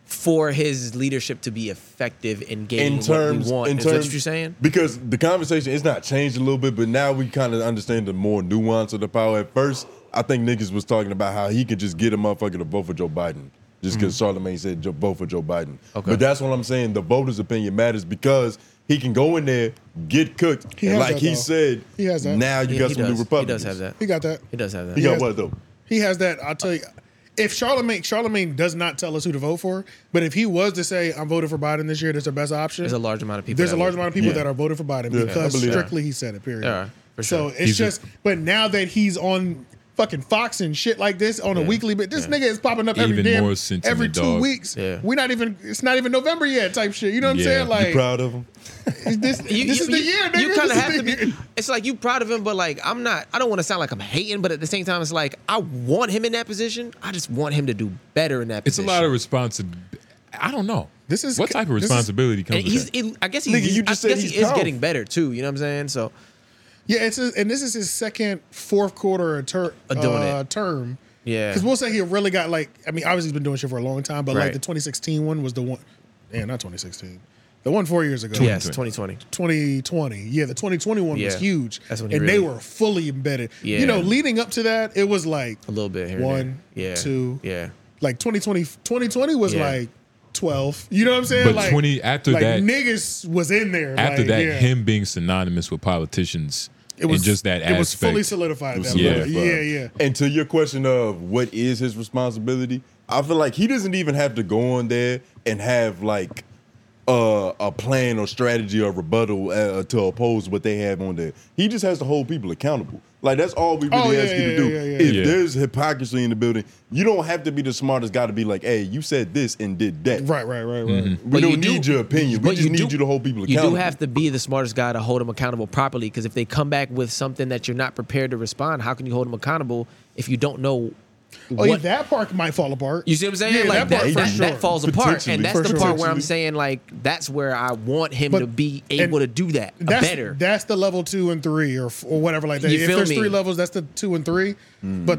For his leadership to be effective in getting in terms, what we want, in is terms, that what you're saying? Because the conversation it's not changed a little bit, but now we kind of understand the more nuance of the power. At first, I think niggas was talking about how he could just get a motherfucker to vote for Joe Biden, just because Charlemagne said "Jo- vote for Joe Biden. Mm-hmm. Okay. But that's what I'm saying. The voter's opinion matters because he can go in there, get cooked, He and has like that, he though. said. He has that. Now you He- got he some does. He new does Republicans. have that. He got that. He does have that. He He got has- what though? He has that. I'll tell you. If Charlemagne Charlemagne does not tell us who to vote for, but if he was to say I'm voting for Biden this year, that's the best option. There's a large amount of people. There's a that large would- amount of people Yeah. that are voting for Biden Yeah, I because believe that. strictly he said it. Period. Yeah, for So sure. it's He's a- just. but now that he's on fucking Fox and shit like this on a weekly, but this nigga is popping up every Even damn more sentiment, every two dog. weeks. Yeah. We're not even. It's not even November yet. Type shit. You know what I'm Yeah. saying? You Like proud of him? this this is the year, nigga. You This kind of is have the to be. It's like you proud of him, but like I'm not. I don't want to sound like I'm hating, but at the same time, it's like I want him in that position. I just want him to do better in that. It's a position. lot of responsibility. I don't know. This is what type of this is- responsibility comes. And with he's. that? It, I guess Nigga, he's. you just I said guess he's he is tough. getting better too. You know what I'm saying? So Yeah, it's his, and this is his second fourth quarter ter- Uh, doing uh, term. Yeah. because we'll say he really got like. I mean, obviously he's been doing shit for a long time, but like Right. the 2016 one was the one. Yeah, not 2016. The one four years ago. yes, 2020. 2020. Yeah, the 2021 was Yeah. huge. That's when he and they really- were fully embedded. Yeah. You know, leading up to that, it was like A little bit here. and one, there. Yeah. two, Yeah. like 2020. 2020 was Yeah. like 12. You know what I'm saying? But like 20 after like, that- niggas was in there. after like, that, yeah. him being synonymous with politicians It was- and just that it was aspect. fully solidified at that Yeah. point. Yeah, yeah. And to your question of what is his responsibility, I feel like he doesn't even have to go on there and have like uh, a plan or strategy or rebuttal uh, to oppose what they have on there. He just has to hold people accountable. Like that's all we really Oh, yeah, ask you yeah, to do. yeah, yeah, if yeah. there's hypocrisy in the building, you don't have to be the smartest guy to be like, "Hey, you said this and did that." Right, right, right, right. We But don't you do- need your opinion. We but just you need do- you to hold people You accountable. do have to be the smartest guy to hold them accountable properly because if they come back with something that you're not prepared to respond, how can you hold them accountable if you don't know Oh, yeah, what that part might fall apart. You see what I'm saying? Yeah, like that, part for that, sure. that falls apart, Potentially. and that's For the sure. part where I'm Potentially. saying like that's where I want him But- to be able to do that That's, better. That's the level two and three, or f- or whatever like that. You if feel there's me? three levels, that's the two and three. Hmm. But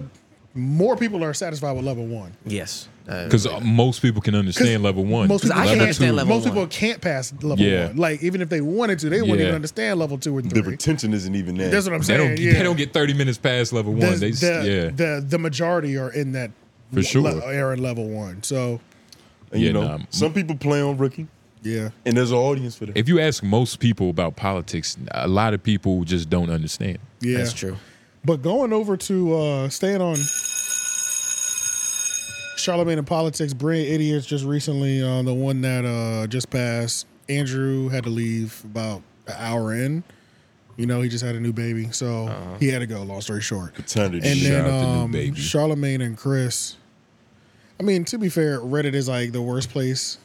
more people are satisfied with level one. Yes, because most people can understand level one. Most people, level can't, two, most people can't pass level Yeah. one. Like even if they wanted to, they wouldn't Yeah. even understand level two and the three. retention isn't even there. That's what I'm they saying. Don't, yeah. They don't get thirty minutes past level the, one. They just, the, yeah. the the majority are in that For sure. Are in level one. So And, you Yeah, know, nah. some people play on rookie. Yeah. And there's an audience for that. if you ask most people about politics, a lot of people just don't understand. Yeah. That's true. But going over to uh, staying on Charlemagne and politics, Brilliant Idiots just recently, uh, the one that uh, just passed, Andrew had to leave about an hour in. You know, he just had a new baby, so Uh-huh. he had to go. Long story short, Paternity and shout then out to new um, baby. Charlemagne and Chris. I mean, to be fair, Reddit is like the worst place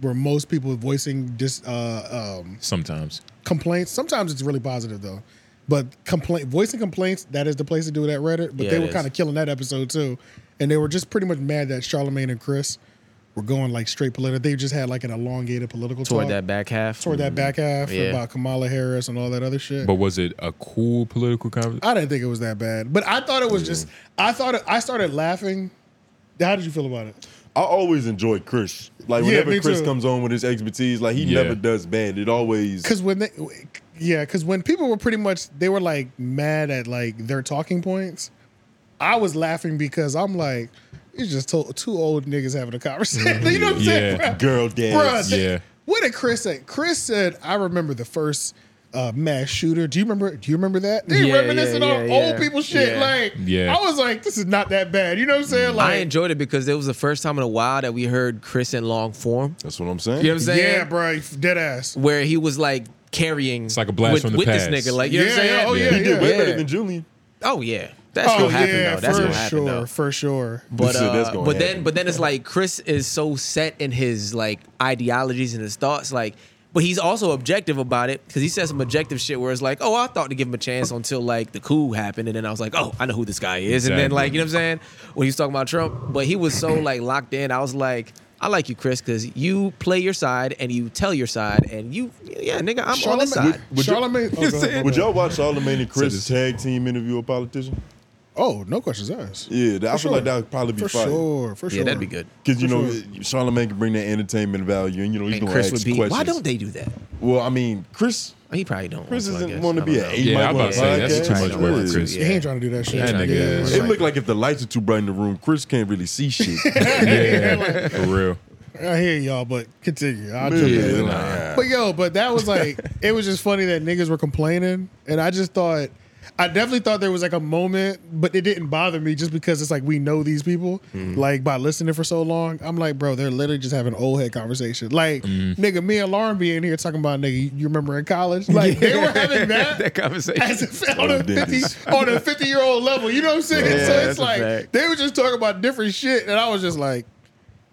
where most people are voicing dis, uh, um, Sometimes complaints. Sometimes it's really positive though. But complaint voicing complaints, that is the place to do it at Reddit. But Yeah, they it were is. kind of killing that episode too. And they were just pretty much mad that Charlemagne and Chris were going like straight political. They just had like an elongated political toward talk that back half. Mm-hmm. toward that back half Yeah. about Kamala Harris and all that other shit. But was it a cool political conversation? I didn't think it was that bad. But I thought it was just I thought it, I started laughing. How did you feel about it? I always enjoy Chris. Like Yeah, whenever me Chris too. comes on with his expertise, like he Yeah. never does bad. It always Because when they, yeah, because when people were pretty much they were like mad at like their talking points, I was laughing because I'm like, it's just to- two old niggas having a conversation. you know what I'm saying? bruh? girl Bruh, dads. they- What did Chris say? Chris said, I remember the first uh, mass shooter. Do you remember? Do you remember that? They Yeah, reminiscing yeah, on yeah, old yeah. people shit. Yeah. Like, Yeah. I was like, this is not that bad. You know what I'm saying? I Like, enjoyed it because it was the first time in a while that we heard Chris in long form. That's what I'm saying. You know what I'm saying? yeah, bro, dead ass. Where he was like carrying. It's like a blast with, from the with past. this nigga. Like, you know Yeah, what I'm yeah, saying? oh, yeah, He did way Yeah. better than Julian. Oh yeah, that's gonna happen though. That's for gonna happen sure, though. for sure. But uh, that's gonna but then happen. but then it's like Chris is so set in his like ideologies and his thoughts like. But he's also objective about it because he said some objective shit where it's like, oh, I thought to give him a chance until like the coup happened, and then I was like, oh, I know who this guy is, and then Exactly. like you know what I'm saying when he was talking about Trump, but he was so like locked in. I was like, I like you, Chris, because you play your side and you tell your side, and you, yeah, nigga, I'm on Charlemagne- this side. Would- would y'all- Charlemagne- oh, go ahead, go Would ahead. y'all watch Charlemagne and Chris tag team interview a politician? Oh, no questions asked. Yeah, that, I For feel sure. like that would probably be For fire. sure, for Yeah, sure. that'd be good. Because you For know, sure. Charlemagne can bring that entertainment value, and you know he's And gonna Chris ask would be. questions. Why don't they do that? Well, I mean, Chris. He probably don't. Chris want to, I doesn't guess. want I to be don't an know. eight. Yeah, mic I'm about to say, that's podcast. too much Yeah. work for Chris. He ain't trying to do that shit. That nigga is- It looked like if the lights are too bright in the room, Chris can't really see shit. yeah, for real. I hear y'all, but continue. I'll Yeah, jump in. nah. But yo, but that was like it was just funny that niggas were complaining, and I just thought, I definitely thought there was like a moment, but it didn't bother me just because it's like we know these people, Mm-hmm. Mhm. like by listening for so long. I'm like, bro, they're literally just having old head conversation. Like, Mm. Mhm. nigga, me and Lauren be in here talking about nigga, you- you remember in college? Like they were having that. that conversation. As if on a fifty on a fifty year old level, you know what I'm saying? Yeah, so it's that's a like fact. they were just talking about different shit, and I was just like,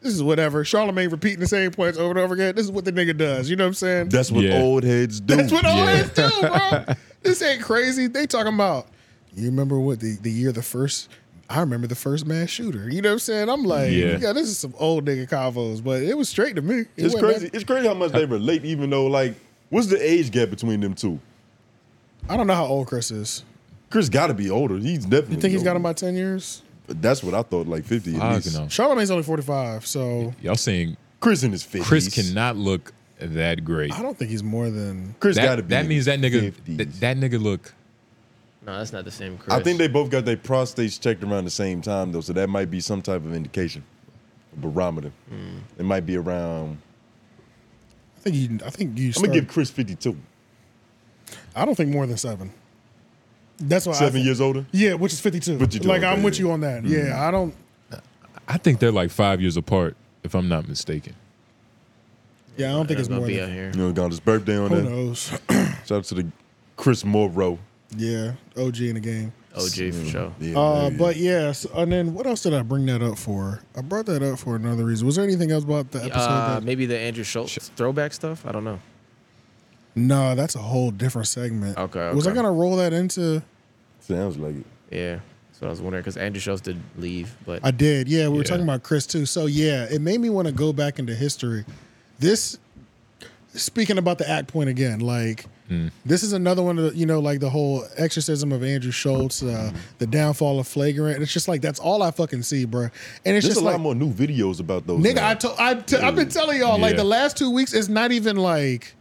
"This is whatever." Charlemagne repeating the same points over and over again. This is what the nigga does. You know what I'm saying? That's what Yeah. old heads do. That's what all this do, bro. this ain't crazy. They talking about. You remember what the, the year the first? I remember the first mass shooter. You know what I'm saying? I'm like, yeah, Yeah. this is some old nigga convos, but it was straight to me. It It's wasn't crazy. It's crazy how much they relate, even though like, what's the age gap between them two? that- I don't know how old Chris is. Chris got to be older. He's definitely. You think he's got him older. by ten years? That's what I thought. Like fifty at Fuck least. no. Charlemagne's only 45, so Y'all saying Chris in his fifties. Chris cannot look that great. I don't think he's more than Chris that, got to be. That in means that his nigga. 50s. That, that nigga look. No, that's not the same Chris. I think they both got their prostates checked around the same time though, so that might be some type of indication, barometer. Hmm. It might be around. I think you. I think you. I'm Start, gonna give Chris 52, I don't think more than seven. That's what I seven think. years older. Yeah, which is 52. What you doing, like, I'm with baby? you on that. Mhm. Yeah, I don't. I think they're like five years apart, if I'm not mistaken. Yeah, I don't think They're it's gonna more be than. out here. You know, got his birthday on Who there. knows? Shout out to the Chris Morrow. yeah, OG in the game. OG for sure. Mm-hmm. Yeah, uh, yeah. But yeah, so, and then what else did I bring that up for? I brought that up for another reason. Was there anything else about the episode? Uh, that, maybe the Andrew Schultz throwback stuff. I don't know. no, that's a whole different segment. Okay. Was I okay. gonna roll that into? Sounds like it. Yeah. So I was wondering because Andrew Schultz did leave, but I did. Yeah, we were Yeah. talking about Chris too. So yeah, it made me want to go back into history. This speaking about the act point again, like Mm. this is another one of the, you know like the whole exorcism of Andrew Schultz, uh, the downfall of flagrant. It's just like that's all I fucking see, bro. And it's There's just a lot like more new videos about those. nigga, now. I to, I t- I've been telling y'all like Yeah. the last two weeks it's not even like.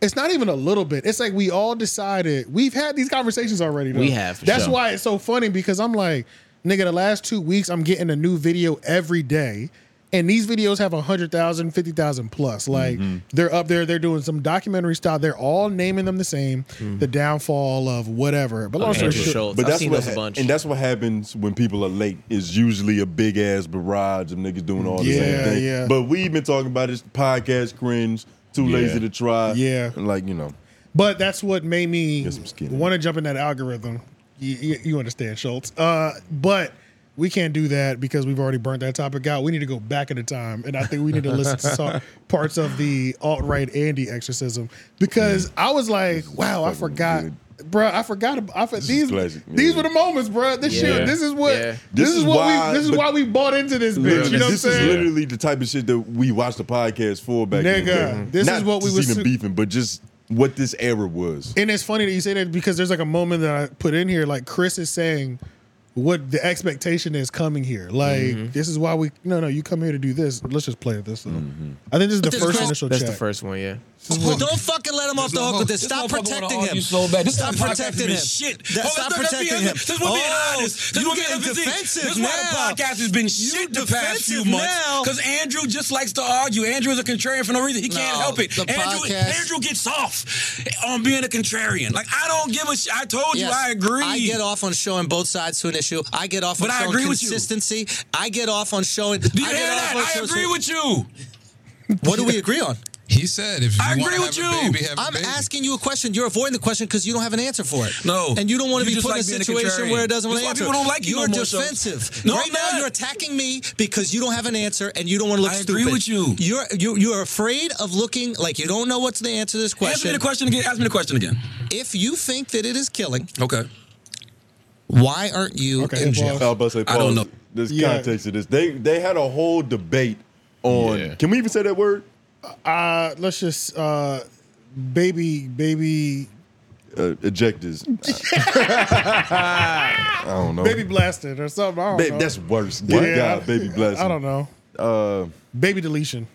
It's not even a little bit. It's like we all decided we've had these conversations already. Though. We have, for That's sure. why it's so funny because I'm like, nigga, the last two weeks I'm getting a new video every day. And these videos have 100,000, 50,000 plus. Like Mm-hmm. they're up there, they're doing some documentary style. They're all naming them the same the downfall of whatever. But long story short, Mm-hmm. But that's what those a bunch. and that's what happens when people are late. Is usually a big ass barrage of niggas doing all the Yeah, same thing. yeah. But we've been talking about this podcast cringe, too Yeah. lazy to try. Yeah. and like you know, But that's what made me some skin in want to jump in that algorithm. You, you- you understand, Schultz. Uh, but we can't do that because we've already burnt that topic out. We need to go back into time. And I think we need to listen to some parts of the alt right Andy exorcism because I was like, wow, I forgot. Bruh, I forgot. About, I for, these classic, these yeah. were the moments, bruh. This Yeah. shit. This is what. Yeah. This, This is is what why- we. This is but- why we bought into this bitch. You know what I'm this is saying? literally the type of shit that we watched the podcast for back. in the Nigga, day. this Not is what we just was even su- beefing, but just what this era was. And it's funny that you say that because there's like a moment that I put in here. Like Chris is saying, what the expectation is coming here. Like Mhm. this is why we no no you come here to do this. Let's just play this. though. I think this is the Mm-hmm. This is first crazy. initial That's check. the first one, yeah. Don't fucking let him off the hook with this. Stop protecting him. Stop protecting him. Shit. That- Stop protecting him. Oh, Since we're being honest, you we're getting defensive This is now. why the podcast has been shit the past few defensive now. months. Because Andrew just likes to argue. Andrew is a contrarian for no reason. He can't No, help it. the Andrew, podcast- Andrew gets off on being a contrarian. Like I don't give a shit. I told you Yes. I agree. I get off on showing both sides to an issue. I get off But on I showing agree with you. consistency. I get off on showing. Do you I hear get that? Off on I showing- agree with you. What do we agree on? He said, "If you I wanna agree with have a you. baby, have a I'm baby. asking you a question. You're avoiding the question because you don't have an answer for it. No. and you don't You want to be just put like in being a a situation contrarian. where it doesn't That's why answer. people don't like you are no more, so- defensive. No, right I'm now not. you're attacking me because you don't have an answer and you don't want to look I stupid. agree with you. You're you you're afraid of looking like you don't know what's the answer to this question. Ask me the question again. Ask me the question again. If you think that it is killing, Okay. why aren't you in jail? I, was about to say, I don't pause. know. This Yeah. context of this, they they had a whole debate on. Can we even say that word? Uh, let's just uh, baby baby Uh, ejectors. I don't know. baby blasted or something. I don't Babe, know. that's worse. Good Yeah, God, I- baby blessing. I don't know. Uh, baby deletion.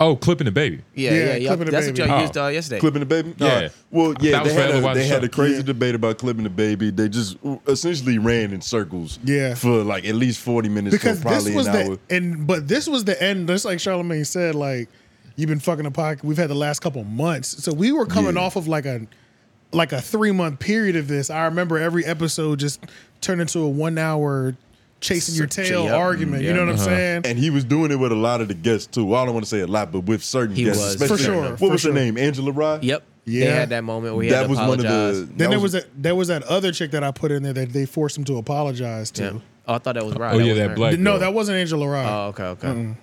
Oh, clipping the baby. Oh. Yeah, Yeah, yeah, yeah. clipping the That's what baby. y'all used, uh, yesterday. Clipping the baby? Yeah. Uh, well, yeah, That was they, had a, for Ella they White's had show. a crazy debate about clipping the baby. They just essentially ran in circles. Yeah. For like at least forty minutes because for this probably was an hour. the and but this was the end. Just like Charlemagne said, like you've been fucking a pocket. We've had the last couple months, so we were coming off of like a like a three month period of this. I remember every episode just turned into a one hour chasing your tail Yep. argument. Yeah. You know what Uh-huh. I'm saying? And he was doing it with a lot of the guests too. I don't want to say a lot, but with certain He guests, was. especially- For sure, What for was sure. her name? Angela Rye. Yep. Yeah. They had that moment where he had to apologize. Then there was that there was that other chick that I put in there that they forced him to apologize to. Yeah. Oh, I thought that was right. Oh, yeah, that black No, girl. that wasn't Angela Rye. Oh, okay, okay. Mm-mm.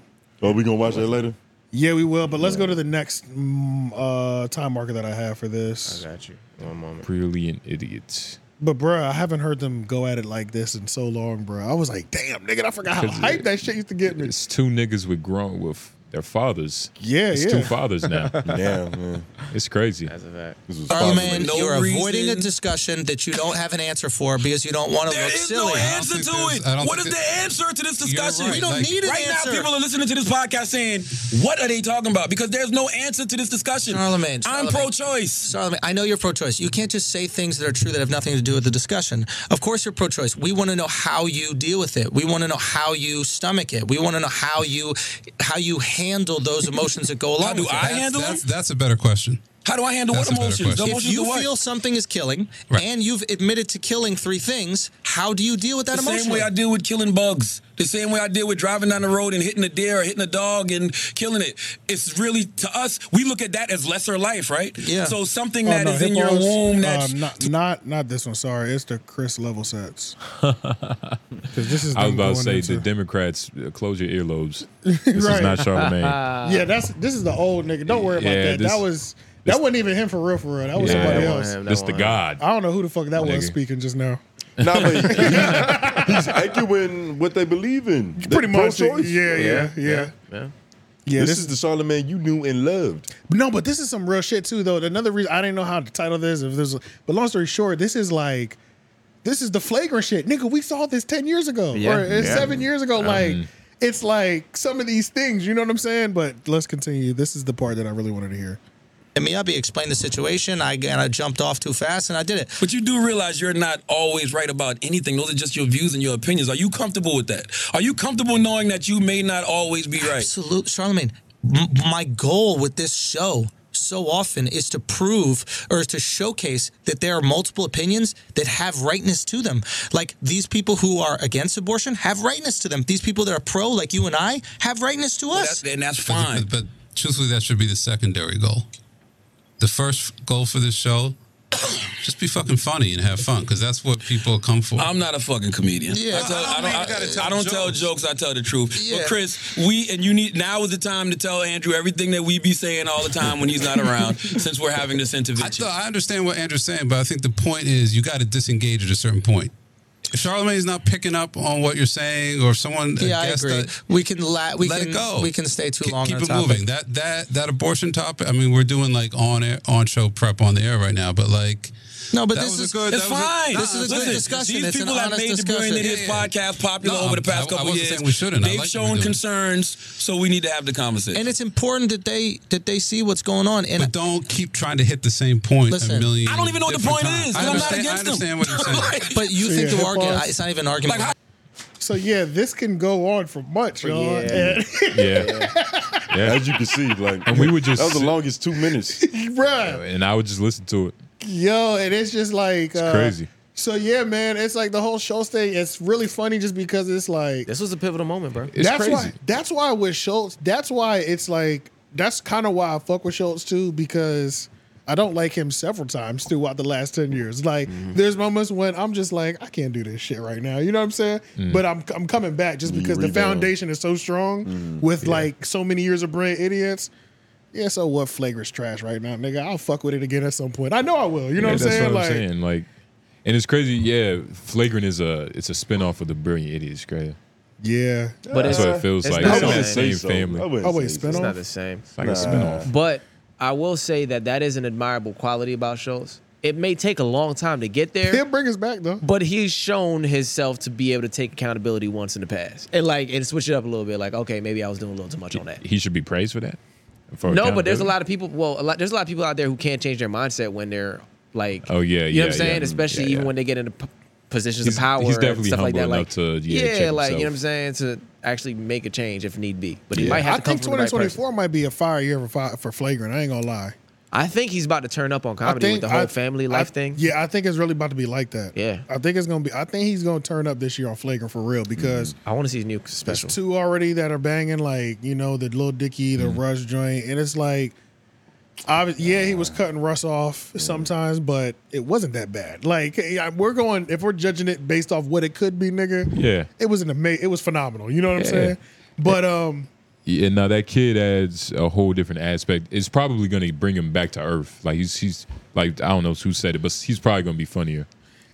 Oh, we gonna watch that later. Yeah, we will. But let's go to the next mm, uh, time marker that I have for this. I got you. One moment. Brilliant idiots. But bruh, I haven't heard them go at it like this in so long, bruh. I was like, damn, nigga, I forgot how 'Cause hype that shit used to get me. It's two niggas with grown with their fathers. Yeah, it's yeah. two fathers now. Damn, man. It's crazy. That's a fact. Charlemagne, you're avoiding a discussion that you don't have an answer for because you don't want to look silly. no answer to it. I don't What is think the answer to this discussion? right. We don't need an right answer. now. People are listening to this podcast saying, "What are they talking about?" Because there's no answer to this discussion. Charlemagne, I'm pro-choice. Charlemagne, I know you're pro-choice. You can't just say things that are true that have nothing to do with the discussion. Of course, you're pro-choice. We want to know how you deal with it. We want to know how you stomach it. We want to know how you how you handle those emotions that go along. How do with it. I handle that's, That's a better question. How do I handle That's what a better emotions? question. The If emotions you of what? feel something is killing and you've admitted to killing three things, how do you deal with that the emotion? same way I deal with killing bugs, the same way I deal with driving down the road and hitting a deer or hitting a dog and killing it. It's really to us, we look at that as lesser life, right? So something that is in your womb that's Oh, um, not, not not this one. Sorry, it's the Chris level sets. Because this is I was them about to going say into- the Democrats uh, close your earlobes. This is not Charlemagne. yeah, that's this is the old nigga. Don't worry about Yeah, that. this- that was that wasn't even him for real. For real, that was Yeah, somebody that else. wasn't him, that This the wasn't him. God. I don't know who the fuck that was Nigga. speaking just now. Nah, but he's- he's echoing what they believe in. Pretty much, pro-choice. yeah, yeah, Yeah, yeah. yeah. Yeah, this, this- is the Charlemagne you knew and loved. No, but this is some real shit too, though. Another reason I didn't know how to title this. If there's, but long story short, this is like, this is the flagrant shit, nigga. We saw this ten years ago Yeah, or it's yeah. seven years ago. Mhm. Like, it's like some of these things. You know what I'm saying? But let's continue. This is the part that I really wanted to hear. And Miyabi explained the situation. I and I jumped off too fast, and I did it. But you do realize you're not always right about anything. Those are just your views and your opinions. Are you comfortable with that? Are you comfortable knowing that you may not always be right? Absolutely, Charlemagne. M- my goal with this show so often is to prove or is to showcase that there are multiple opinions that have rightness to them. Like these people who are against abortion have rightness to them. These people that are pro, like you and I, have rightness to us. and that's fine. But, but truthfully, that should be the secondary goal. The first goal for this show, just be fucking funny and have fun, because that's what people come for. I'm not a fucking comedian. I, tell, I, don't, I- I don't tell jokes. I tell the truth. Yeah. But Chris, we and you need now is the time to tell Andrew everything that we be saying all the time when he's not around. since we're having this interview, So I understand what Andrew's saying, but I think the point is you got to disengage at a certain point. If Charlemagne's not picking up on what you're saying, or someone Yeah, I guessed agree. that- We can la- we let can it go. we can stay too Keep- long. Keep on it a topic. moving. That that that abortion topic. I mean, we're doing like on air, on show prep on the air right now, but like No, but That this was a is good- it's that was a- fine. this Nah, is a good listen, discussion. these it's an people that honest made the Brilliant discussion. Idiots podcast popular No, over the past I- I couple wasn't years. saying we shouldn't. I They've like what shown you're doing. concerns, so we need to have the conversation. And it's important that they that they see what's going on. And but don't keep trying to hit the same point a million. I don't even know what the different point times. is, I and I'm not understand- against I understand them. what you're saying. But you So, think yeah, the argument? pause. It's not even an argument. So yeah, this can go on for much, y'all. Yeah. And- Yeah. Yeah. As you can see, like And we would just that was the sit- longest two minutes. Bruh. and I would just listen to it. Yo, and it's just like uh, crazy. So yeah, man, it's like the whole Schultz thing. It's really funny just because it's like this was a pivotal moment, bro. that's why. That's why with Schultz. That's why it's like that's kind of why I fuck with Schultz too because I don't like him several times throughout the last ten years. Like Mm-hmm. there's moments when I'm just like I can't do this shit right now. You know what I'm saying? Mm. Mhm. But I'm I'm coming back just because the rebound. foundation is so strong Mm. Mhm. with like so many years of bred idiots. Yeah, so what? Flagrant's trash right now, nigga. I'll fuck with it again at some point. I know I will. You know what Yeah, I'm that's saying? what like, I'm saying. Like, and it's crazy. Yeah, flagrant is a it's a spinoff of the Brilliant Idiots. Great. Yeah, But that's what it feels like. It's in the same family. It's not the same. It's like a spinoff. But I will say that that is an admirable quality about Schultz. It may take a long time to get there. He'll bring us back though. But he's shown himself to be able to take accountability once in the past and like and switch it up a little bit. Like, okay, maybe I was doing a little too much on that. He should be praised for that. For No, but there's accountability? a lot of people. Well, a lot, there's a lot of people out there who can't change their mindset when they're like, Oh, yeah, you know yeah, what I'm saying. yeah. Especially Yeah, even yeah. when they get into p- positions He's- of power, he's and definitely stuff like that. humble Like, enough to, yeah, check like you know what I'm himself. saying, to actually make a change if need be. But he Yeah. might have I to come think from the right person. 2024 might be a fire year for, fi- for flagrant. I ain't gonna lie. I think he's about to turn up on I comedy think with the whole I- family life I- thing. Yeah, I think it's really about to be like that. Yeah. I think it's gonna be. I think he's gonna turn up this year on flagrant for real because Mm-hmm. I want to see his new special. there's two already that are banging like you know the little Dicky, Mm-hmm. the Rush joint, and it's like, obvi- yeah, he was cutting Russ Mm-hmm. off sometimes, but it wasn't that bad. Like yeah, we're going if we're judging it based off what it could be, nigga. Yeah. it was an amazing. It was phenomenal. You know what I'm Yeah. saying? But um. Yeah, now that kid adds a whole different aspect. It's probably going to bring him back to earth. Like he's he's like I don't know who said it, but he's probably going to be funnier.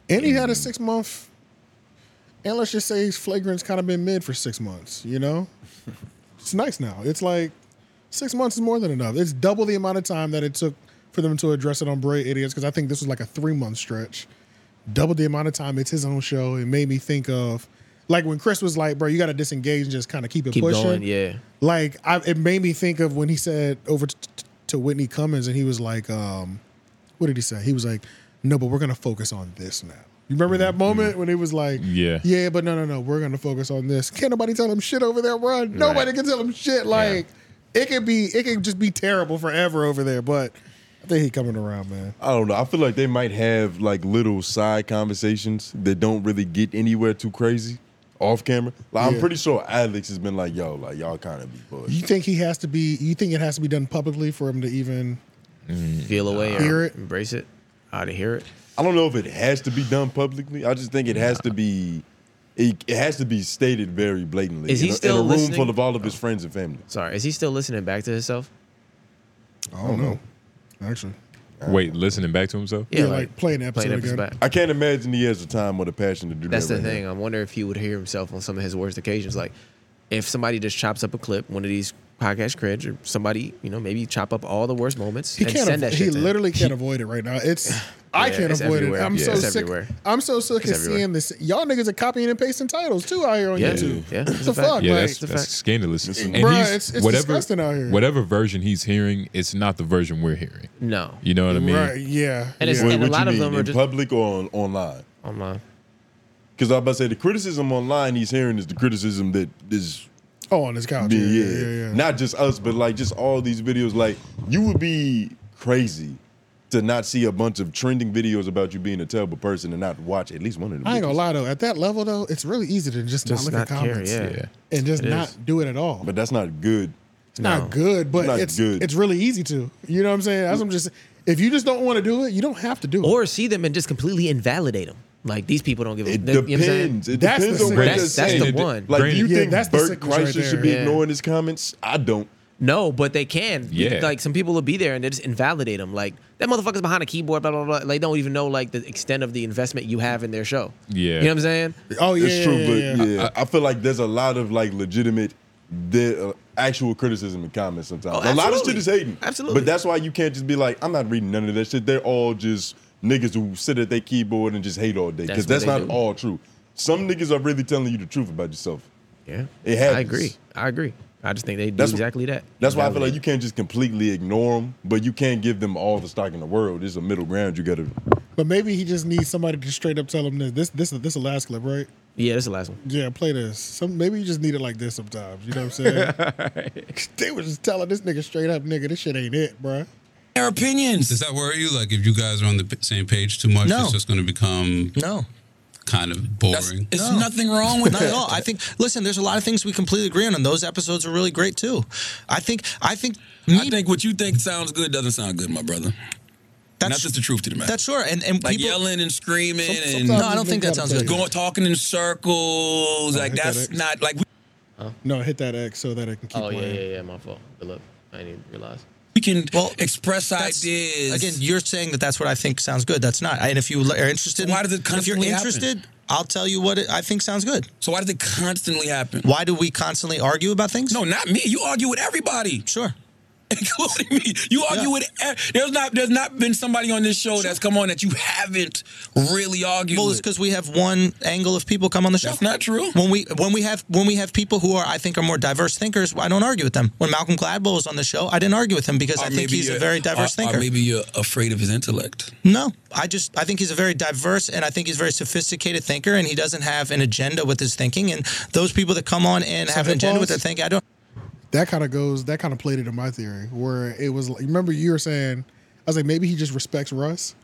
And he had a six month, and let's just say his flagrant's kind of been mid for six months, you know? It's nice now. It's like six months is more than enough. It's double the amount of time that it took for them to address it on Bray Idiots, because I think this was like a three month stretch. Double the amount of time. It's his own show. It made me think of, like when Chris was like, bro, you got to disengage and just kind of keep it Keep pushing going, yeah. like I, it made me think of when he said over t- t- to Whitney Cummings, and he was like, um, "What did he say?" He was like, "No, but we're gonna focus on this now." You remember Mm-hmm. that moment when he was like, Yeah. yeah, but no, no, no, we're gonna focus on this." Can't nobody tell him shit over there, run. Nobody can tell him shit. Like it could be, it could just be terrible forever over there. But I think he coming around, man. I don't know. I feel like they might have like little side conversations that don't really get anywhere too crazy off camera. Like I'm Yeah. pretty sure Alex has been like, "Yo, like y'all kind of be bored." You think he has to be? You think it has to be done publicly for him to even? Feel away, or Hear it. embrace it. I to hear it. I don't know if it has to be done publicly. I just think it has to be. It, it has to be stated very blatantly. Is he in a, still in a room listening? full of all of his friends and family? Sorry, is he still listening back to himself? I don't know. Actually, Wait, listening back to himself? Yeah, Yeah, like, like, playing the playing episode episodes again. I can't imagine he has the time or the passion to do That's that. the right thing. I wonder if he would hear himself on some of his worst occasions. Like, if somebody just chops up a clip, one of these podcast cringe, or somebody, you know, maybe chop up all the worst moments He and can't. send av- that he shit. to him. literally can't avoid it right now. It's I Yeah, can't it's avoid everywhere. it. I'm Yeah. so It's sick. everywhere. I'm so sick It's of everywhere. seeing this. Y'all niggas are copying and pasting titles too out here on Yeah. YouTube. Yeah. What the fuck? Yeah, like, that's, that's scandalous. And Bruh, he's- it's- it's disgusting out here. Whatever version he's hearing, it's not the version we're hearing. No. You know what I mean? Right, yeah. And it's- Wait, and what a you lot of mean, them are in just- public or on, online. Online. Because I was about to say the criticism online he's hearing is the criticism that is Oh, on his couch. Yeah, Yeah, yeah, yeah, yeah. Not just us, but like just all these videos. Like you would be crazy to not see a bunch of trending videos about you being a terrible person and not watch at least one of them. I ain't gonna lie though. At that level though, it's really easy to just, Just not look at not care, comments yeah. Yeah. and just It not is. do it at all. But that's not good. It's not good, but Not it's good. it's really easy to. You know what I'm saying? That's what I'm just. If you just don't want to do it, you don't have to do it. Or see them and just completely invalidate them. Like these people don't give a. It they- you know what I'm saying? depends. It That's depends the on sick- what that's- they're that's saying. the one. Like, do you Yeah, think that's the Bert sickness right Kreischer there. should be Yeah. ignoring his comments? I don't. No, but they can. Yeah. Like some people will be there and they just invalidate them. Like that motherfucker's behind a keyboard, blah blah blah. They don't even know like the extent of the investment you have in their show. Yeah. You know what I'm saying? Oh, it's true, but yeah, I, feel like there's a lot of like legitimate, the uh, actual criticism and comments sometimes. Oh, a lot of shit absolutely. is hating, Absolutely. But that's why you can't just be like, I'm not reading none of that shit. They're all just niggas who sit at their keyboard and just hate all day because That's that's, what not they do. all true. Some niggas are really telling you the truth about yourself. Yeah, it happens. I agree. I agree. I just think they do That's- exactly that. That's why I feel Validate. like you can't just completely ignore them, but you can't give them all the stock in the world. There's a middle ground you got to. But maybe he just needs somebody to straight up tell him this. This this this is the last clip, right? Yeah, that's the last one. Yeah, play this. Some maybe you just need it like this sometimes. You know what I'm saying? they was just telling this nigga straight up, nigga, this shit ain't it, bruh. Their opinions. Does that worry you? Like, if you guys are on the p- same page too much, No. it's just going to become no kind of boring. It's nothing wrong with not at all. I think. Listen, there's a lot of things we completely agree on, and those episodes are really great too. I think. I think. Me, I think what you think sounds good doesn't sound good, my brother. That's, that's just the truth to the matter. that's sure. And and like people. yelling and screaming Some- and sometimes No, I don't you think that gotta sounds take good. it. Going talking in circles, Oh, like hit that that's X. not like we, No, hit that X so that it can keep Oh yeah, playing. yeah, yeah. My fault. Good luck. I didn't even realize. we can well, express that's- ideas. Again, you're saying that that's what I think sounds good. That's not. And if you are interested, in- Why does it if you're constantly happen? interested, I'll tell you what it, I think sounds good. So why does it constantly happen? Why do we constantly argue about things? No, Oh, not me. You argue with everybody. Sure. Including me. You argue with e- there's not there's not been somebody on this show that's come on that you haven't really argued Well, it's with. because we have one angle of people come on the show. That's not true. When we when we have when we have people who are I think are more diverse thinkers, I don't argue with them. When Malcolm Gladwell was on the show, I didn't argue with him because Or I think he's a you're- very diverse or- or thinker. maybe you're afraid of his intellect. No, I just I think he's a very diverse and I think he's a very sophisticated thinker and he doesn't have an agenda with his thinking and those people that come on and So have an hit agenda with their pause. thinking, I don't That kind of goes. That kind of played it in my theory, where it was. like Remember, you were saying, I was like, maybe he just respects Russ,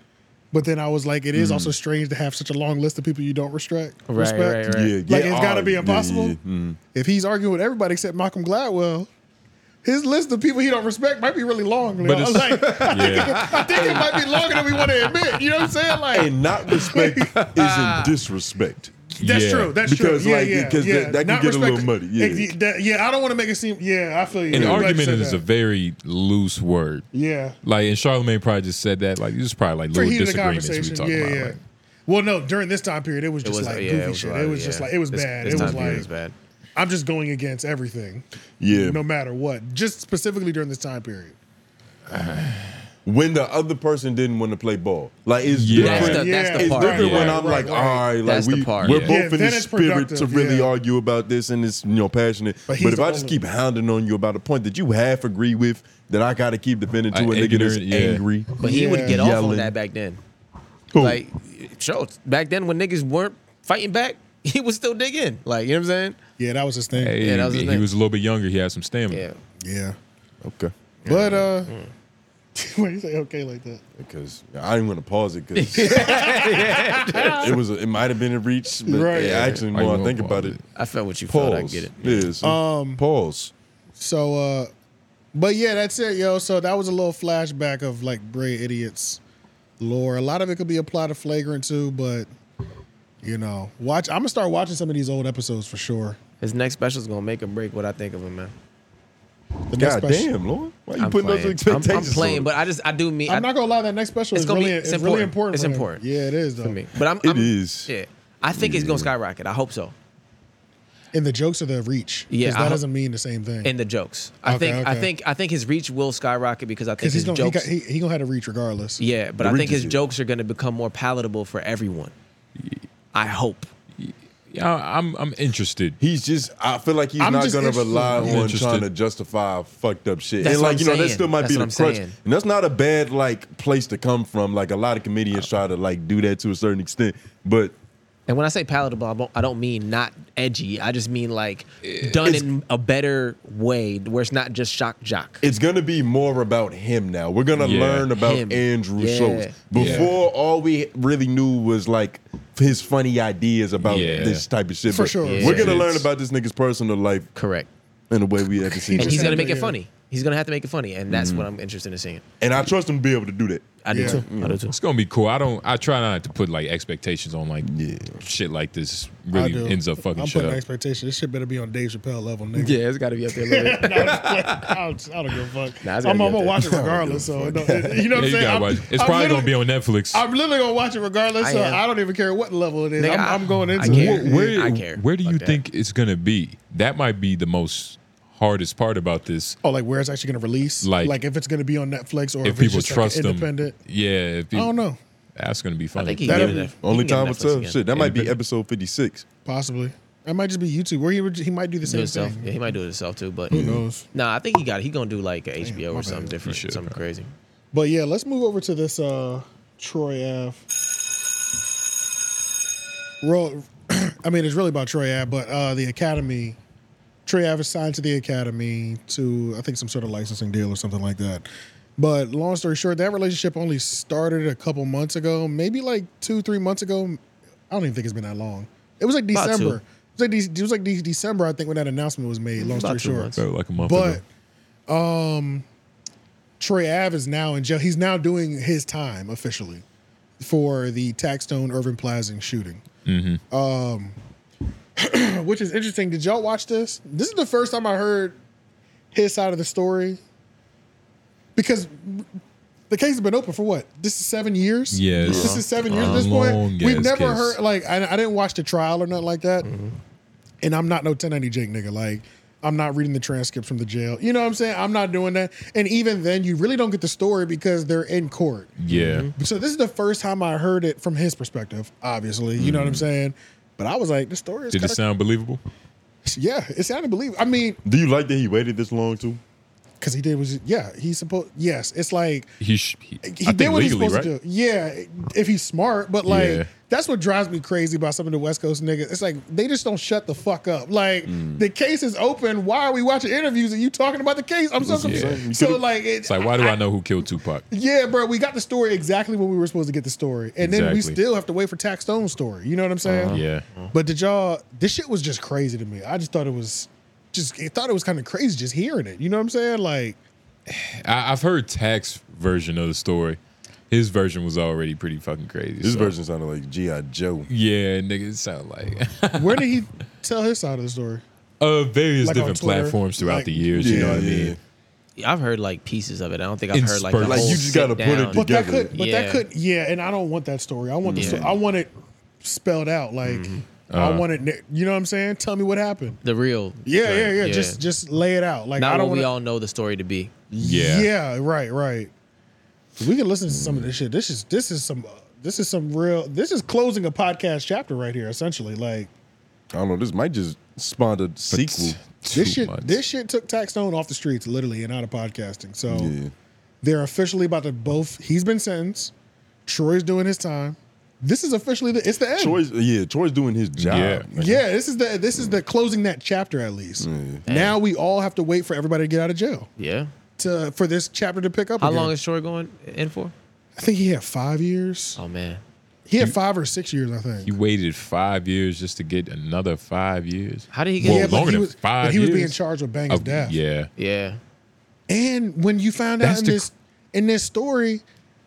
but then I was like, it is also strange to have such a long list of people you don't respect. Right, respect. right, right. Yeah, like yeah, it's got to oh, be yeah, impossible. yeah, Mm-hmm. If he's arguing with everybody except Malcolm Gladwell. His list of people he don't respect might be really long. But But it's- like, I, think, Yeah. I think it might be longer than we want to admit. You know what I'm saying? Like, and not respect isn't disrespect. That's true. That's because true. like yeah, because yeah, yeah. that, that Not can get a little respect- muddy. Yeah. ex- that- yeah, I don't want to make it seem. Yeah, I feel you. I'm An glad you argument said is that. a very loose word. Yeah. Like, and Charlemagne probably just said that. Like, this is probably like for little heated the disagreements we conversation. talking Yeah, about. yeah. like- well, no, during this time period, it was It just was, like yeah, goofy it was a shit. lot it of- was just yeah. like it was This- bad. this it was time period like was bad. I'm just going against everything. Yeah. no matter what. Just specifically during this time period. when the other person didn't want to play ball. Like it's Yeah. different. That's the- that's the it's part. different Right, when right, I'm like, right. all right, like That's the we, part, yeah. we're both Yeah, in the then it's spirit to productive, really yeah. argue about this and it's you know passionate. But But, he's if the I just only- keep hounding on you about a point that you half agree with, that I gotta keep defending to a I- nigga that's ignorant, yeah. angry. Uh, But he would get off on yelling. that back then. Like, Schultz, back then when niggas weren't fighting back, he was still dig in. Like, you know what I'm saying? Yeah, that was his thing. Hey, Yeah, that was his he thing. was a little bit younger. He had some stamina. Yeah. Okay. But uh, Mm-hmm. why you say okay like that? Because I didn't want to pause it because Yeah. it was a, it might have been a reach, but Right. yeah, actually Why you more I gonna think pause about it. I felt what you Pause. felt. I get it. Yeah, so Uh, Um, pause. So, uh, but yeah, that's it, yo. So that was a little flashback of like Bray Idiots lore. A lot of it could be applied to Flagrant too, but you know, watch. I'm gonna start watching some of these old episodes for sure. His next special is gonna make or break what I think of him, man. The next God special- damn, Lord. Why you I'm putting those playing. I'm- expectations? I'm, playing, on but I just I do mean I'm I- not gonna lie, that next special it's is gonna really, be it's it's really important. important. It's for him. important. Yeah, it is though. Mm-hmm. for me. But I'm, It I'm is. Yeah, I think it's gonna skyrocket. I hope so. And the jokes are the reach. 'cause Yeah, I that hope- doesn't mean the same thing. And the jokes. I Okay, think I okay. think I think his reach will skyrocket because I think Because his he's gonna he, jokes. got, he, he gonna have to reach regardless. yeah, but The I reach think is his it. jokes are gonna become more palatable for everyone. I hope. Yeah, I- I'm I'm interested. He's just. I feel like he's I'm not just gonna interested. rely I'm on interested. trying to justify fucked up shit. That's and what like I'm you know, that saying. still might That's be the what crutch. I'm saying. And that's not a bad like place to come from. Like a lot of comedians try to like do that to a certain extent, but And when I say palatable, I don't, I don't mean not edgy. I just mean like done in a better way where it's not just shock jock. it's gonna be more about him now. We're gonna Yeah. learn about Him. Andrew Yeah. Schultz. Yeah. Before all we really knew was like his funny ideas about Yeah. this type of shit. For But sure. Yeah. We're gonna It's- learn about this nigga's personal life. Correct. In a way we haven't seen. And he's before. gonna make it Yeah. funny. He's gonna have to make it funny, and Mm-hmm. that's what I'm interested in seeing. And I trust him to be able to do that. I do Yeah. too. I do too. It's gonna be cool. I don't. I try not to put like expectations on like shit like this. I do. Really ends up fucking I'm shit putting up. expectation. This shit better be on Dave Chappelle level, nigga. Yeah, it's gotta be up there a little bit. No, I'm just playing. I don't I don't give a fuck. Nah, it's gotta I'm, be I'm up gonna there. watch it regardless. So it don't- it- you know what Yeah, I'm you saying. gotta I'm- watch. it. It's I'm probably gonna literally- be on Netflix. I'm literally gonna watch it regardless. I so am. I don't even care what level it is. Nigga, I'm, I- I'm going into I care. it. Yeah, where, I care. Where do Fuck you that. think it's gonna be? That might be the most hardest part about this. Oh, like where it's actually gonna release? Like- Like, if it's gonna be on Netflix or if, if it's people just, like, trust them, independent. yeah. If I people, don't know. That's gonna be funny. think he That'll can be give it a- only he can time will give it a Netflix tell. again. Shit, that might be Yeah, but- episode fifty six. Possibly. That might just be YouTube. Where he would, he might do the do same himself. thing. Yeah, he might do it himself too. But Who knows? Nah, I think he got. He gonna do like a HBO my or bad. something different, something crazy. But yeah, let's move over to this uh Troy Ave. Roll I mean it's really about Troy Ave, but uh the Academy. Troy Ave is signed to the Academy to I think some sort of licensing deal or something like that. But long story short, that relationship only started a couple months ago, maybe like two, three months ago. I don't even think it's been that long. It was like About two. December. It was like, de- it was like de- December, I think, when that announcement was made. Long story About two short, months. About like a month But ago. um, Troy Ave is now in jail. He's now doing his time officially for the Taxstone Irvin Plaza shooting. Mm-hmm. Um, which is interesting. Did y'all watch this? This is the first time I heard his side of the story because the case has been open for what? This is seven years. Yes. this is seven A years. At this long point, we ass never case. Mm-hmm. heard like I, I didn't watch the trial or nothing like that. And I'm not no 1090 Jake nigga. Like I'm not reading the transcripts from the jail. You know what I'm saying? I'm not doing that. And even then, you really don't get the story because they're in court. Yeah. So this is the first time I heard it from his perspective. Obviously, you know what I'm saying. But I was like, the story is Mm-hmm. Did it kind sound believable? yeah, it sounded believable. I mean, Do you like that he waited this long too? because he did was yeah, he supposed yes, it's like He, sh- he, he I did think what legally, he's right? supposed to do. Yeah, if he's smart, but like Yeah. that's what drives me crazy about some of the West Coast niggas. It's like they just don't shut the fuck up. Like Mm. the case is open. Why are we watching interviews and you talking about the case? I'm so confused. Yeah. So like it, it's like, why do I know who killed Tupac? yeah, bro, we got the story exactly when we were supposed to get the story, and then we Exactly. still have to wait for Tax Stone's story. You know what I'm saying? Uh-huh. Yeah. But did y'all? This shit was just crazy to me. I just thought it was just. I thought it was kind of crazy just hearing it. You know what I'm saying? Like. I, I've heard Tax version of the story. His version was already pretty fucking crazy. His version sounded like G.I. Joe. Yeah, nigga, it sounded like Where did he tell his side of the story? uh, various Like on different Twitter, platforms throughout like- the years. you know what I mean? Yeah, I've heard like pieces of it. I don't think I've In heard like the spurts. Like, whole you just sit gotta put it down. But that together. could. But Yeah. that could. Yeah, and I don't want that story. I want the. Yeah. sto- I want it spelled out. Like I Uh-huh. want it. You know what I'm saying? Tell me what happened. the real. Yeah, joint. yeah, yeah, Just just lay it out. Like not I don't what want we all know the story to be. Yeah. Yeah. Right. Right. We can listen to some of this shit. This is this is some this is some real. This is closing a podcast chapter right here. Essentially, like I don't know. This might just spawn a sequel. this shit. This shit took Tax Stone off the streets, literally, and out of podcasting. So Yeah. they're officially about to both. He's been sentenced. Troy's doing his time. This is officially the. It's the end. Troy's yeah, Troy's doing his job. Yeah. man. yeah, this is the this is the closing that chapter at least. Now we all have to wait for everybody to get out of jail Yeah. to for this chapter to pick up. How again. long is Troy going in for? I think he had five years. Oh man. He had five or six years, I think. He waited five years just to get another five years. How did he get- well, Yeah, but longer he than was- but five? he was years? being charged with Bang's death. Yeah, yeah. And when you found out That's in the this in this story,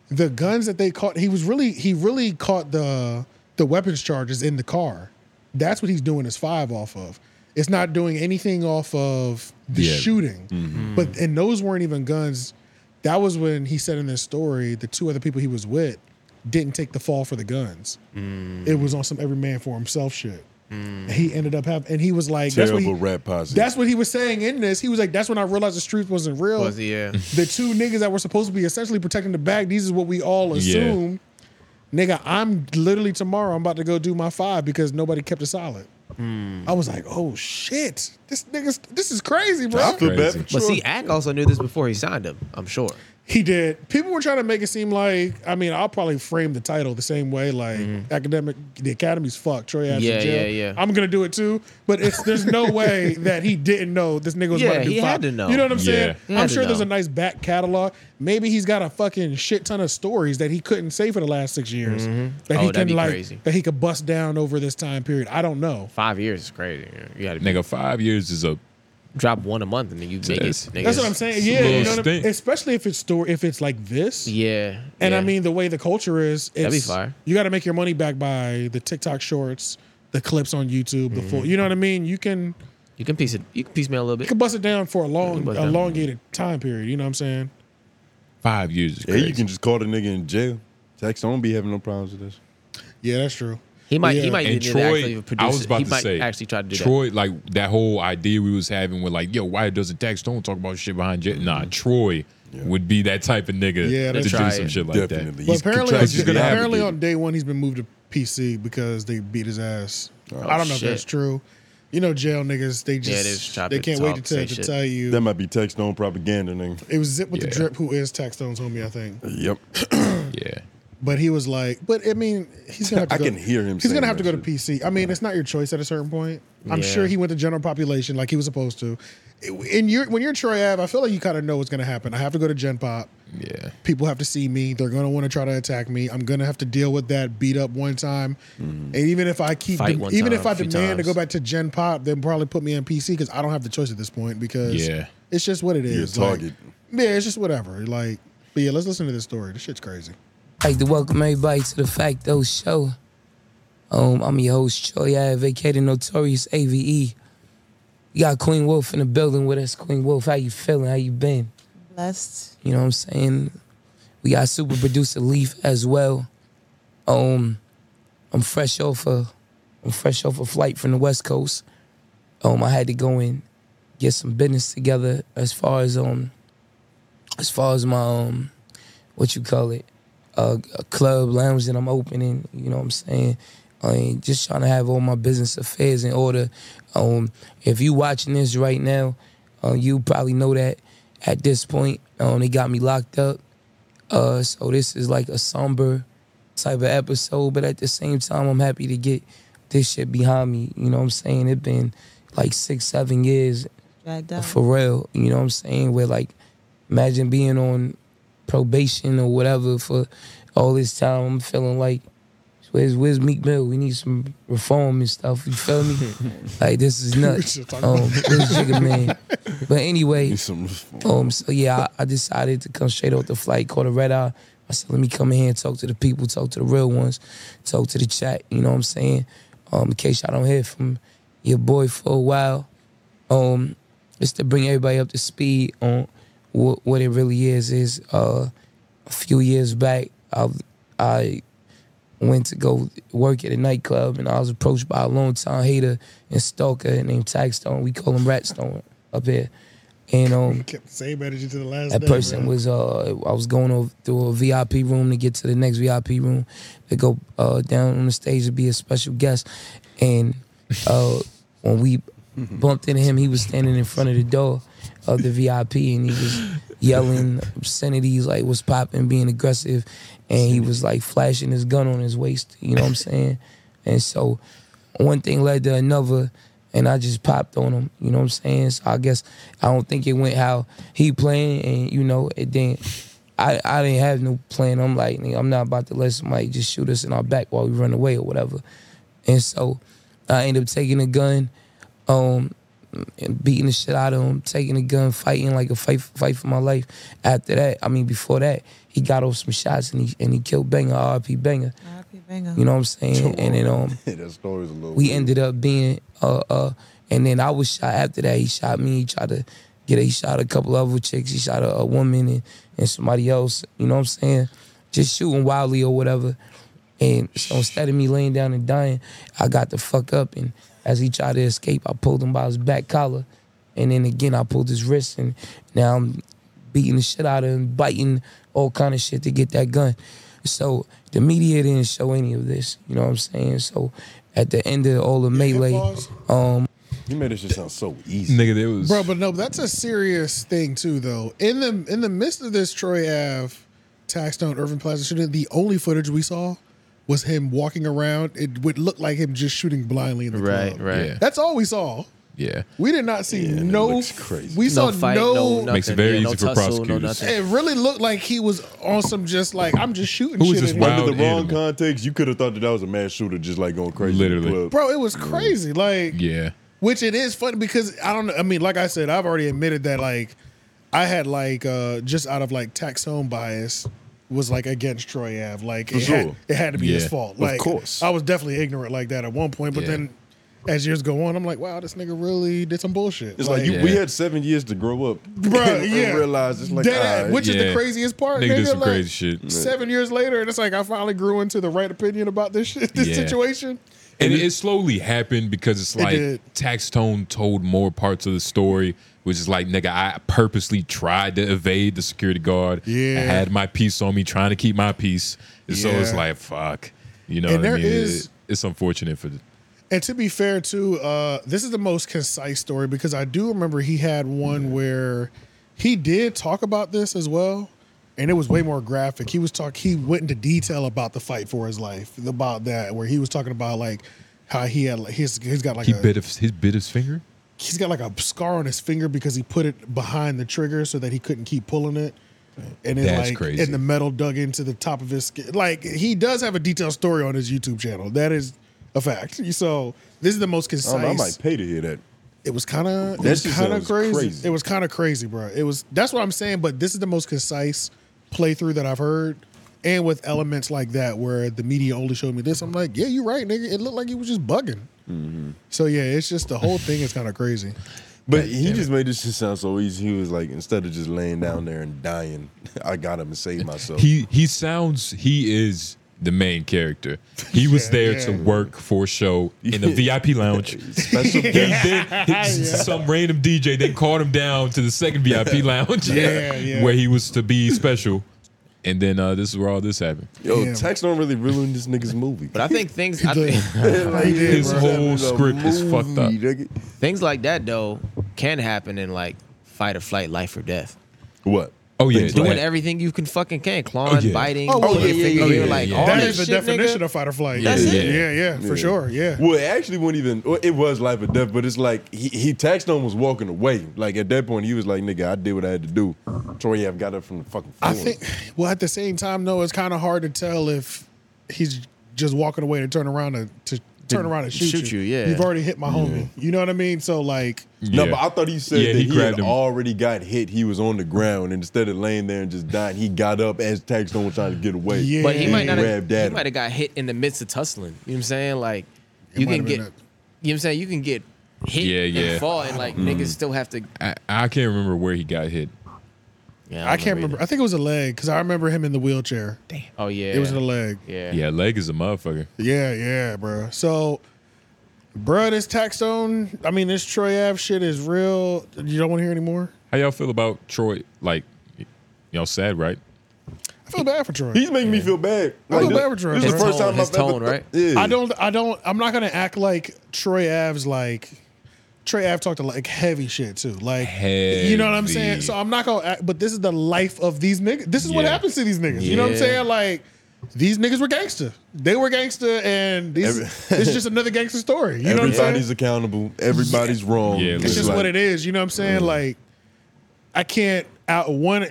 the guns that they caught, he was really he really caught the the weapons charges in the car. That's what he's doing his five off of. It's not doing anything off of the Yeah. Hmm. shooting. Mm-hmm. Mm-hmm. But and those weren't even guns. That was when he said in this story, the two other people he was with didn't take the fall for the guns. It Hmm. was on some every man for himself shit. He ended up having, and he was like, Terrible that's what he, rap positive. That's what he was saying in this. He was like, "That's when I realized the streets wasn't real. Was he, yeah. The two niggas that were supposed to be essentially protecting the bag. These is what we all Yeah. assume. Nigga, I'm literally tomorrow. I'm about to go do my five because nobody kept it solid. I was like, oh shit, this niggas, this is crazy, bro. But see, Ack also knew this before he signed him. I'm sure. He did. People were trying to make it seem like, I mean, I'll probably frame the title the same way, like academic, the academy's fucked. Troy Adams Mm-hmm. Yeah, in jail. yeah, yeah. I'm gonna do it too. But it's there's no way that he didn't know this nigga was Yeah, about to do he five. had to know. You know what I'm Yeah. saying? He had I'm to sure there's know. a nice back catalog. Maybe he's got a fucking shit ton of stories that he couldn't say for the last six years Mhm. that Oh, he that'd can be like crazy. that he could bust down over this time period. I don't know. Five years is crazy. You gotta nigga, five years is a drop one a month and then you make it. That's- Nigga. That's what I'm saying. It's a Yeah, little you know what I mean? stink. especially if it's story, if it's like this. Yeah, and I yeah. mean the way the culture is, it's, That'd be fire. You got to make your money back by the TikTok shorts, the clips on YouTube, the full. Mm-hmm. You know what I mean? You can You can piece it. You can piecemeal a little you bit. can bust it down for a You can long, bust it down. elongated time period. You know what I'm saying? five years. Is Yeah, crazy. you can just call the nigga in jail. Tax don't be having no problems with this. Yeah, that's true. He might. Yeah. He might. and need to actually Troy, even produce I was it. about he to might say, actually try to do Troy, like that whole idea we was having with like, yo, why doesn't Tax Stone talk about shit behind Jet? Nah, Troy would be that type of nigga Mm-hmm. Yeah, to that's do right. some shit like Definitely. that. But apparently, he's gonna have apparently it. on day one, he's been moved to PC because they beat his ass. Oh, I don't know shit. if that's true. You know, jail niggas, they Yeah, they just just chop they it, can't talk, wait to tell, say to shit. tell you. That might be text on propaganda, nigga. It was Zip with the Yeah. Drip, who is Tax Stone's homie, I think. Yep. yeah. But he was like, but I mean, he's gonna. Have to I go, can hear him He's saying gonna have to that go to PC. I mean, it's not your choice at a certain point. I'm Yeah. sure he went to general population like he was supposed to. In your when you're Troy Ave, I feel like you kind of know what's gonna happen. I have to go to Gen Pop. Yeah. People have to see me. They're gonna want to try to attack me. I'm gonna have to deal with that beat up one time. Mm-hmm. And even if I keep, Fight dem- one even time, if I a few demand to go times. back to Gen Pop, then probably put me in PC because I don't have the choice at this point because Yeah. it's just what it You're a is. Like, target. yeah, it's just whatever. Like, but yeah, let's listen to this story. This shit's crazy. I'd like to welcome everybody to the Facto Show. Um, I'm your host, Troy I vacated Notorious AVE. You got Queen Wolf in the building with us. Queen Wolf, how you feeling? How you been? Blessed. You know what I'm saying? We got super producer Leaf as well. Um, I'm fresh off a, I'm fresh off a flight from the West Coast. Um, I had to go and get some business together as far as um, as far as my um, what you call it, uh, a club lounge that I'm opening. You know what I'm saying? I mean, just trying to have all my business affairs in order. Um, if you watching this right now, uh, you probably know that at this point, um, they got me locked up. Uh, so this is like a somber type of episode, but at the same time, I'm happy to get this shit behind me. You know what I'm saying? It been like six, seven years Dragged out. for real. You know what I'm saying? Where like, imagine being on probation or whatever for all this time. I'm feeling like, where's where's Meek Mill? We need some reform and stuff. You feel me? like this is nuts. We should talk um, about this jigga man. But anyway, um, so yeah, I, I decided to come straight off the flight, caught a red eye. I said, let me come in here and talk to the people, talk to the real ones, talk to the chat. You know what I'm saying? Um, in case y'all don't hear from your boy for a while, um, just to bring everybody up to speed on what, what it really is. Is uh, a few years back, I I went to go work at a nightclub and I was approached by a longtime hater and stalker named Tagstone. We call him Ratstone up here. And um, kept the same energy to the last that day, person bro. was uh, I was going over through a VIP room to get to the next VIP room to go uh, down on the stage to be a special guest, and uh, when we bumped into him, he was standing in front of the door of the VIP, and he was yelling obscenities like "What's popping," being aggressive, and he was like flashing his gun on his waist. You know what I'm saying? And so one thing led to another, and I just popped on him. You know what I'm saying? So I guess I don't think it went how he planned, and you know it didn't. I, I didn't have no plan. I'm like, nigga, I'm not about to let somebody just shoot us in our back while we run away or whatever. And so I ended up taking a gun, um, and beating the shit out of him, taking a gun, fighting like a fight, fight for my life. After that, I mean, before that, he got off some shots and he and he killed Banger, RP Banger. You know what I'm saying? And then um, that story's a little. we ended up being uh uh and then I was shot after that. He shot me, he tried to get he shot a couple other chicks, he shot a, a woman and, and somebody else, you know what I'm saying? Just shooting wildly or whatever. And so instead of me laying down and dying, I got the fuck up and as he tried to escape, I pulled him by his back collar. And then again I pulled his wrist and now I'm beating the shit out of him, biting all kind of shit to get that gun. So the media didn't show any of this. You know what I'm saying? So at the end of all the melee, um, You made this shit sound so easy. Nigga, it was Bro, but no, that's a serious thing too, though. In the in the midst of this Troy Ave, Taxstone, Irving Plaza shooting, the only footage we saw was him walking around. It would look like him just shooting blindly in the Right, club. right. Yeah. That's all we saw. Yeah. We did not see no. Crazy. We No saw fight, no no. nothing. Makes it very Yeah, no easy for tussle, no prosecutors. nothing. it really looked like he was on some just like I'm just shooting shit. in here. Under the wrong context, you could have thought that I was a mass shooter just like going crazy. Literally. club. Bro, it was crazy. Like Yeah. Which it is funny because I don't know. I mean, like I said, I've already admitted that like I had like uh just out of like tax home bias was like against Troy Ave. Like For it, had, sure. it had to be his Yeah. fault. Of Like course. I was definitely ignorant like that at one point, but Yeah. then as years go on, I'm like, wow, this nigga really did some bullshit. It's like, you, we had seven years to grow up. Bro, and, and yeah. realize it's like, Dead ass, alright. which is the craziest part. Nigga Nigga, did some like, crazy shit. Seven years later, and it's like I finally grew into the right opinion about this shit, this Yeah. situation. And it, it slowly happened because it's It like did. Tax Tone told more parts of the story which is like, nigga, I purposely tried to evade the security guard. Yeah. I had my piece on me, trying to keep my peace. And so it's Yeah. like, fuck. You know And what there I mean? It- is- it's unfortunate for the And to be fair, too, uh, this is the most concise story because I do remember he had one where he did talk about this as well, and it was way more graphic. He was talk he went into detail about the fight for his life, about that where he was talking about like how he had like he's he's got like he a bit his, he bit his finger. he's got like a scar on his finger because he put it behind the trigger so that he couldn't keep pulling it. And then That's like crazy. and the metal dug into the top of his skin. Like he does have a detailed story on his YouTube channel. That is a fact. So this is the most I, concise. don't know, I Oh, might pay to hear that. It was kind of That it was shit kind of sounds crazy. crazy. It was kind of crazy, bro. It was that's what I'm saying. But this is the most concise playthrough that I've heard, and with elements like that where the media only showed me this, I'm like, yeah, you're right, nigga. It looked like he was just bugging. Mm-hmm. So yeah, it's just the whole thing is kind of crazy. But he just made this shit sound so easy. He was like, instead of just laying down there and dying, I got him and saved myself. He he sounds he is the main character. He was there to Yeah. work for a show in the VIP lounge. Special he guest. then, some random DJ then called him down to the second VIP lounge Yeah, yeah. where he was to be special. And then uh, this is where all this happened. Yo, Tex don't really ruin this nigga's movie. But I think things. I think his whole script is fucked up. Things like that though can happen in like fight or flight, life or death. What? Oh yeah, doing that- everything you can fucking can, clawing, yeah. biting, Oh, oh, well, yeah, yeah, finger, yeah, yeah, you're like yeah. all That that is the shit, definition nigga. of fight or flight. That's Yeah, it. yeah, yeah, for sure, yeah. Well, it actually wouldn't even. well, It was life or death, but it's like he, he taxed on was walking away. Like at that point, he was like, "Nigga, I did what I had to do." Troy, I've got up from the fucking. Floor. I think. Well, at the same time, though, it's kind of hard to tell if he's just walking away to turn around to, to turn around and shoot, shoot you, yeah. you've already hit my Yeah. homie. You know what I mean? So like, No, but I thought he said Yeah, that he he, had grabbed him. already got hit. He was on the ground, and instead of laying there and just dying, he got up as Taxstone was trying to get away. But he might not. Have, grabbed he at might him. have got hit in the midst of tussling. You know what I'm saying? Like you might can have get. been You know what I'm saying? You can get hit Yeah, yeah. and fall, and like Mm. niggas still have to. I, I can't remember where he got hit. Yeah, I, can't remember. I think it was a leg because I remember him in the wheelchair. Damn. Oh yeah, It was in the leg. Yeah. Yeah, leg is a motherfucker. Yeah, yeah, bro. So, bro, this Taxstone, I mean, this Troy Ave shit is real. You don't want to hear anymore. How y'all feel about Troy? Like, y'all sad, right? I feel bad for Troy. He's making me feel bad. I feel Like, bad for Troy. This is the first time I've ever Yeah. I don't. I don't. I'm not gonna act like Troy Av's like. Troy Av talked to like heavy shit too. Like you know what I'm saying. Heavy. So I'm not gonna. Act, but this is the life of these niggas. This is what Yeah. happens to these niggas. You know what I'm Yeah. saying? Like these niggas were gangster. They were gangster, and these, Every- it's just another gangster story. You know what I'm saying? Everybody's accountable. Everybody's wrong. Yeah, It's just like- what it is. You know what I'm saying? Mm. Like, I can't out one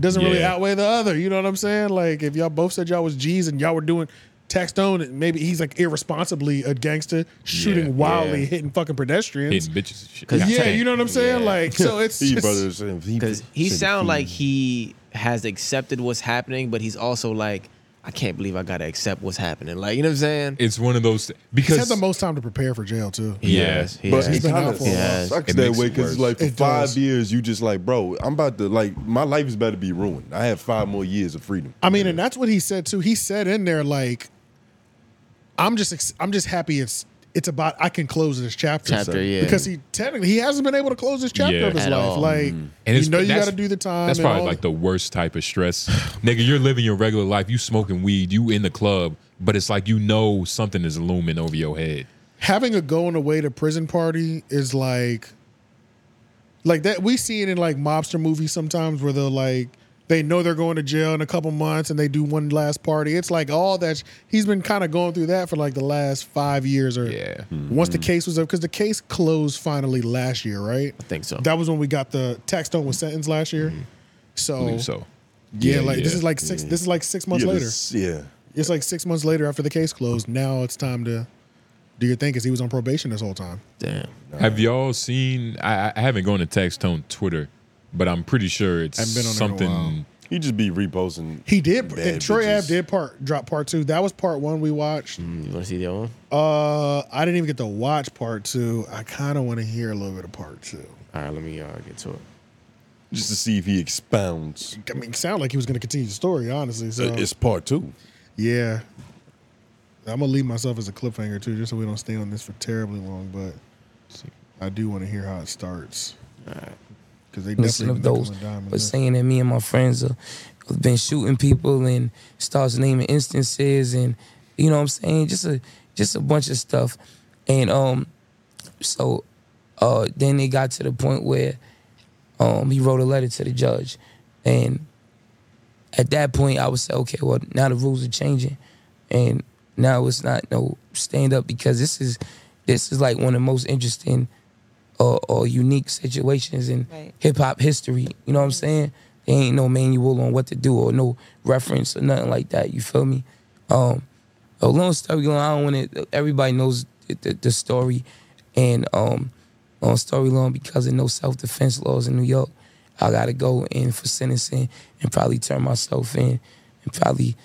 doesn't really Yeah. outweigh the other. You know what I'm saying? Like, if y'all both said y'all was G's and y'all were doing tax stone, and maybe he's like irresponsibly a gangster shooting Yeah. wildly, Yeah. hitting fucking pedestrians. Hitting bitches and shit. yeah, you know what I'm saying? Like, so it's he just, brothers. and He, Because he sound like he has accepted what's happening, but he's also like, I can't believe I gotta accept what's happening. Like, you know what I'm saying? It's one of those he's had because the most time to prepare for jail too. Yes, he But has. it He's been kind out of for a while. sucks It that makes way it because worse. like for It five does. years you just like, bro, I'm about to like my life is about to be ruined. I have five more years of freedom. I mean, and that's what he said too. He said in there like, "I'm just, ex- I'm just happy it's." It's about I can close this chapter, Chapter, yeah. because he technically he hasn't been able to close this chapter Yeah. of his At life. all. Mm-hmm. Like, Mhm. you know, you that's- got to do the time. That's and probably all like the worst type of stress, nigga. You're living your regular life. You smoking weed. You in the club, but it's like you know something is looming over your head. having a going away to prison party is like like that we see it in like mobster movies sometimes where they're like they know they're going to jail in a couple months and they do one last party it's like all that sh- he's been kind of going through that for like the last five years or yeah Hmm. once the case was up because the case closed finally last year right i think so that was when we got the tax stone was sentenced last year so Hmm. believe so. yeah, Yeah, like this yeah. is like six this is like six months Yeah, later this- yeah. it's like six months later after the case closed now it's time to do your thing because he was on probation this whole time Damn. Have y'all seen? I, I haven't gone to Text Tone Twitter, but I'm pretty sure it's Haven't been on there in a something. He just be reposting. He did. Bad and Troy bitches. Ave did part drop part two. That was part one we watched. Mm, You wanna see the other one? Uh, I didn't even get to watch part two. I kind of want to hear a little bit of part two. All right, let me uh, get to it. just to see if he expounds. I mean, it sounded like he was going to continue the story, Uh, honestly. Uh, So It's part two. yeah, I'm gonna leave myself as a cliffhanger too, just so we don't stay on this for terribly long. But I do want to hear how it starts. All right. 'Cause they mixing definitely been up those. doing diamonds, But yeah. saying that me and my friends are, have been shooting people and starts naming instances and you know what I'm saying just a just a bunch of stuff, and um, so uh then it got to the point where um he wrote a letter to the judge, and at that point I would say okay well now the rules are changing, and now it's not no stand up because this is this is like one of the most interesting or, or unique situations in hip hop history. You know what I'm saying? There ain't no manual on what to do or no reference or nothing like that. You feel me? Um, a long story long. I don't want to. Everybody knows the, the, the story, and um, long story long because of no self defense laws in New York, I gotta go in for sentencing and probably turn myself in and probably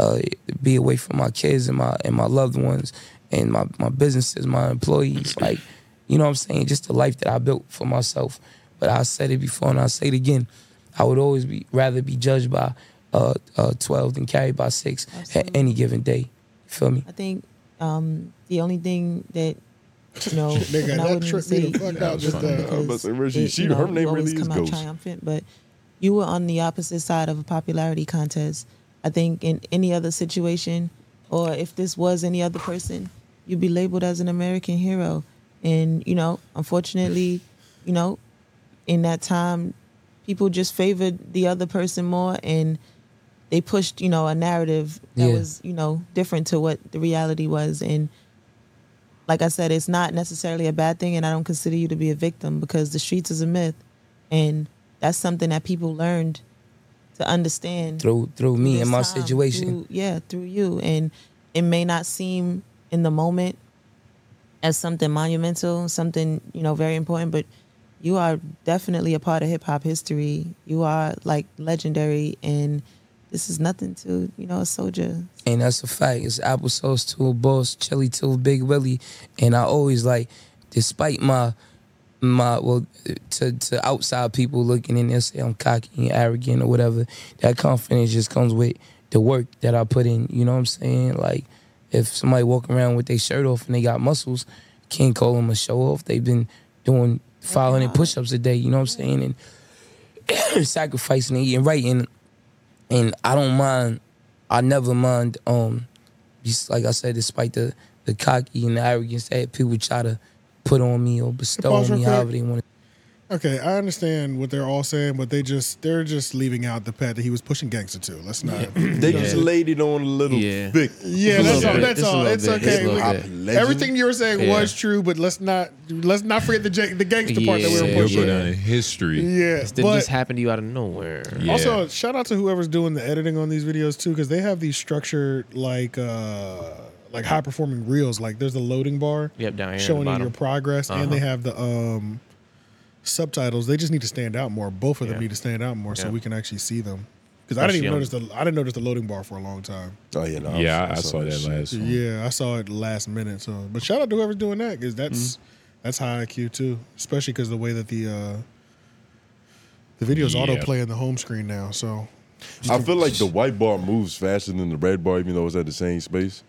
uh, be away from my kids and my and my loved ones and my my businesses, my employees. Like, you know what I'm saying? Just the life that I built for myself. But I said it before and I say it again. I would always be rather be judged by uh, uh, 12 than carried by six at any given day. You feel me? I think um, the only thing that you know, Nigga, and I that wouldn't even tripped me say the fuck you know, out just tripping now. I was about to say, because Reggie, it, she- you know, her name you always really is come out Ghost. triumphant, but you were on the opposite side of a popularity contest. I think in any other situation, or if this was any other person, you'd be labeled as an American hero. And you know, unfortunately, you know, in that time, people just favored the other person more, and they pushed you know a narrative that Yeah. was you know different to what the reality was, and like I said, it's not necessarily a bad thing, and I don't consider you to be a victim because the streets is a myth, and that's something that people learned to understand Through through me and my this time, situation. through- yeah, through you, and it may not seem in the moment as something monumental, something you know very important, but you are definitely a part of hip hop history. You are like legendary, and this is nothing to you know a soldier. And that's a fact. It's applesauce to a boss, chili to a big willie. And I always like, despite my my well to to outside people looking in, they'll say I'm cocky and arrogant or whatever. That confidence just comes with the work that I put in. You know what I'm saying? Like if somebody walking around with their shirt off and they got muscles, can't call them a show off. They've been doing 500 push-ups a day. You know what I'm saying? And sacrificing and eating right. And and I don't mind. I never mind. Um, just like I said, despite the the cocky and the arrogance that people try to put on me or bestow Pause on me, real quick. however they want to. Okay, I understand what they're all saying, but they just they're just leaving out the pet that he was pushing gangster to. Let's not. They just laid it on a little Yeah. thick. Yeah, that's Just a little all. That's bit. Just a all. little It's bit. Just okay. a little We- bit. Legend. everything you were saying Yeah. was true, but let's not let's not forget the ja- the gangster part that we were It'll pushing. go down in history. Yeah, This didn't but- just happen to you out of nowhere. Also, shout out to whoever's doing the editing on these videos too, because they have these structured like uh like high performing reels. Like there's a loading bar. Yep, down here at the showing you bottom. your progress, and Uh-huh. they have the um subtitles. They just need to stand out more. Both of them need to stand out more so Yeah. we can actually see them. Because I didn't even notice Especially the I didn't notice the loading bar for a long time. Oh yeah, no, Yeah, I- I saw that shit. last one. Yeah, I saw it last minute. So, but shout out to whoever's doing that because Mm-hmm. that's that's high IQ too, especially because the way that the uh the videos Yeah. auto play in the home screen now. So I feel like the white bar moves faster than the red bar, even though it's at the same space.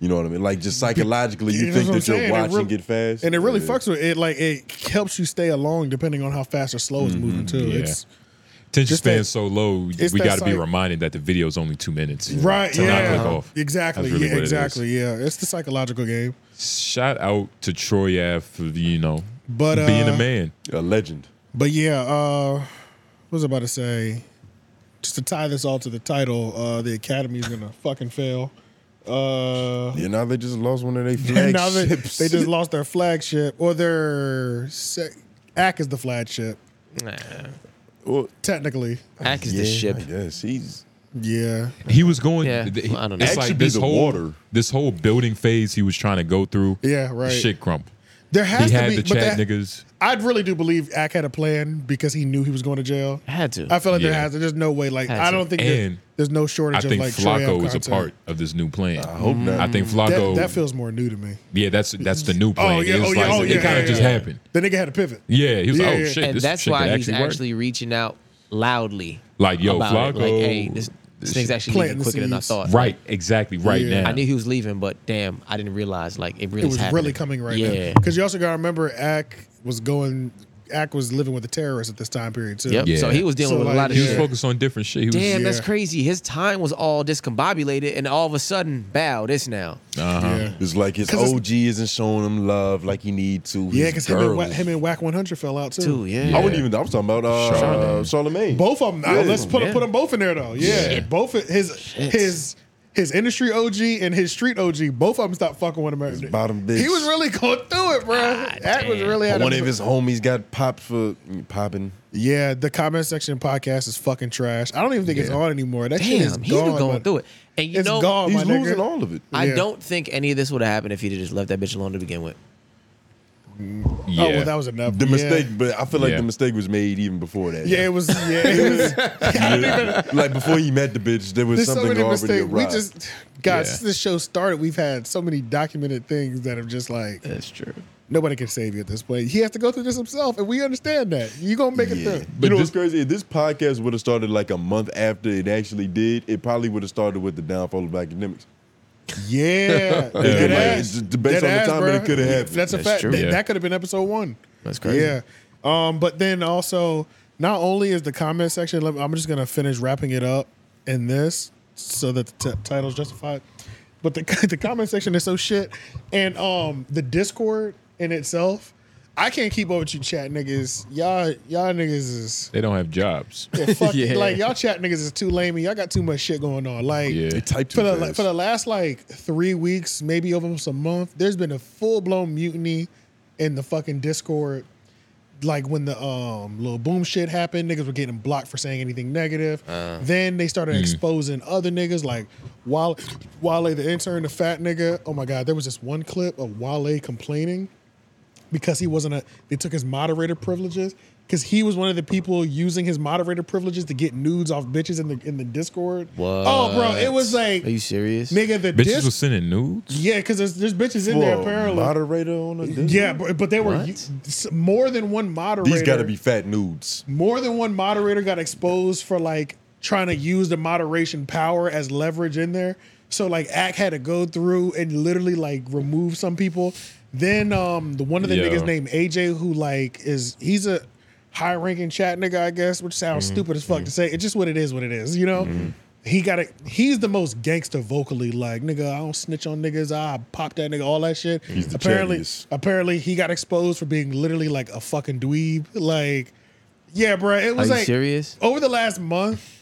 You know what I mean? Like just psychologically, you, know think what I'm that you're saying? It watching real- get fast, and it really Yeah. fucks with it. Like it helps you stay along depending on how fast or slow it's moving too. Yeah. It's Tension just that- span so low, it's we that got to be psych- reminded that the video is only two minutes. right. To not yeah, click off. exactly. That's really yeah, what it is. exactly. Yeah, it's the psychological game. Shout out to Troy Ave for you know, But, uh, being a man, a legend. But yeah, uh, what was I about to say? Just to tie this all to the title, uh, the Academy is gonna fucking fail. Uh, Yeah, now they just lost one of their and now they, flagships. they just lost their flagship or their sec- act is the flagship. Nah. Well, technically, Ack is the ship. Yes, he's yeah. He was going. Yeah, th- well, I don't know. It's That like should be this the whole water. this whole building phase he was trying to go through. Yeah, right. Shit, crump. There has he to had be- the but chat that- niggas. I really do believe Ack had a plan because he knew he was going to jail. Had to. I feel like there Yeah. has to. There's no way. Like Had I to. don't think there- And there's no I shortage think of like Troy Ave Flacco is a content. part of this new plan. I hope not. I think That- Flacco. That, feels more new to me. yeah, that's that's the new plan. Oh yeah. It was Oh yeah. like, oh yeah. It kind of yeah, just yeah. happened. The nigga had a pivot. Yeah, he was like, oh, shit, and this that's shit could why he's actually work. actually reaching out loudly. Like, yo, about it. Like, Flacco, hey, this, this thing's actually planting leaving the quicker than I seeds. thought. Right, exactly, right Yeah. now. I knew he was leaving, but damn, I didn't realize like it it really was really coming right now. yeah. Because you also got to remember, Ack was going. Ack was living with a terrorist at this time period too. Yep. So he was dealing with a lot of He was shit. focused on different shit. He was, Damn, that's crazy. His time was all discombobulated, and all of a sudden, bow this now. Uh-huh. Yeah. It's like his 'Cause it's- OG isn't showing him love like he need to. Yeah, His because him, and Wa- girls. him and Whack 100 fell out too. I wouldn't even. I was talking about uh, Charlemagne. Both of them. Yeah. let's put Yeah. put them both in there though. Yeah, both of- his his his industry OG and his street OG. Both of them stopped fucking with America. bottom bitch. He was really going through it, bro. Ah, that was really. But had a- one of his homies got popped for popping. Yeah, the comment section podcast is fucking trash. I don't even think it's on anymore. That shit is gone. Damn, he was going my- through it. And you it's know, gone, my nigga. I Yeah. don't think any of this would have happened if he'd have just left that bitch alone to begin with. Yeah. Oh, well, that was enough. The Yeah. mistake, but I feel like Yeah. the mistake was made even before that. Yeah, it was. Yeah, it was. like before he met the bitch, there was There's so something many already mistakes. awry. We just, God, Yeah. since this show started, we've had so many documented things that have just like. That's true. Nobody can save you at this point. He has to go through this himself, and we understand that. You're gonna make it through. you know what's crazy? If this podcast would have started like a month after it actually did, it probably would have started with the downfall of academics. Yeah, It's been like- it's just based on the time that it could have happened. That's a fact. That, that could have been episode one. That's crazy. Yeah, um, but then also, not only is the comment section. let me- I'm just gonna finish wrapping it up in this so that the t- title's justified. But the the comment section is so shit, and um, the Discord in itself. I can't keep up with you, chat niggas. Y'all, y'all niggas is. they don't have jobs. Yeah, fuck, Like y'all chat niggas is too lame. and Y'all got too much shit going on. Like Yeah. They type for too the fast. for the last like three weeks, maybe almost a month. There's been a full blown mutiny in the fucking Discord. Like when the um little boom shit happened, niggas were getting blocked for saying anything negative. Uh. then they started Mm. exposing other niggas like Wale, Wale the intern, the fat nigga. Oh my god, there was this one clip of Wale complaining because he wasn't a they took his moderator privileges because he was one of the people using his moderator privileges to get nudes off bitches in the in the Discord. Oh, bro, it was like Are you serious? nigga the Bitches dis- was sending nudes. yeah, because there's, there's bitches in there For a apparently. moderator on a Discord? yeah, but, but they were What? u- s- more than one moderator. These got to be fat nudes. more than one moderator got exposed for like trying to use the moderation power as leverage in there. So like Ack had to go through and literally like remove some people. Then um the one of the Yeah. niggas named AJ who like is he's a high ranking chat nigga, I guess, which sounds Mm-hmm. stupid as fuck to say. It's just what it is, what it is, you know? He got it. He's the most gangster vocally. Like nigga, I don't snitch on niggas. I pop that nigga. All that shit. He's the apparently, chattiest. apparently, he got exposed for being literally like a fucking dweeb. Like, yeah, bro. It was Are you like serious? over the last month.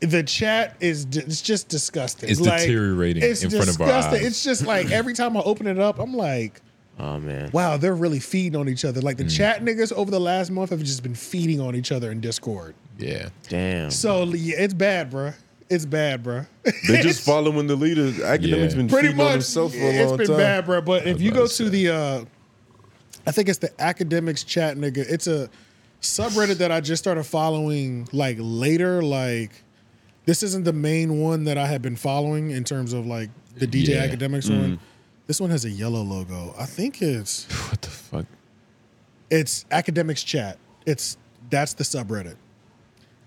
The chat is d- it's just disgusting. It's Like, deteriorating it's in front of our disgusting. eyes. It's just like every time I open it up, I'm like, Oh man. wow, they're really feeding on each other. Like the Mm. chat niggas over the last month have just been feeding on each other in Discord. Yeah. Damn. So yeah, it's bad, bro. It's bad, bro. They just following the leaders. Academics been Pretty feeding on much, himself for a it's long been time. bad, bro. But if you go to the, uh, I think it's the academics chat, nigga. It's a subreddit that I just started following like later. Like this isn't the main one that I had been following in terms of like the DJ Yeah. academics Mm. one. This one has a yellow logo. I think it's What the fuck? it's academics chat. It's that's the subreddit.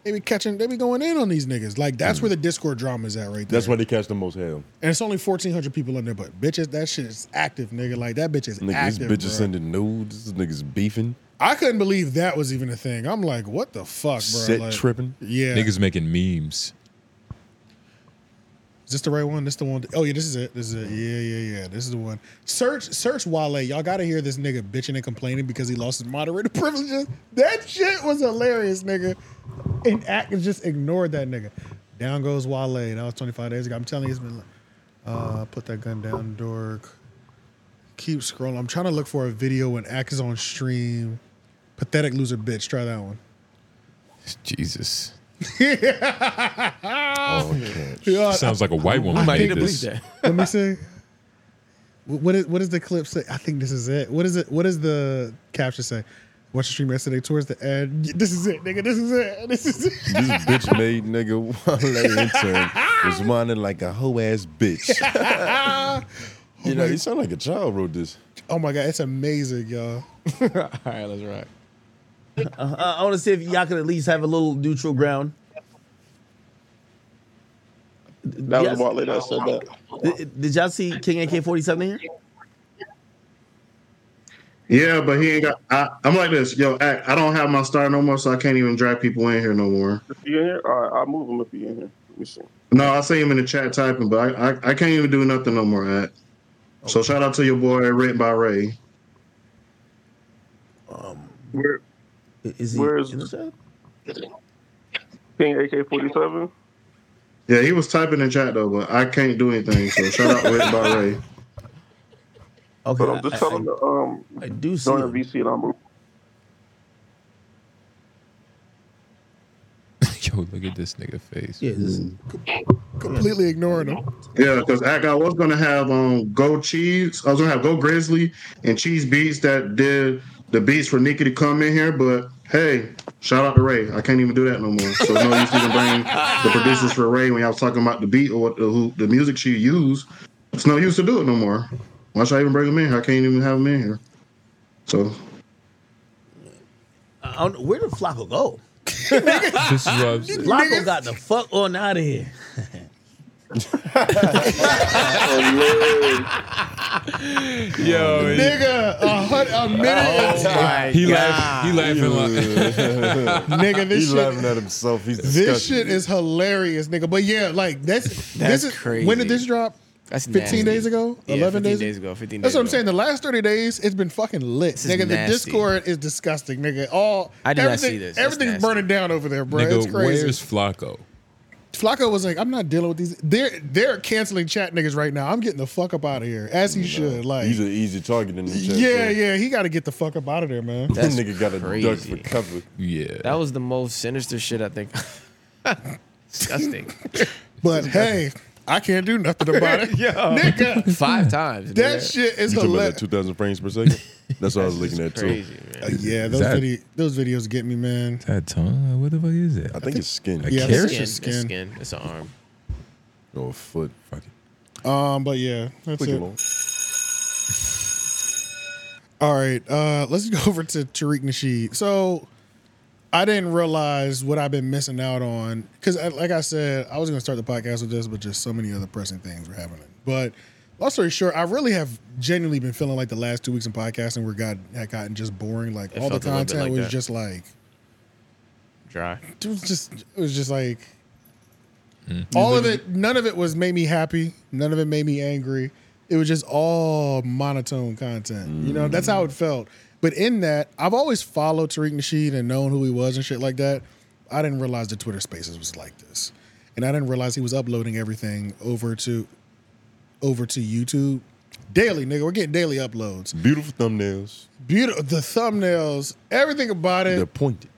They be catching, they be going in on these niggas. Like Hmm. that's where the Discord drama is at right there. That's why they catch the most hell. And it's only fourteen hundred people in there, but bitches, that shit is active, nigga. Like that bitch is Niggas, active. bitches bruh. sending nudes. This niggas beefing. I couldn't believe that was even a thing. I'm like, what the fuck, bro? Set like, tripping. Yeah. Niggas making memes. Is this the right one? This the one? Oh yeah, this is it. This is it. Yeah, yeah, yeah. This is the one. Search, search Wale. Y'all gotta hear this nigga bitching and complaining because he lost his moderator privileges. That shit was hilarious, nigga. And act just ignored that nigga. Down goes Wale. That was 25 days ago. I'm telling you, it's been. Uh, put that gun down, dork. Keep scrolling. I'm trying to look for a video when Ack is on stream. Pathetic loser bitch. Try that one. Jesus. oh, Yeah, Sounds I- like a white woman I made think this. Let me see. Wh- What is what does the clip say? I think this is it. What is it? What does the caption say? Watch the stream yesterday towards the end. Y- This is it, nigga. This is it. This is it. This bitch made nigga Wale intern was whining like a hoe ass bitch. you know, you sound like a child wrote this. Oh my god, it's amazing, y'all. All right, let's rock. Uh, I want to see if y'all can at least have a little neutral ground. That Yes. was Wale that said that. Did, did y'all see King AK forty seven here? Yeah, but he ain't got. I, I'm like this, yo. Act, I don't have my star no more, so I can't even drag people in here no more. If you in here, all right, I'll move him if you in here. Let me see. No, I see him in the chat typing, but I, I, I can't even do nothing no more. Act. So shout out to your boy Rent by Ray. Um, where is he? Where is in King AK forty seven. Yeah, he was typing in chat though, but I can't do anything. So shout out Rent by Ray. Okay, but I'm just telling the um. I do see join the VC and I'll move. Yo, look at this nigga face. Yeah, Completely ignoring him. Yeah, because I was gonna have um Go Cheese. I was gonna have Go Grizzly and Cheese Beats that did the beats for Nikki to come in here, but hey, shout out to Ray. I can't even do that no more. So no use even bring the producers for Ray when y'all was talking about the beat or what the, who, the music she used. It's no use to do it no more. Why should I even bring them in here? I can't even have them in here. So I don't know, where did Flacco go? This is what I'm saying. Flacco got the fuck on out of here. Yo, Nigga, a, hun- a minute and ten. he laugh, he laughing like Nigga, this He's shit- laughing at himself. He's This shit is hilarious, nigga. But yeah, like that's, this That's is, crazy. When did this drop? That's 15 nasty. days ago? Yeah, 11 15 days, days ago, 15 That's days what I'm ago. saying. The last 30 days, it's been fucking lit. is nigga, the nasty. Discord is disgusting, nigga. All I did not everything- see this. That's Everything's nasty. burning down over there, bro. it's Nigga, crazy. where's Flacco? Flacco was like, I'm not dealing with these. They're they're canceling chat niggas right now. I'm getting the fuck up out of here. As he should. Like he's an easy target in the chat. Yeah, yeah. He gotta get the fuck up out of there, man. That nigga got a duck for cover. Yeah. That was the most sinister shit I think. Disgusting. But hey, I can't do nothing about it. Yo. Nigga. Five times. That nigga. shit is you talking about hilarious. that 2,000 frames per second? That's what I was looking at crazy, too. Uh, yeah, those That- video, those videos get me, man. That tongue? What the fuck is it? I think it's skin. A Yeah, it's carrot? just It's skin. skin. It's an arm. Or a Oh, foot. Fuck it. Um, but yeah, that's Quick it. and long. All right, uh, let's go over to Tariq Nasheed. So I didn't realize what I've been missing out on because, like I said, I was going to start the podcast with this, but just so many other pressing things were happening. But long story short, I really have genuinely been feeling like the last two weeks in podcasting were got had gotten just boring. Like It all the felt a little bit content like was that. just like Dry. it was just it was just like Mm. all of it. None of it was made me happy. None of it made me angry. It was just all monotone content. You know, that's Mm. how it felt. But in that, I've always followed Tariq Nasheed and known who he was and shit like that. I didn't realize the Twitter Spaces was like this, and I didn't realize he was uploading everything over to over to YouTube daily. Nigga, we're getting daily uploads. Beautiful thumbnails. Beautiful. The thumbnails, everything about it They're pointed.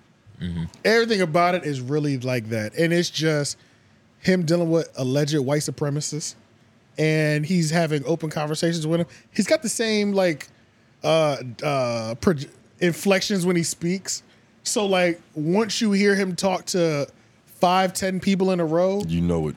everything about it is really like that. And it's just him dealing with alleged white supremacists and he's having open conversations with him. He's got the same like uh uh pro- inflections when he speaks. So like once you hear him talk to five, ten people in a row, You know it.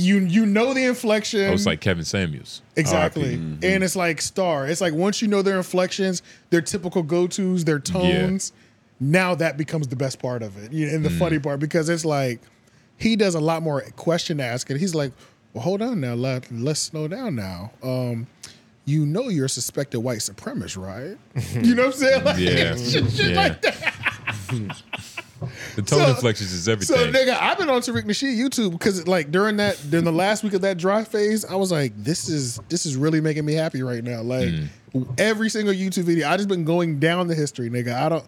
you you know the inflection. I was Oh, like Kevin Samuels. Exactly. RIP. And it's like star. It's like once you know their inflections, their typical go-tos, their tones, now that becomes the best part of it. You- And the Mm. funny part because it's like he does a lot more question asking. He's like, "Well, hold on now. Let, let's slow down now. Um you know you're a suspected white supremacist, right? you know what I'm saying? Like, Yeah. shit, shit Yeah. like that. The tone So- inflections is everything. So nigga, I've been on Tariq Nasheed YouTube because like during that during the last week of that dry phase, I was like, this is this is really making me happy right now. Like Mm. every single YouTube video, I just been going down the history, nigga. I don't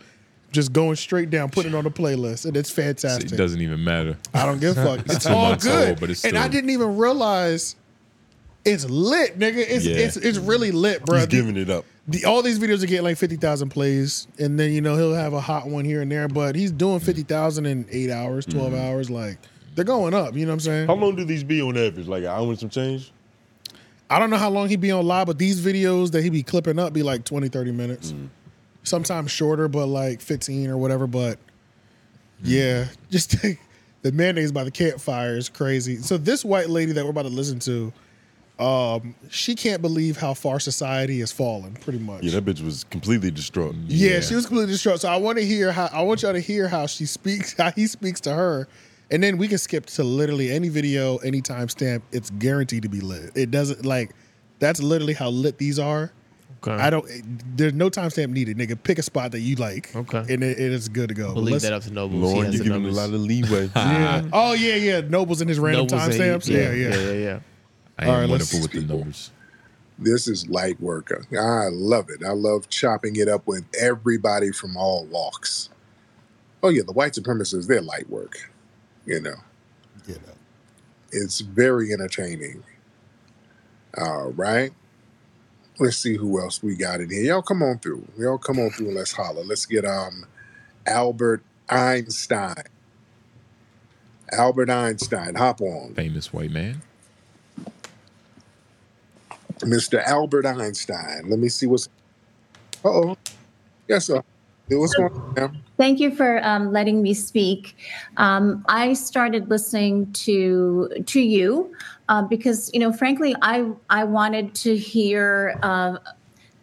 just going straight down, putting it on the playlist, and it's fantastic. it doesn't even matter. I don't give a fuck. It's two all months good. old, but it's and still- I didn't even realize it's lit, nigga. It's Yeah. it's it's really lit, bro. He's giving it up. The, all these videos are getting like fifty thousand plays, and then you know he'll have a hot one here and there. But he's doing fifty thousand in eight hours, 12 hours. Like they're going up. You know what I'm saying? Mm-hmm. How long do these be on average? Like I want some change? I don't know how long he be on live, but these videos that he be clipping up be like 20, 30 minutes. Mm. Sometimes shorter, but like 15 or whatever. But Mm. yeah, just take the mayonnaise by the campfire is crazy. So this white lady that we're about to listen to, um, she can't believe how far society has fallen, pretty much. Yeah, that bitch was completely distraught. Yeah, she was completely distraught. So I want to hear how I want y'all to hear how she speaks, how he speaks to her, and then we can skip to literally any video, any timestamp. It's guaranteed to be lit. It doesn't like that's literally how lit these are. Okay. I don't. There's no timestamp needed, nigga. Pick a spot that you like. Okay. And it, it is good to go. But We'll leave let's- that up to Nobles. Lauren, he has you the giving numbers. a lot of leeway. Yeah. Oh yeah, yeah. Nobles in his random Nobles ain't- timestamps. Yeah, yeah. yeah, yeah. I am All right, let's- wonderful with the numbers. This is light worker. I love it. I love chopping it up with everybody from all walks. Oh yeah, the white supremacists, they're light work. You know. You know. It's very entertaining. All right. Let's see who else we got in here. Y'all come on through. Y'all come on through and let's holler. Let's get um Albert Einstein. Albert Einstein, hop on. Famous white man. Mr. Albert Einstein. Let me see what's. Uh oh. Yes, sir. Hey, What's going on? ma'am? Thank you for um, letting me speak. Um, I started listening to to you uh, because, you know, frankly, I I wanted to hear uh,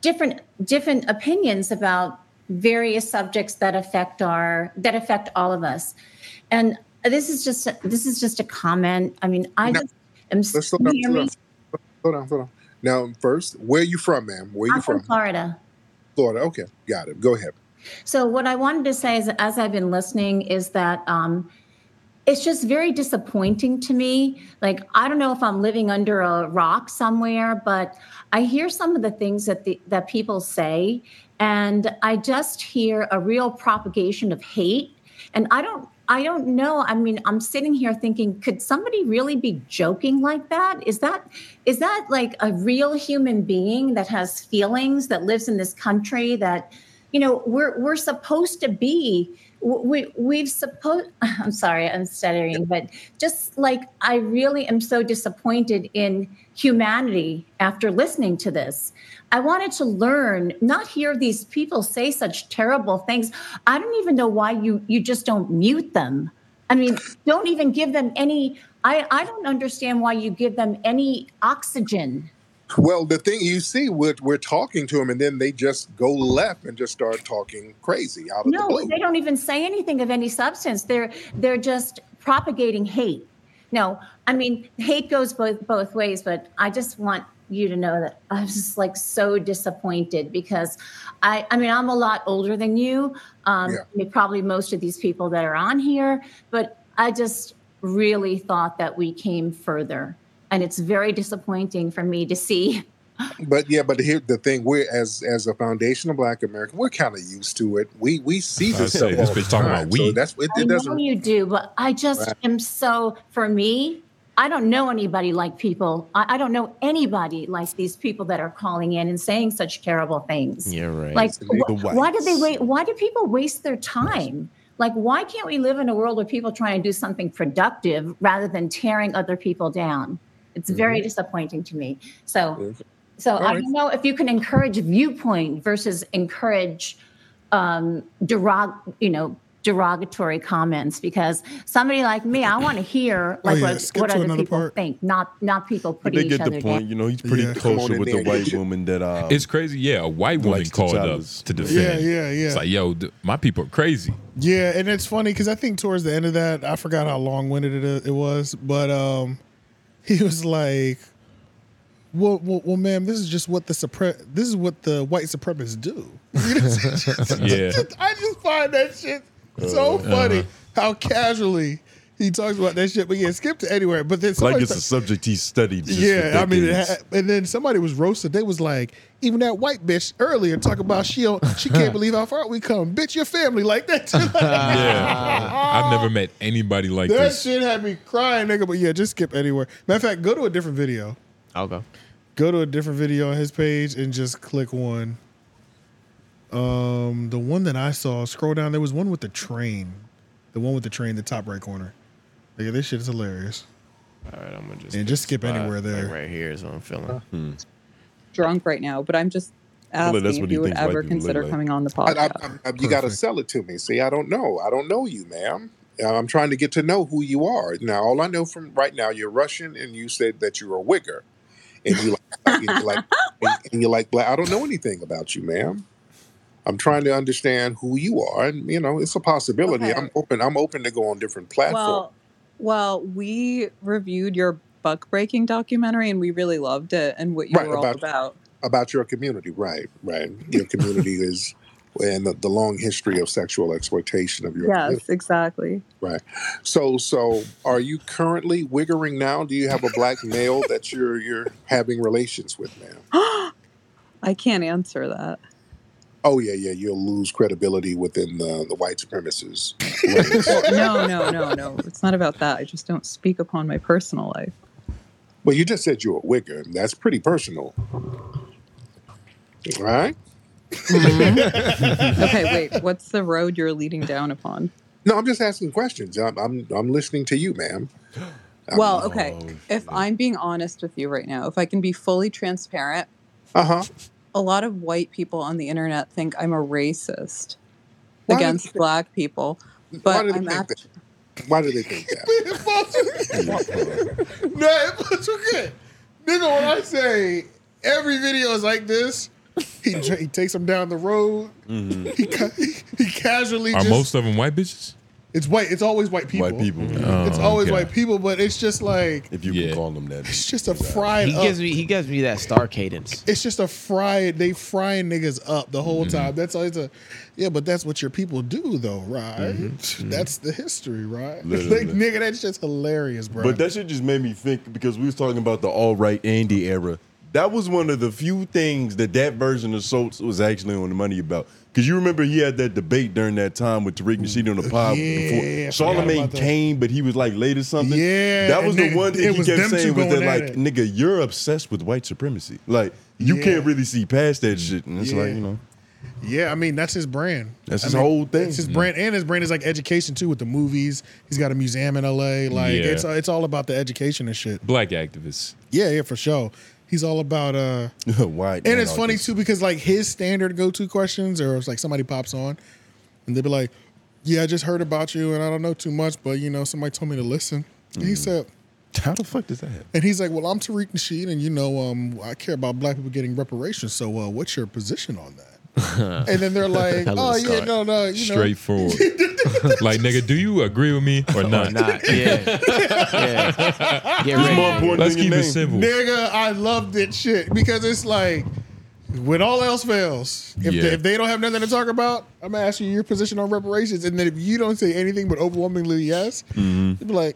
different different opinions about various subjects that affect our that affect all of us. And this is just this is just a comment. I mean, I No. just am. Let's slow can down, you hear slow me? down. Hold on, hold on. Now, first, where you from, ma'am? Where you I'm from from? Florida. Florida. Okay, got it. Go ahead. So what I wanted to say is, as I've been listening, is that um, it's just very disappointing to me. Like I don't know if I'm living under a rock somewhere, but I hear some of the things that the, that people say, and I just hear a real propagation of hate. And I don't, I don't know. I mean, I'm sitting here thinking, could somebody really be joking like that? Is that, is that like a real human being that has feelings that lives in this country that you know we're we're supposed to be we we've supposed i'm sorry i'm stuttering but just like i really am so disappointed in humanity after listening to this i wanted to learn not hear these people say such terrible things i don't even know why you you just don't mute them I mean, don't even give them any. I, I don't understand why you give them any oxygen. Well, the thing you see, we're, we're talking to them, and then they just go left and just start talking crazy out of the No, blue. they don't even say anything of any substance. They're they're just propagating hate. No, I mean hate goes both both ways, but I just want you to know that I was just like so disappointed because I I mean I'm a lot older than you. Um Yeah. I mean, probably most of these people that are on here, but I just really thought that we came further. And it's very disappointing for me to see But yeah, but here the thing: we're as as a foundation of Black America, we're kind of used to it. We we see I this say, stuff. this all bitch the talking about time, weed. So that's it, I it know doesn't. you do, but I just Right. am so, for me, I don't know anybody like people. I, I don't know anybody like these people that are calling in and saying such terrible things. Yeah, right. Like, wh- why did they wait? Why do people waste their time? Like, why can't we live in a world where people try and do something productive rather than tearing other people down? It's Mm-hmm. very disappointing to me. So, so I right. don't know if you can encourage viewpoint versus encourage um, derog, you know, derogatory comments because somebody like me, I want to hear Oh, like yeah. what, Skip what to other another people part. think, not not people But putting they each get other the point. down. You know, he's pretty Yeah. Come on kosher in with there the and white get woman that. Um, it's crazy. Yeah, a white woman Mike called up T'Challa's- to defend. Yeah, yeah, yeah. It's like, yo, th- my people are crazy. Yeah, and it's funny because I think towards the end of that, I forgot how long winded it, it was, but um, he was like, "Well, well, well ma'am, this is just what the supre- this is what the white supremacists do." Yeah. I just find that shit so Uh-huh. funny how casually he talks about that shit. But yeah, skip to anywhere. But then It's like somebody it's a ta- subject he studied. Just yeah, for I mean, it decades. ha- and then somebody was roasted. They was like, even that white bitch earlier talking about she don't, she can't believe how far we come. Bitch, your family like that. too. yeah, I've never met anybody like that this. shit had me crying, nigga. But yeah, just skip anywhere. Matter of fact, go to a different video. I'll go. Go to a different video on his page and just click one. Um, the one that I saw, scroll down. There was one with the train. The one with the train, the top right corner. Nigga, this shit is hilarious. All right, I'm gonna just And just skip spot, anywhere there. Like right here is what I'm feeling. Hmm. drunk right now, but I'm just Well, asking that's what if he you would thinks white ever people look consider like. coming on the I, I, podcast. I, Um, you got to sell it to me. See, I don't know. I don't know you, ma'am. Uh, I'm trying to get to know who you are. Now, all I know from right now, you're Russian, and you said that you're a Wigger, and you like, and you like, and, and you like black. I don't know anything about you, ma'am. I'm trying to understand who you are, and you know, it's a possibility. Okay. I'm open. I'm open to go on different platforms. Well, well, we reviewed your buck breaking documentary and we really loved it and what you Right, were all about- about. about your community, right? Right. Your community is, and the, the long history of sexual exploitation of your community. Yes, exactly. Right. So, so are you currently wiggering now? Do you have a black male that you're you're having relations with now? I can't answer that. Oh yeah, yeah. You'll lose credibility within the, the white supremacists. no, no, no, no. It's not about that. I just don't speak upon my personal life. Well, you just said you're a wigger. and That's pretty personal, right? Okay, wait. What's the road you're leading down upon? No, I'm just asking questions. I'm I'm, I'm listening to you, ma'am. I'm- Well, okay. If Oh, I'm being honest with you right now, if I can be fully transparent, Uh-huh. a lot of white people on the internet think I'm a racist Why do against black people, but do they I'm think act- Why do they think that? no, it was okay. Nigga, when I say every video is like this, He, he takes him down the road. Mm-hmm. He, ca- he casually Are just most of them white bitches? Oh, it's white. It's always white people. Mm-hmm. White people. Oh, It's always white people, but it's just like If you can call them that. it's just a fried. He up- gives me he gives me that star cadence. It's just a fried. They frying niggas up the whole Mm-hmm. time. That's all. It's a yeah, but that's what your people do though, right? That's the history, right? Mm-hmm. Literally. like nigga, that's just hilarious, bro. But that shit just made me think because we was talking about the all right Andy era. That was one of the few things that that version of Schultz was actually on the money about. Because you remember he had that debate during that time with Tariq Nasheed on the pod. Yeah, I forgot Charlemagne about that. came, but he was like late or something. Yeah, That was and the then one it thing he was kept them two saying was that, going at like, it. nigga, you're obsessed with white supremacy. Like, you Yeah. can't really see past that shit. And it's like, Yeah. you know, yeah, I mean that's his brand. That's I his mean, whole thing. That's his brand, and his brand is like education too with the movies. He's got a museum in L.A. Like Yeah. it's it's all about the education and shit. Black activists. Yeah, yeah, for sure. He's all about uh white. And it's funny too because like his standard go-to questions, or it's like somebody pops on, and they be like, "Yeah, I just heard about you, and I don't know too much, but you know, somebody told me to listen." And he said, Mm. How the fuck does that happen? and he's like, "Well, I'm Tariq Nasheed, and you know, um, I care about black people getting reparations. So, uh, what's your position on that?" And then they're like, Hell "Oh of a yeah, start. no, no, you know." Straightforward. like, nigga, do you agree with me or not? not, yeah. It's ready. more important Let's than your keep it name. simple. Nigga, I love that shit because it's like when all else fails, if, Yeah. they, if they don't have nothing to talk about, I'm gonna ask you your position on reparations, and then if you don't say anything but overwhelmingly yes, Mhm. they'd be like,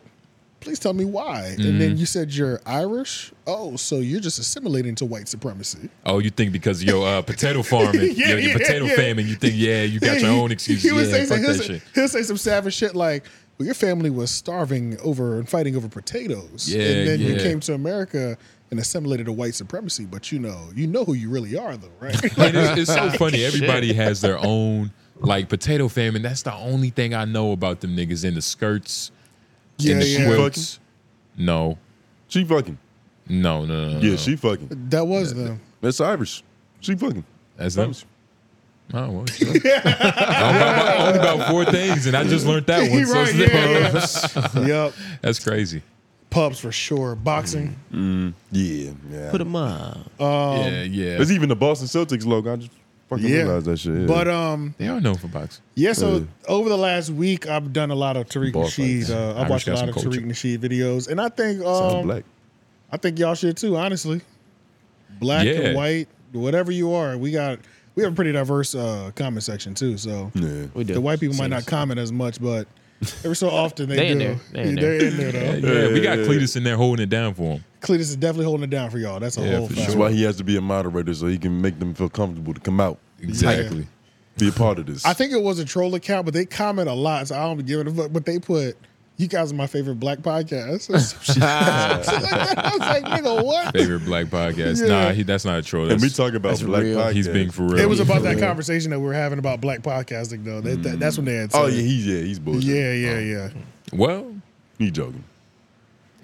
"Please tell me why." And then Mhm. you said you're Irish. Oh, so you're just assimilating to white supremacy. Oh, you think because of your uh, potato farming, Yeah, your, your yeah, potato yeah. famine, you think, yeah, you got Yeah, your he- own excuses. He would yeah, say some, fuck he'll, that say, shit. he'll say some savage shit like, "Well, your family was starving over and fighting over potatoes, Yeah, and then you yeah. came to America and assimilated to white supremacy, but you know, you know who you really are, though, right?" And it's, it's Ah, so funny. Everybody has their own like potato famine. That's the only thing I know about them niggas in the skirts, Yeah, in the yeah. quilts. No, she fucking. No, no, no, no. Yeah, no. she fucking. That was them. That's Irish. She fucking. That's them. Oh, well, sure. only, about, only about four things, and I just learned that one. so Right, yeah, yeah. Yup. That's crazy. Pubs for sure, boxing. Yeah, yeah. Put 'em up. Um, There's even the Boston Celtics logo. I just fucking Yeah. realized that shit. yeah. But, um, They are known for boxing. Yeah, so Yeah. over the last week, I've done a lot of Tariq Ball Nasheed. fights. Uh, I've Irish watched a got lot some of culture. Tariq Nasheed videos, and I think Sounds um, black. I think y'all should too. Honestly, black Yeah. and white, whatever you are, we got we have a pretty diverse uh, comment section too. So Yeah. We do. the white people might not Seems- comment as much, but every so often they, They do. in there. They in Yeah, there. They're in there though. Yeah, we got Cletus in there holding it down for him. Cletus is definitely holding it down for y'all. That's a whole fact. That's why he has to be a moderator so he can make them feel comfortable to come out. Exactly. Be a part of this. I think it was a troll account, but they comment a lot, so I don't be giving a fuck. But they put, "You guys are my favorite black podcast." Or some shit. I was like, nigga, what? Favorite black podcast. Yeah. Nah, he, that's not a troll. And That's, we talk about that's black real. He's podcasts. being for real. It was about that Yeah. conversation that we were having about black podcasting, though. That, that, that's when they had. Oh said yeah, it. he's yeah, he's bullshit. yeah, yeah, yeah. Well, he joking.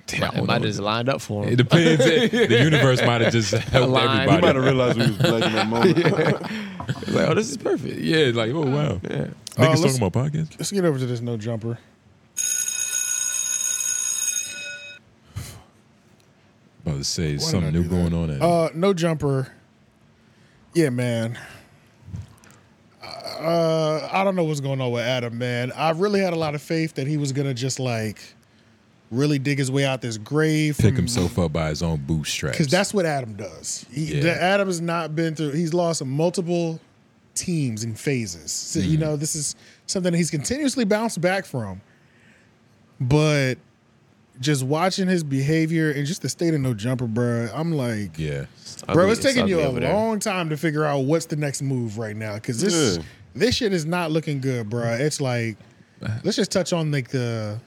Damn, I might have just lined up for him. It depends. the universe might have just helped Aligned. everybody. We might have realized we was black in that moment. It's like, oh, this is perfect. Yeah, like, oh wow. Yeah. Uh, Niggas let's- talking about podcasts. Let's get over to this no jumper. About to say did I something new going on. At Uh, no jumper. Yeah, man. Uh, I don't know what's going on with Adam, man. I really had a lot of faith that he was gonna just like really dig his way out this grave. Pick from- himself up by his own bootstraps. Because that's what Adam does. He, Yeah. the- Adam has not been through. He's lost multiple teams and phases. So, You Mhm. know, this is something that he's continuously bounced back from. But just watching his behavior and just the state of no jumper, bruh, I'm like, yeah, bro, ugly- it's it's taking you ugly a over there. long time to figure out what's the next move right now because this Yeah. this shit is not looking good, bruh. It's like, let's just touch on like the.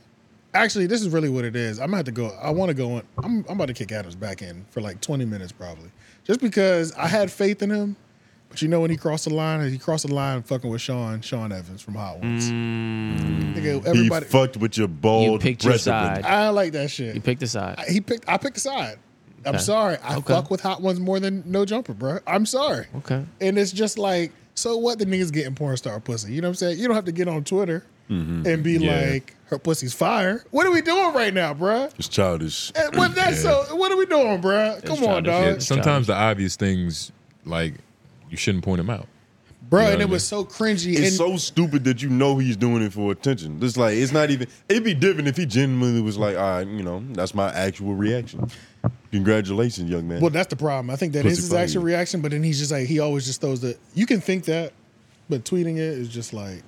Actually, this is really what it is. I'm gonna have to go. I want to go on. I'm, I'm about to kick Adams back in for like 20 minutes probably, just because I had faith in him. But you know when he crossed the line, he crossed the line fucking with Sean Sean Evans from Hot Ones. Nigga, everybody, He fucked with your bald. You picked your brethren. side. I don't like that shit. You picked a side. I- he picked. I picked a side. I'm Okay. sorry. I Okay. fuck with hot ones more than no jumper, bro. I'm sorry. Okay. And it's just like, so what? The niggas getting porn star pussy. You know what I'm saying? You don't have to get on Twitter Mm-hmm. Mhm. and be Yeah. like, her pussy's fire. What are we doing right now, bro? It's childish. And with that, so what are we doing, bro? Come on, Yeah, dog. sometimes the obvious things, like you shouldn't point them out, bro. You know and what I it was mean? so cringy. It's and so stupid that you know he's doing it for attention. It's like it's not even. It'd be different if he genuinely was like, "All right, you know, that's my actual reaction." Congratulations, young man. Well, that's the problem. I think that is Pussy his fire. actual reaction, but then he's just like he always just throws the. You can think that, but tweeting it is just like,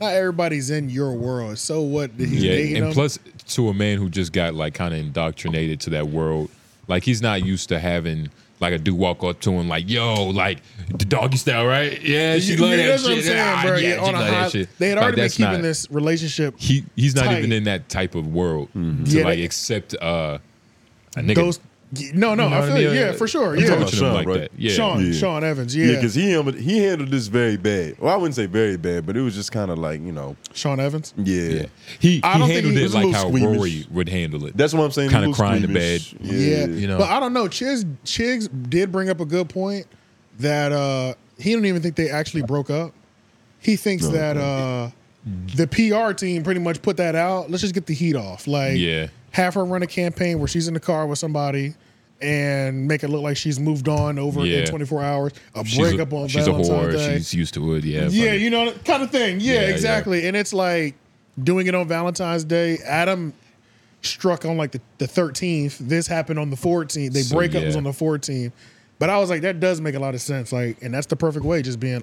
not everybody's in your world. So what? Did he yeah, dating and him? plus to a man who just got like kind of indoctrinated to that world, like he's not used to having like a dude walk up to him like, "Yo, like the doggy style, right? Yeah, she You- love you- that that's shit. what I'm saying, Ah, bro. yeah, Yeah, she on a love that high- shit." they had Like, already been that's keeping not- this relationship. He he's not tight. even in that type of world Mm-hmm. to Yeah, like that- accept uh, a nigga. Those- No, no, You know I what I feel you. mean? Yeah, for sure. I'm Yeah, talking about Sean, like that. Yeah. Sean, Sean Evans. Yeah, because he handled he handled this very bad. Well, I wouldn't say very bad, but it was just kind of like you know, Sean Evans. yeah. He, he I don't handled think he- it He's a like little how squeamish. Rory would handle it. That's what I'm saying. Kind of Little crying to bed. squeamish. Yeah. you know. But I don't know. Chiz Chigs did bring up a good point that uh he don't even think they actually broke up. He thinks that uh Mm-hmm. the PR team pretty much put that out. Let's just get the heat off. Like yeah, have her run a campaign where she's in the car with somebody and make it look like she's moved on over Yeah. in 24 hours. A She's breakup on she's a Valentine's whore. Day. She's used to it. Yeah, yeah, fuck it. you know, kind of thing. Yeah, Yeah, yeah. exactly. And it's like doing it on Valentine's Day. Adam struck on like the, the 13th. This happened on the 14th. They So, break up was yeah. on the 14th. But I was like, that does make a lot of sense. Like, and that's the perfect way, just being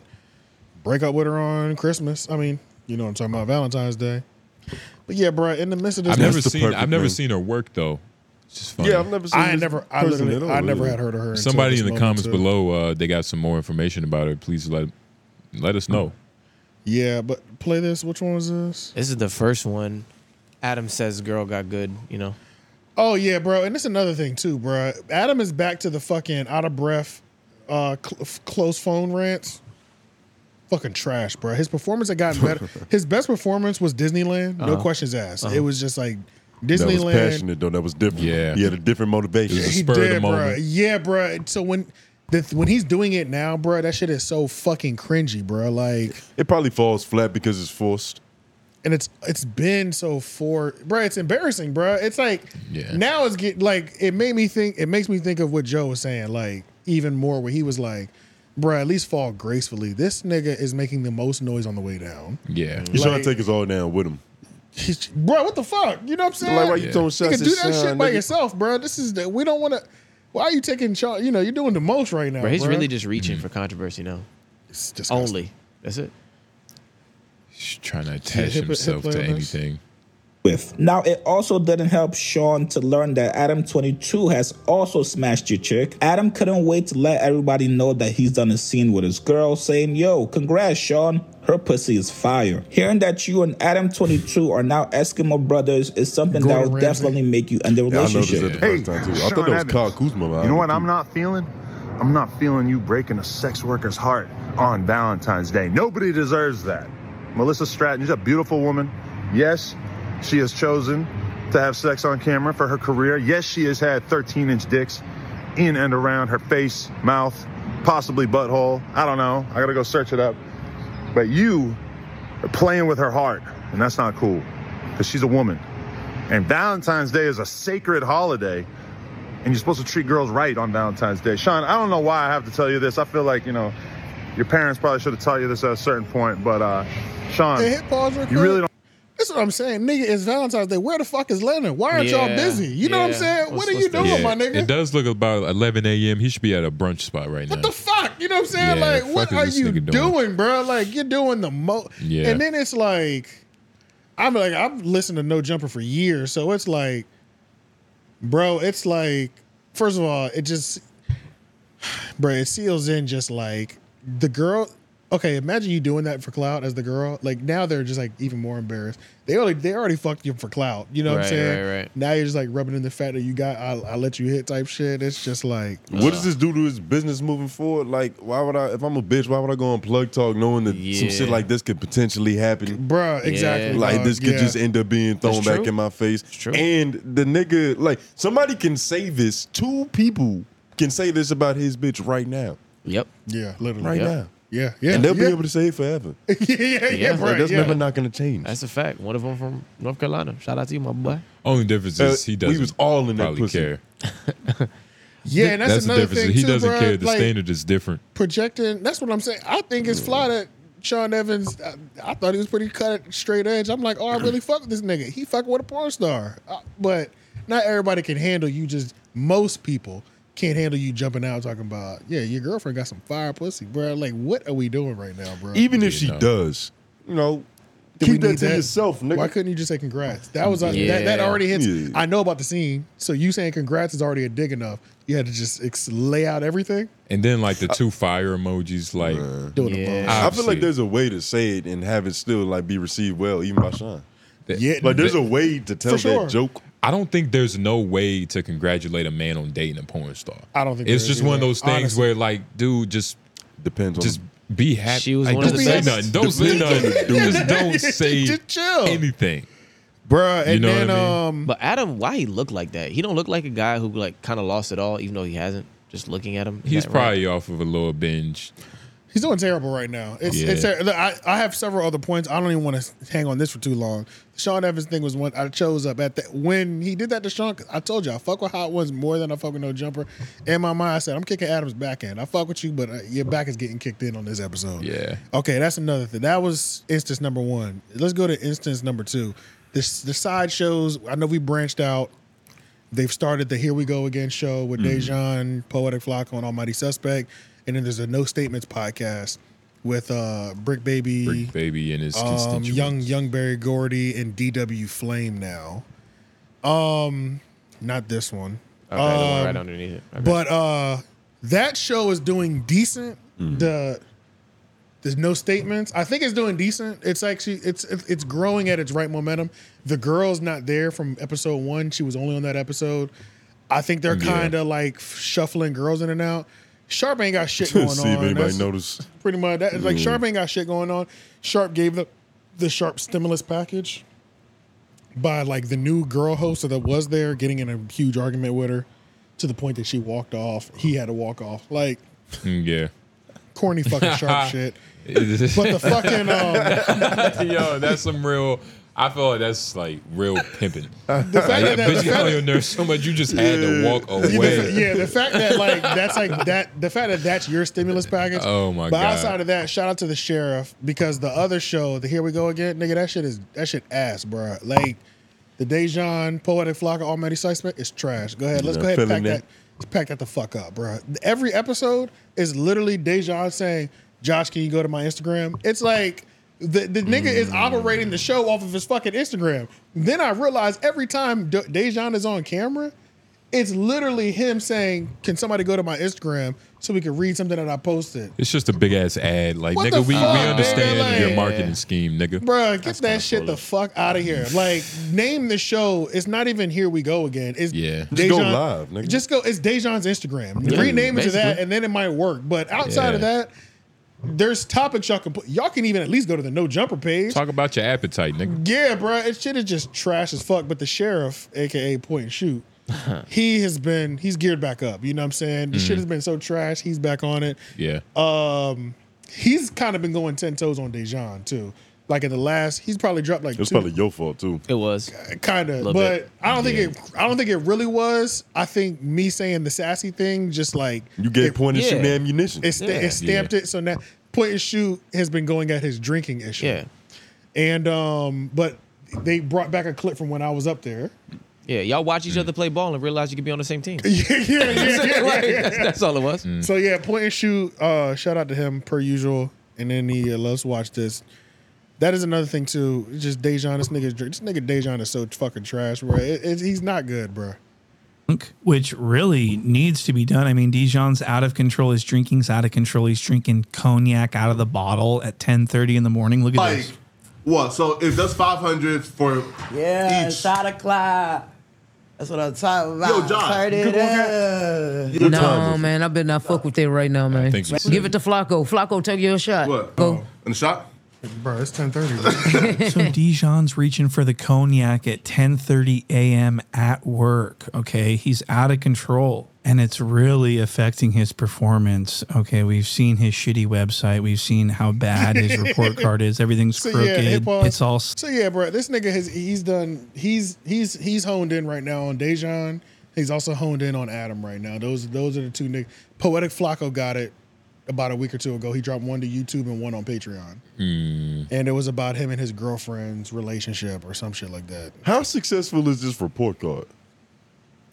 break up with her on Christmas. I mean, you know what I'm talking about, Valentine's Day. But yeah, bro, in the midst of this, I've never seen I've never seen her work though. It's just funny. Yeah, I've never seen I this never- I person literally- at all, I never really. had heard of her until Somebody this in the moment, comments too. below, uh, they got some more information about her. Please let let us know. Yeah, but play this. Which one was this? This is the first one. Adam says girl got good, you know. Oh yeah, bro, and it's another thing too, bro. Adam is back to the fucking out of breath, uh, cl- f- close phone rants. Fucking trash, bro. His performance had gotten better. His best performance was Disneyland, no Uh-huh. questions asked. Uh-huh. It was just like That was Disneyland. passionate though. That was different. Yeah, he had a different motivation. he did, bro. Yeah, bro. So when the, when he's doing it now, bro, that shit is so fucking cringy, bro. Like, It probably falls flat because it's forced. and it's it's been so for, bro. It's embarrassing, bro. It's like Yeah. now it's get like it made me think. It makes me think of what Joe was saying, like even more where he was like, bro, at least fall gracefully. This nigga is making the most noise on the way down. Yeah, he's trying Like- to take us all down with him. Bro, what the fuck? You know what I'm saying? Like, why you throwing shots can at do that Sean, shit by nigga? yourself, bro. This is the, we don't want to. Why are you taking charge? You know, you're doing the most right now. Bro, he's bruh. really just reaching Mm. for controversy now. It's Only. That's it. He's trying to Yeah, attach hip- hip himself play to on this. anything. with. Now, it also didn't help Sean to learn that Adam 22 has also smashed your chick. Adam couldn't wait to let everybody know that he's done a scene with his girl, saying, Yo, congrats, Sean. Her pussy is fire. Hearing that you and Adam 22 are now Eskimo brothers is something that Gordon will Ramsay. definitely make you end the Yeah, I noticed relationship. that the first time too. I thought that was Kyle Kuzma. but I You know what don't I'm not feeling? I'm not feeling you breaking a sex worker's heart on Valentine's Day. Nobody deserves that. Melissa Stratton, she's a beautiful woman. Yes, she has chosen to have sex on camera for her career. Yes, she has had 13 inch dicks in and around her face, mouth, possibly butthole. I don't know. I gotta go search it up. But you are playing with her heart, and that's not cool because she's a woman. And Valentine's Day is a sacred holiday and you're supposed to treat girls right on Valentine's Day. Sean, I don't know why I have to tell you this. I feel like you know, your parents probably should have told you this at a certain point, but uh, Sean, Hey, hit pause real you quick. really don't. That's what I'm saying, nigga. It's Valentine's Day. Where the fuck is Lennon? Why aren't y'all Yeah. busy? You know what I'm Yeah. saying? what are you doing, my nigga? It does look about 11 a.m. He should be at a brunch spot right now. the fuck? You know what I'm saying? Yeah, like, fuck what is are this you doing? nigga doing? bro? Like, you're doing the mo. Yeah. And then it's like, I'm like, I've listened to No Jumper for years, so it's like, bro, it's like, first of all, it just, bro, it seals in just like the girl. Okay, imagine you doing that for clout as the girl. Like now they're just like even more embarrassed. They already they already fucked you for clout. You know what I'm Right, saying? right, right. Now you're just like rubbing in the fact that you got I, I let you hit type shit. It's just like What does this do to his business moving forward? Like, why would I? If I'm a bitch, why would I go on plug talk knowing that some Yeah. shit like this could potentially happen, Bruh, exactly, Like dog, this could yeah. just end up being thrown It's back true. in my face. And the nigga, like, somebody can say this. Two people can say this about his bitch right now. Yep. Yeah, literally. Right Yep. now. Yeah, yeah, And they'll yeah. be able to say it forever. yeah, yeah, Yeah, bro, that's yeah. never not going to change. That's a fact. One of them from North Carolina. Shout out to you, my boy. Only difference is Uh, he we doesn't. was all in that probably pussy. care. Yeah, and that's, the another difference. thing he too, doesn't bruh. care. The Like, standard is different. projecting. That's what I'm saying. I think it's fly that Sean Evans. I, I thought he was pretty cut straight edge. I'm like, oh, I really fuck with this nigga. He fuck with a porn star, Uh, but not everybody can handle you. Just most people can't handle you jumping out talking about, yeah, your girlfriend got some fire pussy, bro. Like, what are we doing right now, bro? Even if she does, you know, keep that to yourself, nigga. Why couldn't you just say congrats? That was uh, that, that Yeah. already hits. Yeah. I know about the scene, so you saying congrats is already a dig enough. You had to just ex- lay out everything. And then like the two fire emojis, like Doing the Yeah. most. I feel like there's a way to say it and have it still like be received well, even by Sean. Yeah, like there's a way to tell that joke. I don't think there's no way to congratulate a man on dating a porn star. I don't think it's there just is one of either, those things honestly. where like, dude, just depends. Just be happy. She was Like, one of don't the say best. nothing. Don't say nothing. Just don't say Just chill. anything, Bruh, You know what I mean? um, but Adam, why he look like that? He don't look like a guy who like kind of lost it all, even though he hasn't. Just looking at him, Is He's that right? probably off of a lower binge. He's doing terrible right now. It's, Yeah. it's ter- I, I have several other points. I don't even want to hang on this for too long. The Sean Evans thing was one I chose up at that when he did that to Sean. 'cause I told you I fuck with Hot Ones more than I fuck with No Jumper. In my mind, I said I'm kicking Adam's back end. I fuck with you, but uh, your back is getting kicked in on this episode. Yeah. Okay, that's another thing. That was instance number one. Let's go to instance number two. This the side shows. I know we branched out. They've started the Here We Go Again show with Mhm. Mm-hmm. Dejan, Poetic Flocko, and Almighty Suspect, and then there's a No Statements podcast with uh, Brick Baby, Brick Baby and his um, constituents. young young Barry Gordy and DW Flame now. Um, not this one. Okay, the one right Um, underneath it. Okay. But uh, that show is doing decent. Mm. The there's no statements. I think it's doing decent. It's actually it's it's it's growing at its right momentum. The girl's not there from episode one. She was only on that episode. I think they're Yeah. kind of like shuffling girls in and out. Sharp ain't got shit going See on. if anybody That's noticed. Pretty much that. Like Mm. Sharp ain't got shit going on. Sharp gave the the Sharp stimulus package by like the new girl host that was there getting in a huge argument with her to the point that she walked off. He had to walk off. Like Mm, Yeah. corny fucking sharp shit. But the fucking, um, yo, that's some real. I feel like that's like real pimping. fact that- like, that the bitch got fact- on your nerves so much, you just had to walk away. Yeah, the fact that like that's like that the fact that that's your stimulus package. Oh, my but God. outside of that, shout out to the sheriff because the other show, the Here We Go Again, nigga, that shit is that shit ass, bro. Like the Dejan Poetic Flock Almighty Suspect is trash. Go ahead, let's Yeah, go ahead and pack feeling that. that. Let's pack that the fuck up, bro. Every episode is literally Dejan saying, "Josh, can you go to my Instagram?" It's like. The, the nigga is Mm. operating the show off of his fucking Instagram. Then I realize every time De- Dejan is on camera, it's literally him saying, "Can somebody go to my Instagram so we can read something that I posted?" It's just a big ass ad. Like, What the nigga, we, fuck, we nigga? understand your Like- marketing scheme, nigga. Bruh, get that shit the fuck out of here. Like, name the show. It's not even here we go again. It's Yeah. Just go live, nigga. Just go. It's Dejan's Instagram. Yeah, Rename it to that, basically. and then it might work. But outside of Yeah. that, there's topics y'all can put. Y'all can even at least go to the no jumper page. Talk about your appetite, nigga. Yeah, bruh, It shit is just trash as fuck. But the sheriff, aka Point and Shoot, he has been he's geared back up. You know what I'm saying? The shit Mhm. has been so trash. He's back on it. Yeah. Um, he's kind of been going ten toes on Dejan too. Like at the last, he's probably dropped like It's two, probably your fault too. It was kind of, Little but bit. I don't think it. I don't think it really was. I think me saying the sassy thing just like You gave it, point and shoot ammunition. It, sta- Yeah. it stamped it. So now point and shoot has been going at his drinking issue. Yeah, and um, but they brought back a clip from when I was up there. Yeah, y'all watch Mm. each other play ball and realize you could be on the same team. yeah, yeah, yeah, Like, yeah. That's, that's all it was. Mm. So yeah, point and shoot. Uh, shout out to him per usual. And then he uh, let's watch this. That is another thing too. It's just Dejan. This nigga, this nigga Dejan is so fucking trash, bro. It, it, he's not good, bro. which really needs to be done. I mean, Dijon's out of control. His drinking's out of control. He's drinking cognac out of the bottle at 10.30 in the morning. Look at Like, this. what? So if that's 500 for. Yeah, shot o'clock. That's what I'm talking about. Yo, Josh, Turn it good one, up. No, man, I better not fuck with that right now, man. think so. Give it to Flacco. Flacco, take your shot. What? Go. In the shop? Bro, it's 10.30. so Dijon's reaching for the cognac at 10:30 a.m. at work. Okay, he's out of control, and it's really affecting his performance. Okay, we've seen his shitty website. We've seen how bad his report card is. Everything's So, yeah, crooked. hit pause. it's all s- So yeah, bro, this nigga has he's done he's he's he's honed in right now on Dejan. He's also honed in on Adam right now. Those those are the two niggas. Poetic Flacco got it about a week or two ago. He dropped one to YouTube and one on Patreon. Hmm. And it was about him and his girlfriend's relationship or some shit like that. How successful is this report card?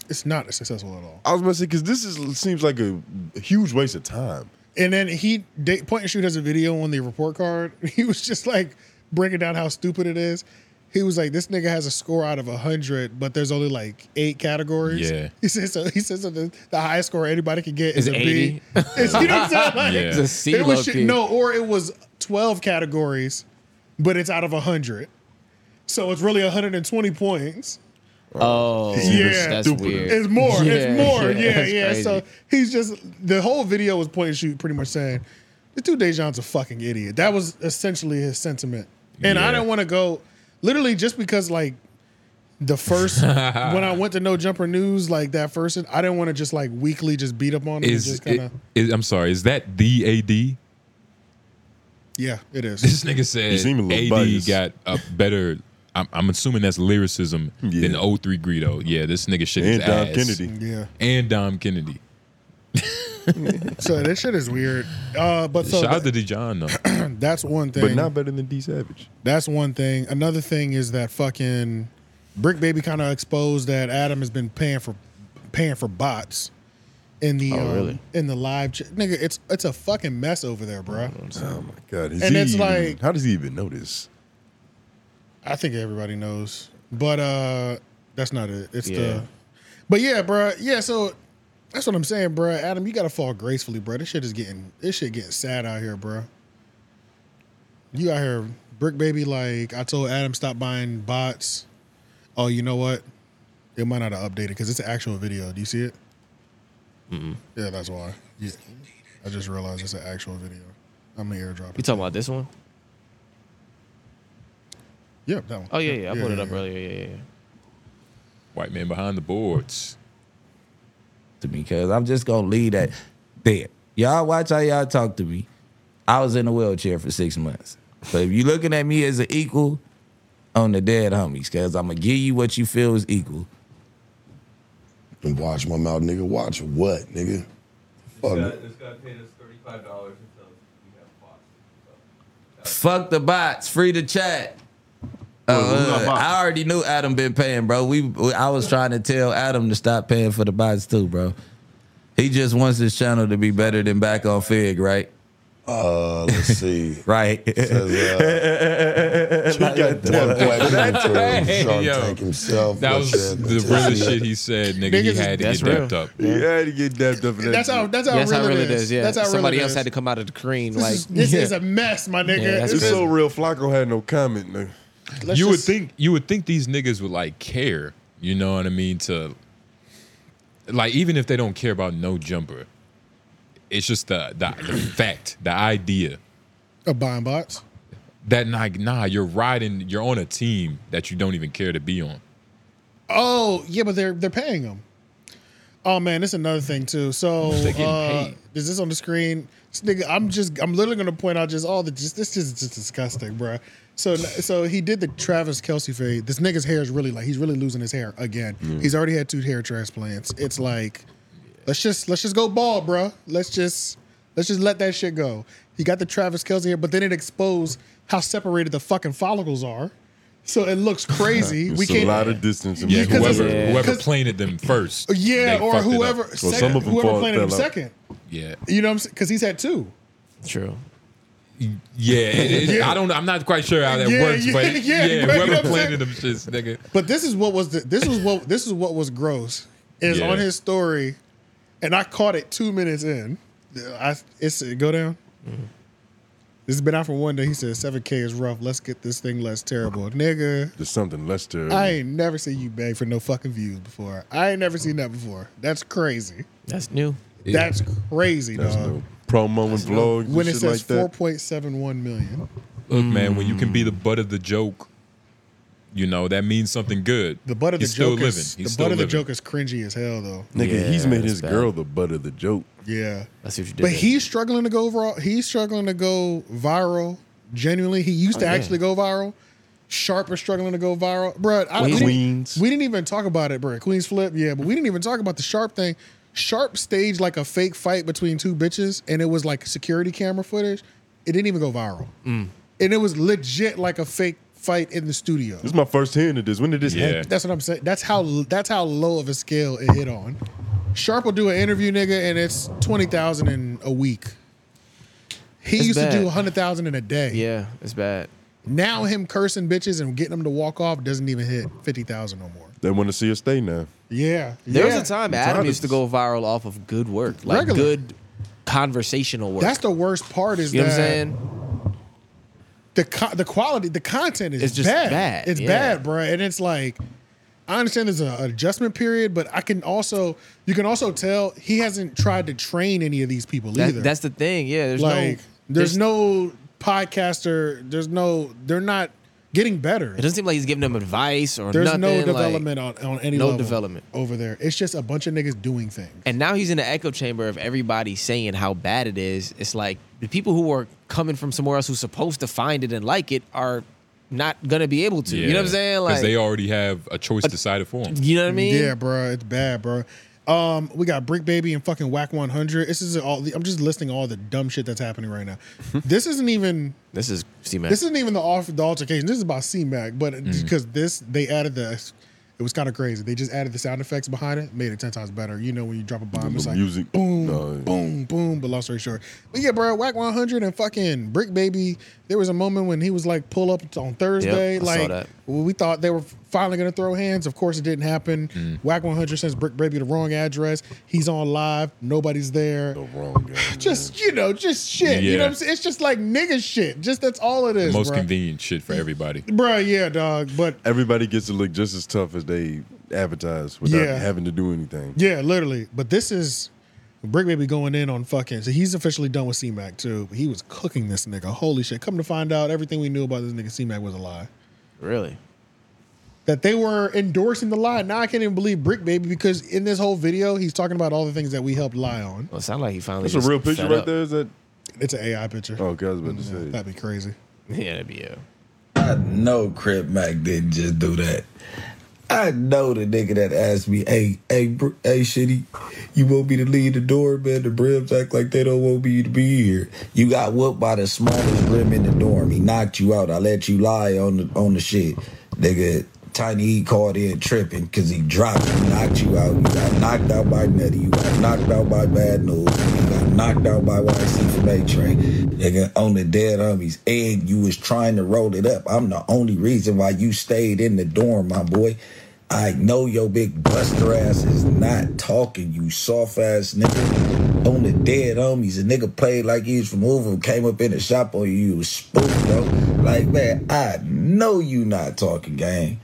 It's not successful at all. I was about to say because this is seems like a oh huge waste of time. And then he da- point and shoot has a video on the report card. He was just like breaking down how stupid it is. He was like, "This nigga has a score out of hundred, but there's only like eight categories." Yeah. He says so. He says so the, the highest score anybody could get is Is a 80? B. It's- you know what I'm saying? Like, Yeah. It's a C it was low shit- key. no, or it was twelve categories, but it's out of hundred, so it's really 120 points. Oh, yeah, that's weird. It's more. Yeah, it's more. Yeah, yeah. that's crazy. So he's just the whole video was point and shoot, pretty much saying, "This dude Dejan's a fucking idiot." That was essentially his sentiment, and I Yeah. didn't want to go. Literally, just because like the first when I went to No Jumper News, like that first, I didn't want to just like weekly just beat up on him. and Is, just kind of it- is- I'm sorry. Is that the AD? yeah, it is. This nigga said You seem a little AD biased. got a better. I'm, I'm assuming that's lyricism than 03 Greedo. Yeah, this nigga shit is And Dom ass. Kennedy. Yeah. and Dom Kennedy. so that shit is weird. Uh, but so Shout out to Dijon though. that's one thing. But not better than D Savage. That's one thing. Another thing is that fucking Brick Baby kind of exposed that Adam has been paying for paying for bots in the Oh, um, really? in the live ch- nigga. It's it's a fucking mess over there, bro. Oh my god! Is And he it's even- like- how does he even know this? I think everybody knows, but uh that's not it. It's Yeah. the but yeah, bro. Yeah, so that's what I'm saying, bro. Adam, you gotta fall gracefully, bro. This shit is getting this shit getting sad out here, bro. You out here, brick baby. Like I told Adam, stop buying bots. Oh, you know what? It might not have updated because it's an actual video. Do you see it? Yeah, that's why. Yeah. I just realized it's an actual video. I'm gonna airdrop You it. talking about this one? Yeah, that one. Oh yeah, yeah. I pulled it up yeah. earlier. Yeah, yeah. yeah. White man behind the boards. to me because I'm just gonna leave that there. Y'all watch how y'all talk to me. I was in a wheelchair for six months. So if you looking at me as an equal on the dead homies, cause I'm gonna give you what you feel is equal. And watch my mouth, nigga. Watch what, nigga? Fuck, nigga. Fuck the bots, free the chat. who's Uh, not bots? I already knew Adam been paying, bro. We, we- I was trying to tell Adam to stop paying for the bots too, bro. He just wants his channel to be better than back on Fig, right? Uh, let's see. uh, right. You got that black man That's from right, Shark yo. Tank himself. That was What's the realest shit he said, nigga. He Niggas is- had to get That's real. dapped up. He had to get dapped up. that That's shit. how- that's how real it is. Yeah. That's how real Somebody it else is. had to come out of the cream. This like is this yeah. is a mess, my nigga. Yeah, that's This it's is- so real. Flacco had no comment. Nigga. Let's you would just- think you would think these niggas would like care. You know what I mean? To like even if they don't care about no jumper, it's just the the, the fact, the idea a buying bots. that like nah, you're riding, you're on a team that you don't even care to be on. Oh yeah, but they're they're paying them. Oh man, this is another thing too. So They're getting uh, paid. is this on the screen? This nigga, I'm just I'm literally gonna point out just all the just this is just disgusting, bruh. So so he did the Travis Kelsey fade. This nigga's hair is really like he's really losing his hair again. He's already had two hair transplants. It's like let's just let's just go ball, bruh. Let's just let's just let that shit go. He got the Travis Kelsey hair, but then it exposed how separated the fucking follicles are. so it looks crazy. we can't. a lot of distance. in Yeah, between. whoever whoever planted them first. yeah, they or fucked it up. whoever. Second, whoever planted him second. Yeah. You know what I'm saying? Because he's had two. True. Yeah, it- it- Yeah. I don't. I'm not quite sure how that Yeah, works, yeah, but yeah, yeah, you know what I'm whoever saying? planted them shits, nigga. But this is what was the, this is what this is what was gross is Yeah. on his story, and I caught it two minutes in. I it's go down. Mm-hmm. This has been out for one day. He said seven K is rough. Let's get this thing less terrible, nigga. There's something less terrible. I ain't never seen you beg for no fucking views before. I ain't never seen that before. That's crazy. That's new. That's crazy, That's dog. no promo and vlogs. and When it shit says like that. four point seven one million, Look, man, when you can be the butt of the joke, you know that means something good. the butt of He's the still joke living. is He's the still butt of the living. joke is cringy as hell though. Nigga, he's Yeah, made that's his bad. girl the butt of the joke. Yeah, I see what you But he's struggling to go overall. He's struggling to go viral. Genuinely, he used Oh, to yeah. actually go viral. Sharp is struggling to go viral, bro. Queens. Queens. We didn't even talk about it, bro. Queens flip, yeah, but we didn't even talk about the Sharp thing. Sharp staged like a fake fight between two bitches, and it was like security camera footage. It didn't even go viral, Mm. and it was legit like a fake fight in the studio. This is my first hearing of this. When did this happen? That's what I'm saying. That's how that's how low of a scale it hit on. Sharp will do an interview, nigga, and it's twenty thousand in a week. He It's used to bad. do hundred thousand in a day. Yeah, it's bad. Now him cursing bitches and getting them to walk off doesn't even hit fifty thousand no more. They want to see us stay now. Yeah, There was yeah. a time Adam used to go viral off of good work, like Regular. good conversational work. That's the worst part. Is you know that what I'm saying? the co- the quality, the content is It's just bad. bad, It's yeah. bad, bro. And it's like, I understand there's an adjustment period, but I can also you can also tell he hasn't tried to train any of these people That- either. that's the thing. Yeah, there's like no, there's no podcaster. There's no. They're not getting better. It doesn't seem like he's giving them advice or There's nothing. no like- development on, on any no level development. over there. It's just a bunch of niggas doing things. And now he's in the echo chamber of everybody saying how bad it is. It's like the people who are coming from somewhere else who's supposed to find it and like it are not gonna be able to. You know what I'm saying? Like because they already have a choice decided for them. You know what I mean? Yeah, bro, it's bad, bro. Um, we got Brick Baby and fucking Whack 100. This is all. I'm just listing all the dumb shit that's happening right now. Hmm. this isn't even. This is C This isn't even the off the altercation. This is about CMAC, but Hmm. because this they added the. It was kind of crazy. They just added the sound effects behind it, made it ten times better. You know when you drop a bomb, it's The like music. boom, No. boom, boom. But long story short, but yeah, bro, Whack 100 and fucking Brick Baby. There was a moment when he was like pull up on Thursday. Yep, I saw like that. we thought they were finally gonna throw hands. Of course, it didn't happen. Mm. Whack 100 sends Brick Baby the wrong address. He's on live. Nobody's there. The wrong. just you know, just shit. You know Yeah. what I'm saying? It's just like nigga shit. Just that's all it is. Most bro. convenient shit for everybody. Bruh, yeah, dog. But Everybody gets to look just as tough as they advertise without Yeah. having to do anything. yeah, literally. But this is Brick Baby going in on fucking. So he's officially done with C-Mac too. But he was cooking this nigga. Holy shit. Come to find out, everything we knew about this nigga C-Mac was a lie. Really? That they were endorsing the lie. Now I can't even believe Brick Baby because in this whole video, he's talking about all the things that we helped lie on. Well, it sounds like he finally. That's a just real picture fed right up. there. Is that? It's an AI picture. Oh, okay, I was about to say. That'd be crazy. Yeah, that'd be it. I know Crip Mac didn't just do that. I know the nigga that asked me, hey, hey, br- hey, shitty, you want me to leave the door, man? The brims act like they don't want me to be here. You got whooped by the smartest brim in the dorm. He knocked you out. I let you lie on the on the shit. Nigga, Tiny E called in tripping because he dropped you, knocked you out. You got knocked out by Nutty. You got knocked out by Bad News. You got knocked out by YC from A Train. Nigga, on the dead homies. Egg, you was trying to roll it up. I'm the only reason why you stayed in the dorm, my boy. I know your big buster ass is not talking, you soft ass nigga. On the dead homies, a nigga played like he was from Hoover, came up in the shop on you, you was spooked, bro. Like, man, I know you not talking, gang.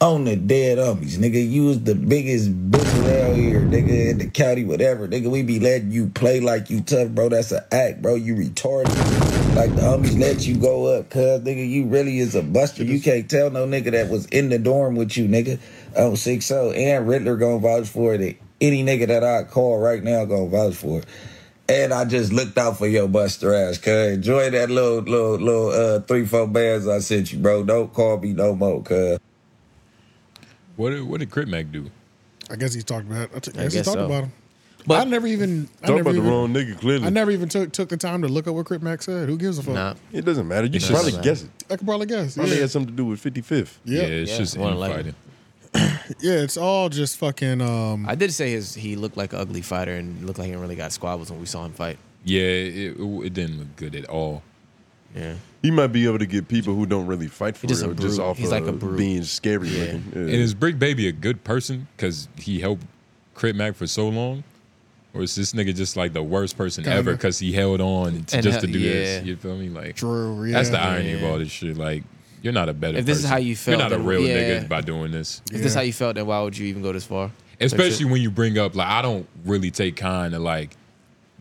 On the dead homies, nigga, you was the biggest bitch around here, nigga, in the county, whatever. Nigga, we be letting you play like you tough, bro. That's an act, bro. You retarded. Like the homies let you go up, cuz nigga, you really is a buster. You can't tell no nigga that was in the dorm with you, nigga. Oh six oh. And Riddler gonna vouch for it. Any nigga that I call right now gonna vouch for it. And I just looked out for your buster ass, cuz. Enjoy that little little little uh three, four bands I sent you, bro. Don't call me no more, cuz. What did, what did Crit Mac do? I guess he's talking about. I, t- guess I he's guess talking so. about him. But I never even I Talk never about the even, wrong nigga, clearly. I never even took took the time to look up what Crip Mac said. Who gives a fuck? Nah. It doesn't matter. You It's can probably just- guess it. I could probably guess. Probably Yeah. had something to do with 55th. Yeah. Yeah, it's Yeah. just infighting. yeah, it's all just fucking. Um, I did say his he looked like an ugly fighter and looked like he really got squabbles when we saw him fight. Yeah, it, it didn't look good at all. Yeah. He might be able to get people who don't really fight for just a real just brute. off He's of like a brute. being scary Yeah. looking. Yeah. And is Brick Baby a good person because he helped Crit Mac for so long? Or is this nigga just like the worst person Kinda. ever because he held on to, And just hel- to do yeah. this? You feel me? Like True, yeah. that's the irony of Yeah. all this shit. Like you're not a better. If this is person. how you felt, you're not a then- real yeah. nigga by doing this. If this how you felt, then why would you even go this far? Especially when you bring up like I don't really take kind of like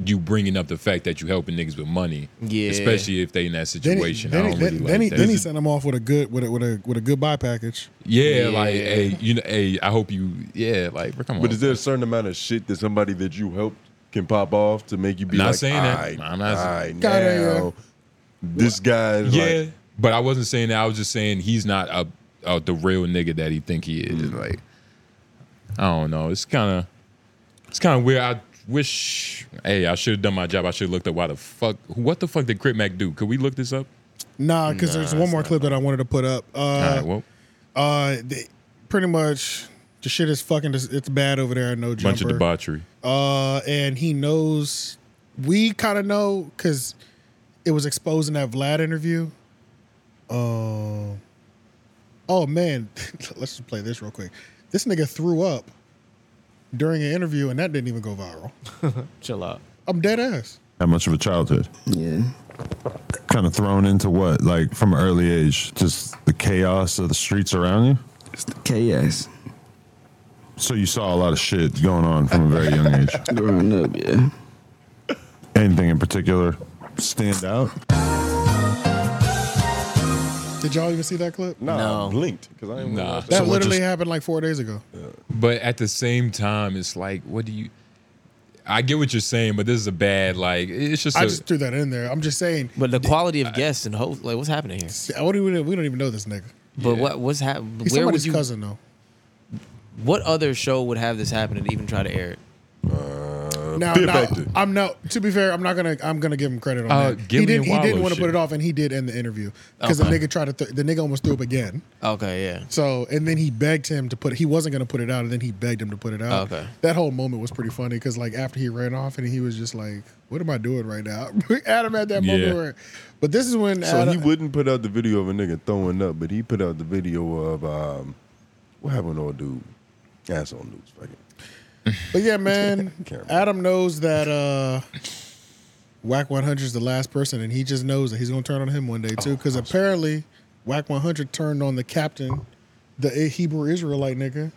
you bringing up the fact that you helping niggas with money. Yeah. Especially if they in that then he- situation. then I he- don't then- really like then he- that. then he sent him off with a good with a with a with a goodbye package. Yeah, like hey, you know, hey, I hope you, yeah, like come on. But is there a certain amount of shit that somebody that you helped can pop off to make you be Not like, saying that. "Aight, I'm not- aight, Gotta, now, yeah. this guy, is yeah, like, but I wasn't saying that. I was just saying he's not a, a the real nigga that he think he is. Like, I don't know. It's kind of, it's kind of weird. I wish, hey, I should have done my job. I should have looked up why the fuck, what the fuck did Crit Mac do? Could we look this up? Nah, because there's Nah, one more clip that I wanted to put up. Uh, All right, well, uh, they, pretty much the shit is fucking. It's bad over there. at No jumper. bunch of debauchery. Uh, and he knows. We kind of know because it was exposed in that Vlad interview. Uh, oh man, let's just play this real quick. This nigga threw up during an interview, and that didn't even go viral. Chill out. I'm dead ass. That much of a childhood. Yeah. Kind of thrown into what? Like from an early age, just the chaos of the streets around you? It's the chaos. So you saw a lot of shit going on from a very young age? Growing up, yeah. Anything in particular stand out? Did y'all even see that clip? nah, I blinked because I didn't Nah. watch That So we're literally just- happened like four days ago. But at the same time, it's like, what do you? I get what you're saying, but this is a bad like. It's just I a- just threw that in there. I'm just saying. But the quality of guests and host, like what's happening here? What do we, we don't even know this nigga. But what what's happening? He's Where somebody's would you? cousin though. What other show would have this happen and even try to air it? Uh, Uh, Now, Fear now Factor. I'm not. To be fair, I'm not gonna. I'm gonna give him credit on Uh, that. give he me didn't. He Wallow didn't want to put it shit. off, and he did end the interview because Okay. the nigga tried to. Th- the nigga almost threw up again. Okay, yeah. So and then he begged him to put. He wasn't gonna put it out, and then he begged him to put it out. Oh, Okay. That whole moment was pretty funny because like after he ran off, and he was just like, "What am I doing right now?" Adam had that moment Yeah. where. But this is when. So Adam, he wouldn't put out the video of a nigga throwing up, but he put out the video of um, what happened to old dude? That's on news. Fucking. But yeah, man, Adam knows that uh Whack 100 is the last person, and he just knows that he's gonna turn on him one day Oh, too. Because apparently, Whack 100 turned on the captain, the Hebrew Israelite nigga.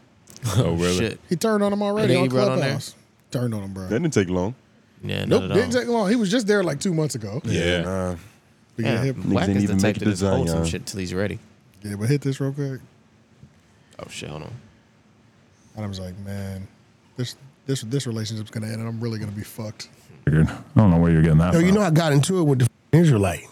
Oh really? Shit. He turned on him already Nigga on he brought on there? Clubhouse. Turned on him, bro. That didn't take long. Yeah, nope, didn't take long. He was just there like two months ago. Yeah. Nah. But yeah, hip- Niggas Whack is the didn't even type make to the just hold some Zion. shit till he's ready. Yeah, but hit this real quick. Oh shit, hold on. Adam's like, man, this this this relationship's gonna end, and I'm really gonna be fucked. Figured. I don't know where you're getting that Yo, from. you know I got into it with the f***ing Israelite.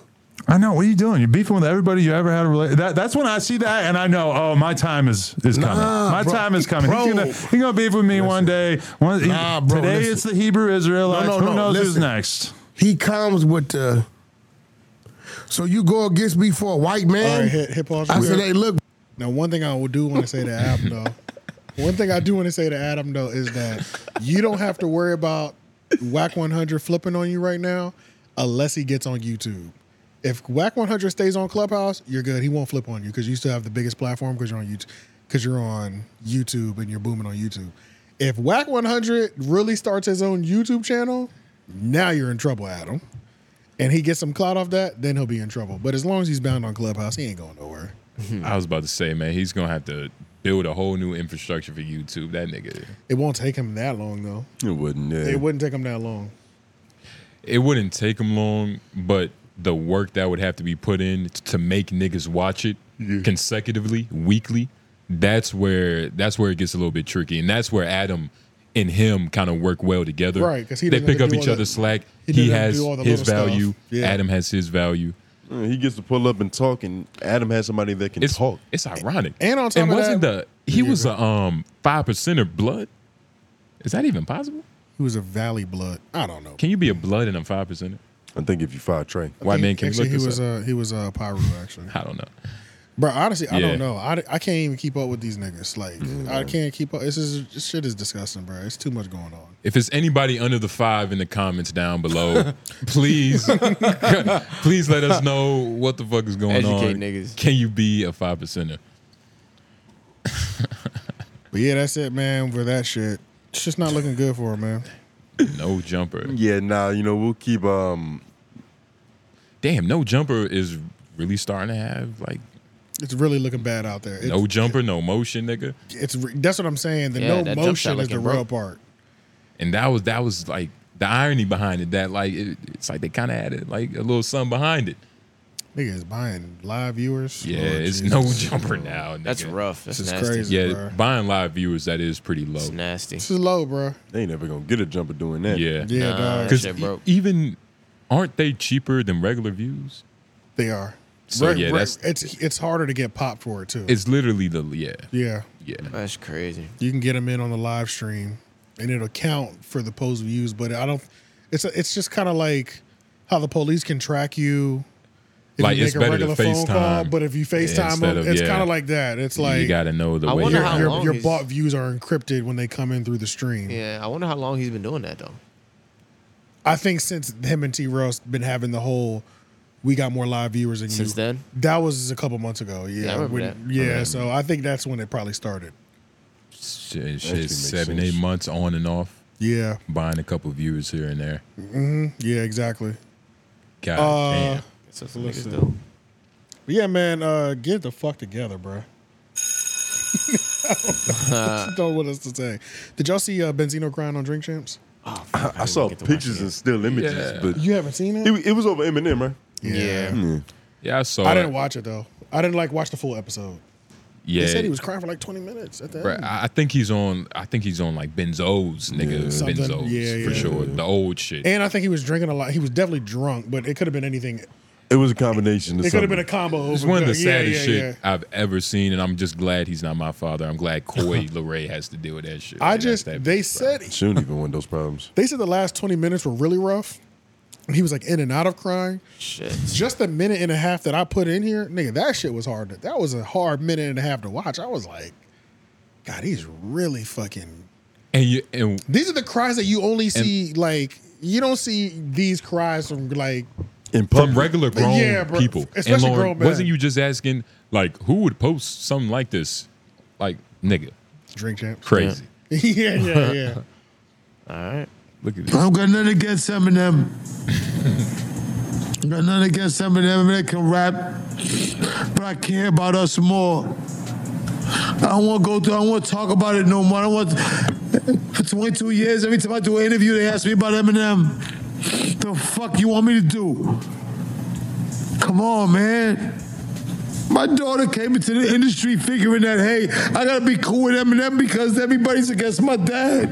I know. What are you doing? You're beefing with everybody you ever had a relationship. That, that's when I see that, and I know. Oh, my time is is coming. Nah, my bro. time is coming. He's Bro. gonna he gonna beef with me one day. One, Nah, bro, today listen. it's the Hebrew Israelites. Who knows who's listen. next? He comes with the. So you go against me for a white man? All right, hit, hit pause. I real said, quick. hey, look. Now, one thing I would do want to say to Adam though, one thing I do want to say to Adam though is that you don't have to worry about Whack 100 flipping on you right now, unless he gets on YouTube. If Whack 100 stays on Clubhouse, you're good. He won't flip on you because you still have the biggest platform because you're on YouTube, because you're on YouTube and you're booming on YouTube. If Whack 100 really starts his own YouTube channel, now you're in trouble, Adam. And he gets some clout off that, then he'll be in trouble. But as long as he's bound on Clubhouse, he ain't going nowhere. I was about to say, man, he's gonna have to build a whole new infrastructure for YouTube. That nigga, It won't take him that long though. it wouldn't. Yeah. It wouldn't take him that long. it wouldn't take him long, but the work that would have to be put in t- to make niggas watch it consecutively, weekly, that's where that's where it gets a little bit tricky, and that's where Adam and him kind of work well together. Right, 'cause he they doesn't pick have up to do each all other's the- slack. he He, doesn't have to has do all the his little stuff. value. Yeah. Adam has his value. Yeah, He gets to pull up and talk, and Adam has somebody that can talk. It's ironic. And on top and of wasn't that, the he was a um five percenter blood? Is that even possible? He was a Valley Blood. I don't know. Can you be a blood and I'm five percent? I think if you five Trey, I white think man can you actually look he this was up. a he was a Pyro actually. I don't know. Bro, honestly, I Yeah. don't know. I, I can't even keep up with these niggas. Like I can't keep up. This is this shit is disgusting, bro. It's too much going on. If it's anybody under the five in the comments down below, please, please let us know what the fuck is going Educate on. niggas. Can you be a five percenter? But yeah, that's it, man. For that shit, it's just not looking good for him, man. No jumper. Yeah, nah. You know we'll keep. um Damn, no jumper is really starting to have like It's really looking bad out there. It's, no jumper, no motion, nigga. it's re- that's what I'm saying. The Yeah, that no jump shot motion is the looking real broke. part. And that was that was like the irony behind it. That like it, it's like they kind of had it like a little something behind it. Nigga is buying live viewers. Yeah, Lord it's Jesus. no jumper now. Nigga. That's rough. That's Oh, This is nasty. crazy, yeah, bro. buying live viewers that is pretty low. It's nasty. This is low, bro. They ain't never gonna get a jumper doing that. Yeah, Yeah, Nah, dog. that Because shit broke. even aren't they cheaper than regular views? They are. So Right- yeah, right- that's it's it's harder to get popped for it too. it's literally the yeah yeah, yeah. That's crazy. you can get them in on the live stream, and it'll count for the post views. But I don't. It's a, it's just kind of like how the police can track you. Like, it's better to FaceTime. but if you Yeah, FaceTime instead them, of- it's yeah. kind of like that. It's You like gotta know the I your, way wonder around. how your, long your he's- bought views are encrypted when they come in through the stream. Yeah, I wonder how long he's been doing that though. I think since him and T Ross been having the whole we got more live viewers than you. Since then? That was a couple months ago. Yeah. Yeah, I remember when- that. yeah, I remember. so I think that's when it probably started. Shit, actually shit makes seven sense. eight months on and off. Yeah, buying a couple viewers here and there. hmm Yeah, exactly. God Uh, damn. Guess that's what niggas listen. do. But yeah, man, uh, get the fuck together, bro. I Uh, don't know what else to say. Did y'all see uh, Benzino crying on Drink Champs? I, I saw pictures and still images, Yeah. but You haven't seen it? it, it was over Eminem, right? Yeah. Yeah, I saw. I didn't it. watch it though. I didn't like watch the full episode. Yeah, They said he was crying for like 20 minutes at the Bruh, end. I I think he's on. I think he's on like Benzo's nigga. Something. Benzo's Yeah, yeah. for sure. The old shit. And I think he was drinking a lot. He was definitely drunk, but it could have been anything. It was a combination. It could have been a combo. It's over- one of the yeah, saddest yeah, shit yeah. I've ever seen, and I'm just glad he's not my father. I'm glad Coy Leray has to deal with that shit. I Like, that's just that- they said Shouldn't even win those problems. they said the last twenty minutes were really rough. He was like in and out of crying. Shit. Just the minute and a half that I put in here, nigga, that shit was hard. That was a hard minute and a half to watch. I was like, God, he's really fucking. and you and These are the cries that you only see like you don't see these cries from like from regular grown Yeah, bro. people. and Especially Lauren, grown men. wasn't you just asking like who would post something like this? Like nigga, drink champs. crazy. yeah, yeah, yeah. All right, look at I don't got nothing against Eminem. got nothing against Eminem. Eminem can rap, but I care about us more. I don't want to go through. I don't want to talk about it no more. I don't want. For 22 years, every time I do an interview, they ask me about Eminem. The fuck you want me to do? Come on, man. My daughter came into the industry figuring that, hey, I gotta be cool with Eminem because everybody's against my dad.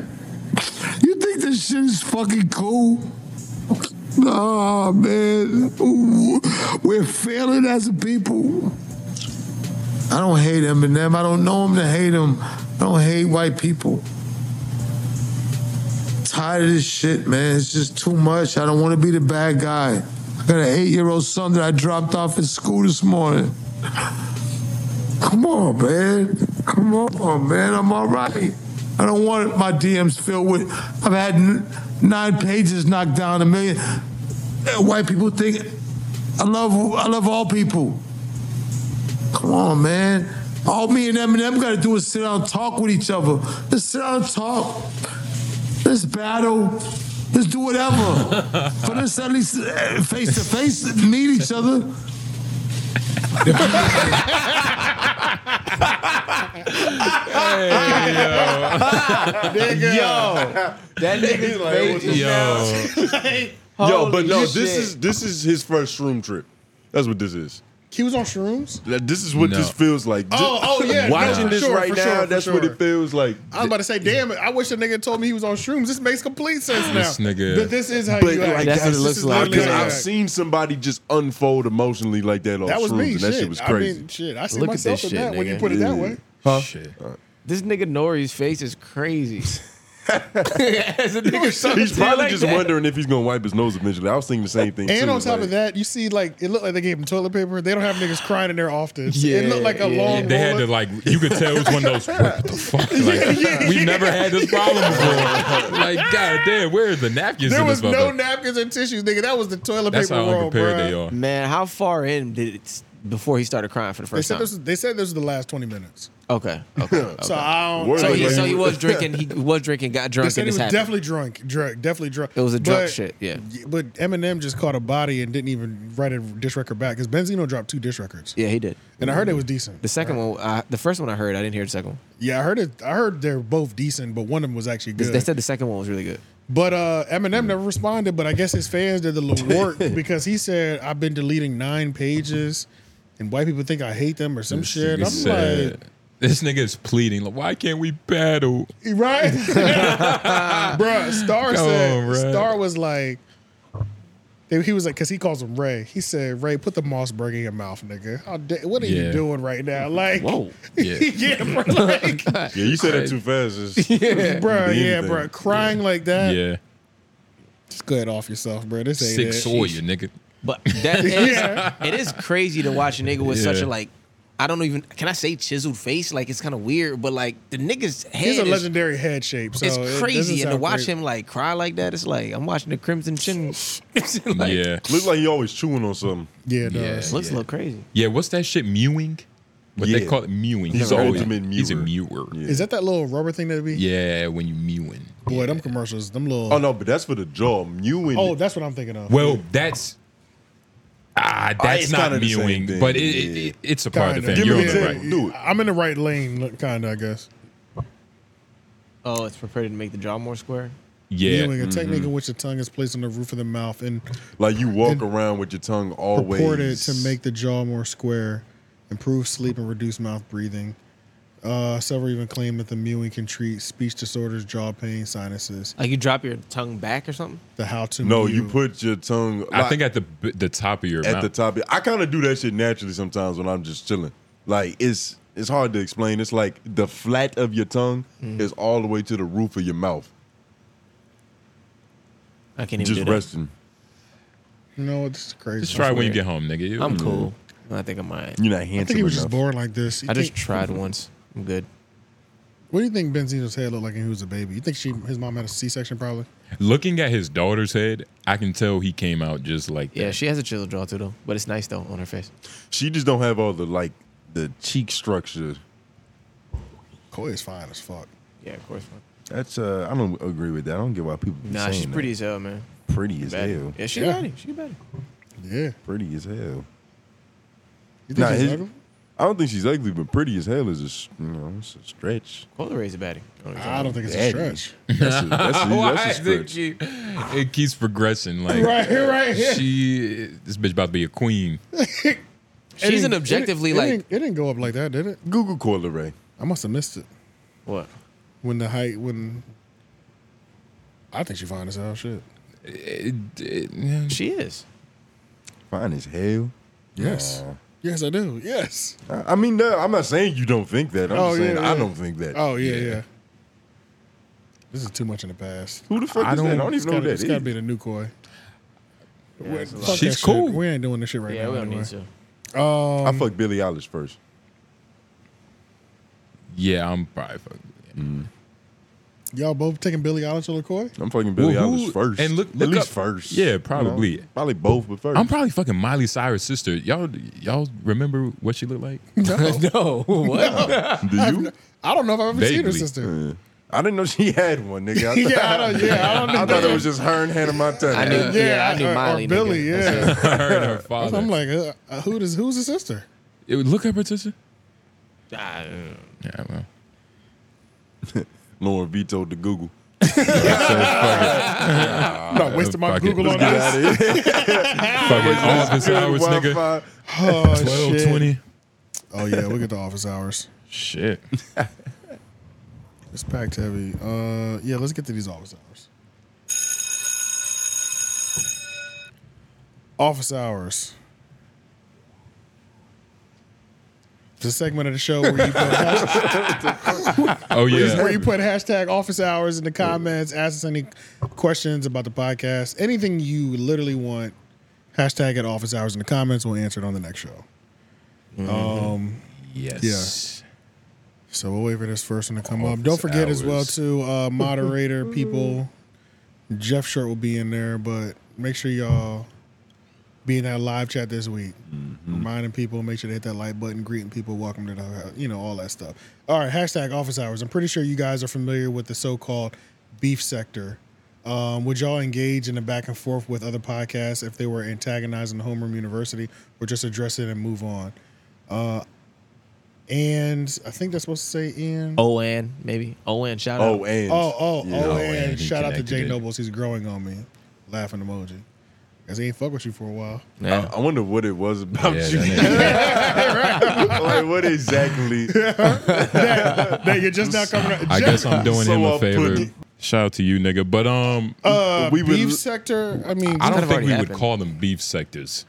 You think this shit is fucking cool? Nah, man. We're failing as a people. I don't hate Eminem. I don't know him to hate him. I don't hate white people. Tired of this shit, man. It's just too much. I don't want to be the bad guy. I got an eight year old son that I dropped off at school this morning. Come on, man. Come on, man. I'm all right. I don't want my DMs filled with. I've had n- nine pages knocked down a million. Uh, White people think I love. I love all people. Come on, man. All me and Eminem got to do is sit down and talk with each other. Let's sit down and talk. Let's battle. Let's do whatever. But let's at least face to face meet each other. nigga. Yo, that nigga's face is Yo, but no, holy this shit. is this is his first room trip. That's what this is. He was on shrooms. Like, This is what No. this feels like. Oh, oh, yeah, no, Watching for this sure, right for now, sure, for that's what sure. it feels like. I was about to say, damn it! I wish a nigga told me he was on shrooms. This makes complete sense now. This nigga- But this is how But you act. like This that's, is this is literally because how you I've act. seen somebody just unfold emotionally like that on That was shrooms, me. and that Shit. shit was I mean, crazy. shit, I see Look at myself this in shit, that when you nigga. put it that way. Huh? Shit. This nigga Nori's face is crazy. he's probably just wondering if he's gonna wipe his nose eventually. I was thinking the same thing. And too, on top like- of that, you see, like it looked like they gave him toilet paper. They don't have niggas crying in there often. it looked like a long. They had to like you could tell it was one of those. What the fuck? Like, we've never had this problem before. Like god damn, where are the napkins? There in was this no motherfucker? napkins and tissues, nigga. That was the toilet That's paper how roll, unprepared bruh. they are. Man, how far in did it before he started crying for the They first said time? this. Was, they said this was the last twenty minutes. Okay. Okay. okay. So I don't- So he, Word. so he was drinking. He was drinking. Got Oh, They drunk. said and he this was happened. definitely drunk, drunk, definitely drunk. It was a drunk But- shit. Yeah. But Eminem just caught a body and didn't even write a dish record back because Benzino dropped two dish records. Yeah, he did. And I heard it was decent. The second one, I, the first one I heard, I didn't hear the second one. Yeah, I heard it. I heard they're both decent, but one of them was actually They- good. They said the second one was really good. But uh, Eminem never responded. But I guess his fans did the little work because he said, "I've been deleting nine pages, and white people think I hate them or some shit." Nigga I'm said- like, this nigga is pleading. Like, why can't we battle? right, bruh. Star Come said, on, bruh. Star was like, they- he was like, because he calls him Ray. He said, "Ray, put the Mossberg in your mouth, nigga. How da- what are Yeah. you doing right now? Like, Whoa. yeah, Yeah. bruh, like, yeah, you said that too fast. It's- yeah, bruh, anything. yeah, bruh, crying like that. Yeah, Just go ahead off yourself, bruh. This ain't six it. Sawyer, nigga. But That is, it is crazy to watch a nigga with such Yeah. a like. I don't even. Can I say chiseled face? Like it's kind of weird, but like the nigga's head He's a is- legendary head shape. So it it's doesn't crazy, and to sound watch crazy. him like cry like that, it's like I'm watching the Crimson Chin. yeah, looks like he always chewing on something. Yeah, it does. Looks a little crazy. Yeah, what's that shit? Mewing. What they Yeah. call it? Mewing. He's He's the always ultimate he's a mewer. Is that that little rubber thing that be? Yeah, when you mewing. Boy, them commercials, them little. Oh no, but that's for the jaw. Mewing. Oh, that's what I'm thinking of. Well, that's ah, that's it's not kinda the same mewing, thing. but it, it, it, it's a part of the Kinda. thing. You're on Yeah. the right. I'm in the right lane, kind of, I guess. Oh, it's prepared to make the jaw more square. Yeah. Mewing, a technique Mhm. in which the tongue is placed on the roof of the mouth and Like you walk around with your tongue always. purported to make the jaw more square, improve sleep, and reduce mouth breathing. Uh, several even claim that the mewing can treat speech disorders, jaw pain, sinuses. Like you drop your tongue back or something. The how to No, mew. you put your tongue. I think at the b- the top of your at mouth. the top. I kind of do that shit naturally sometimes when I'm just chilling. Like it's it's hard to explain. It's like the flat of your tongue Mm-hmm. is all the way to the roof of your mouth. I can't even just do that. resting. You know, what, this is crazy. Just try it when you get home, nigga. You- I'm cool. I think I'm alright. You're not I think he was just born like this. You I just think- tried once. I'm good. What do you think Benzino's head looked like when he was a baby? You think she, his mom had a C-section probably? Looking at his daughter's head, I can tell he came out just like that. Yeah, she has a chill jaw too though, but it's nice though on her face. She just don't have all the like the cheek structure. Koi is fine as fuck. Yeah, of course. That's uh I don't agree with that. I don't get why people. be Nah, saying she's that. pretty as hell, man. Pretty as Bad. hell. Yeah, she Yeah. better. She better. Yeah. Pretty as hell. You think Nah, she's his- ugly? I don't think she's ugly, but pretty as hell is a s- you know it's a stretch. Coleray's a baddie. I don't think it's a Daddy. stretch. That's a, that's a, Why that's a is it stretch. keep- it keeps progressing. Like Right, right. She, this bitch about to be a queen. It She's an didn't- objectively it didn't- like. it didn't, it didn't go up like that, did it? Google Coil Ray. I must have missed it What? when the height when. I think she fine as hell. Shit. she is. Fine as hell. Yes. Nah. Yes, I do. Yes. I I mean, no, I'm not saying you don't think that. I'm Oh, just saying yeah, yeah. I don't think that. Oh yeah, yeah, This is too much in the past. Who the fuck I is that? I don't don't even It's know gotta- who that It's got to is. be the new Koi. Wait, that's a lot. fuck She's that shit. cool. We ain't doing this shit right Yeah, now. we don't need anyway. I Um, fuck Billie Eilish first. Yeah, I'm probably fucking. Mm. Y'all both taking Billy Eilish or Koi? I'm fucking Billie Well, Eilish who- first. and look- at look least up- first. Yeah, You know? probably. probably both, but 1st I'm probably fucking Miley Cyrus' sister. Y'all, y'all remember what she looked like? no. What? Do you? I don't know if I've ever seen her Vaguely. sister. I didn't know she had one, nigga. I Yeah, I don't- yeah, I don't I know. thought it was just her and Hannah Montana. I knew- Yeah, yeah, I knew knew or- or Miley, nigga. Billie, yeah. That's her and her That's father. what I'm like, uh, uh, who does who's the sister? It would look up her sister. Ah, Yeah, well. Lauren vetoed the Google. Not wasting my Google on this. Fucking office hours, nigga. Oh, 12, shit. 20. Oh yeah, we get the office hours. Shit. It's packed heavy. Uh, yeah, let's get to these office hours. Office hours. the segment of the show where you put hashtag, Oh, yeah. where you put hashtag office hours in the comments, ask us any questions about the podcast, anything you literally want. Hashtag at office hours in the comments. We'll answer it on the next show. Mm-hmm. Um, yes. Yeah. So we'll wait for this first one to come up. Don't forget as well hours. to uh, moderator Mm-hmm. people. Jeff shirt will be in there, but make sure y'all be in that live chat this week. Reminding people, make sure they hit that like button, greeting people, welcome to the, you know, all that stuff. All right, hashtag office hours. I'm pretty sure you guys are familiar with the so-called beef sector. Um, would y'all engage in a back and forth with other podcasts if they were antagonizing the homeroom university, or just address it and move on? Uh, and I think that's supposed to say Ian. Oh, and maybe. Oh, and shout out. Oh, oh, oh, and, he shout out to Jay connected it. Nobles. He's growing on me. Laughing emoji. Because he ain't fuck with you for a while. I, I wonder what it was about Yeah, you. like what exactly? that, that you're just not coming out. I guess I'm doing So him a outputting. favor. Shout out to you, nigga. But um, Uh, we would- beef sector. I mean, I don't think we would call them beef sectors.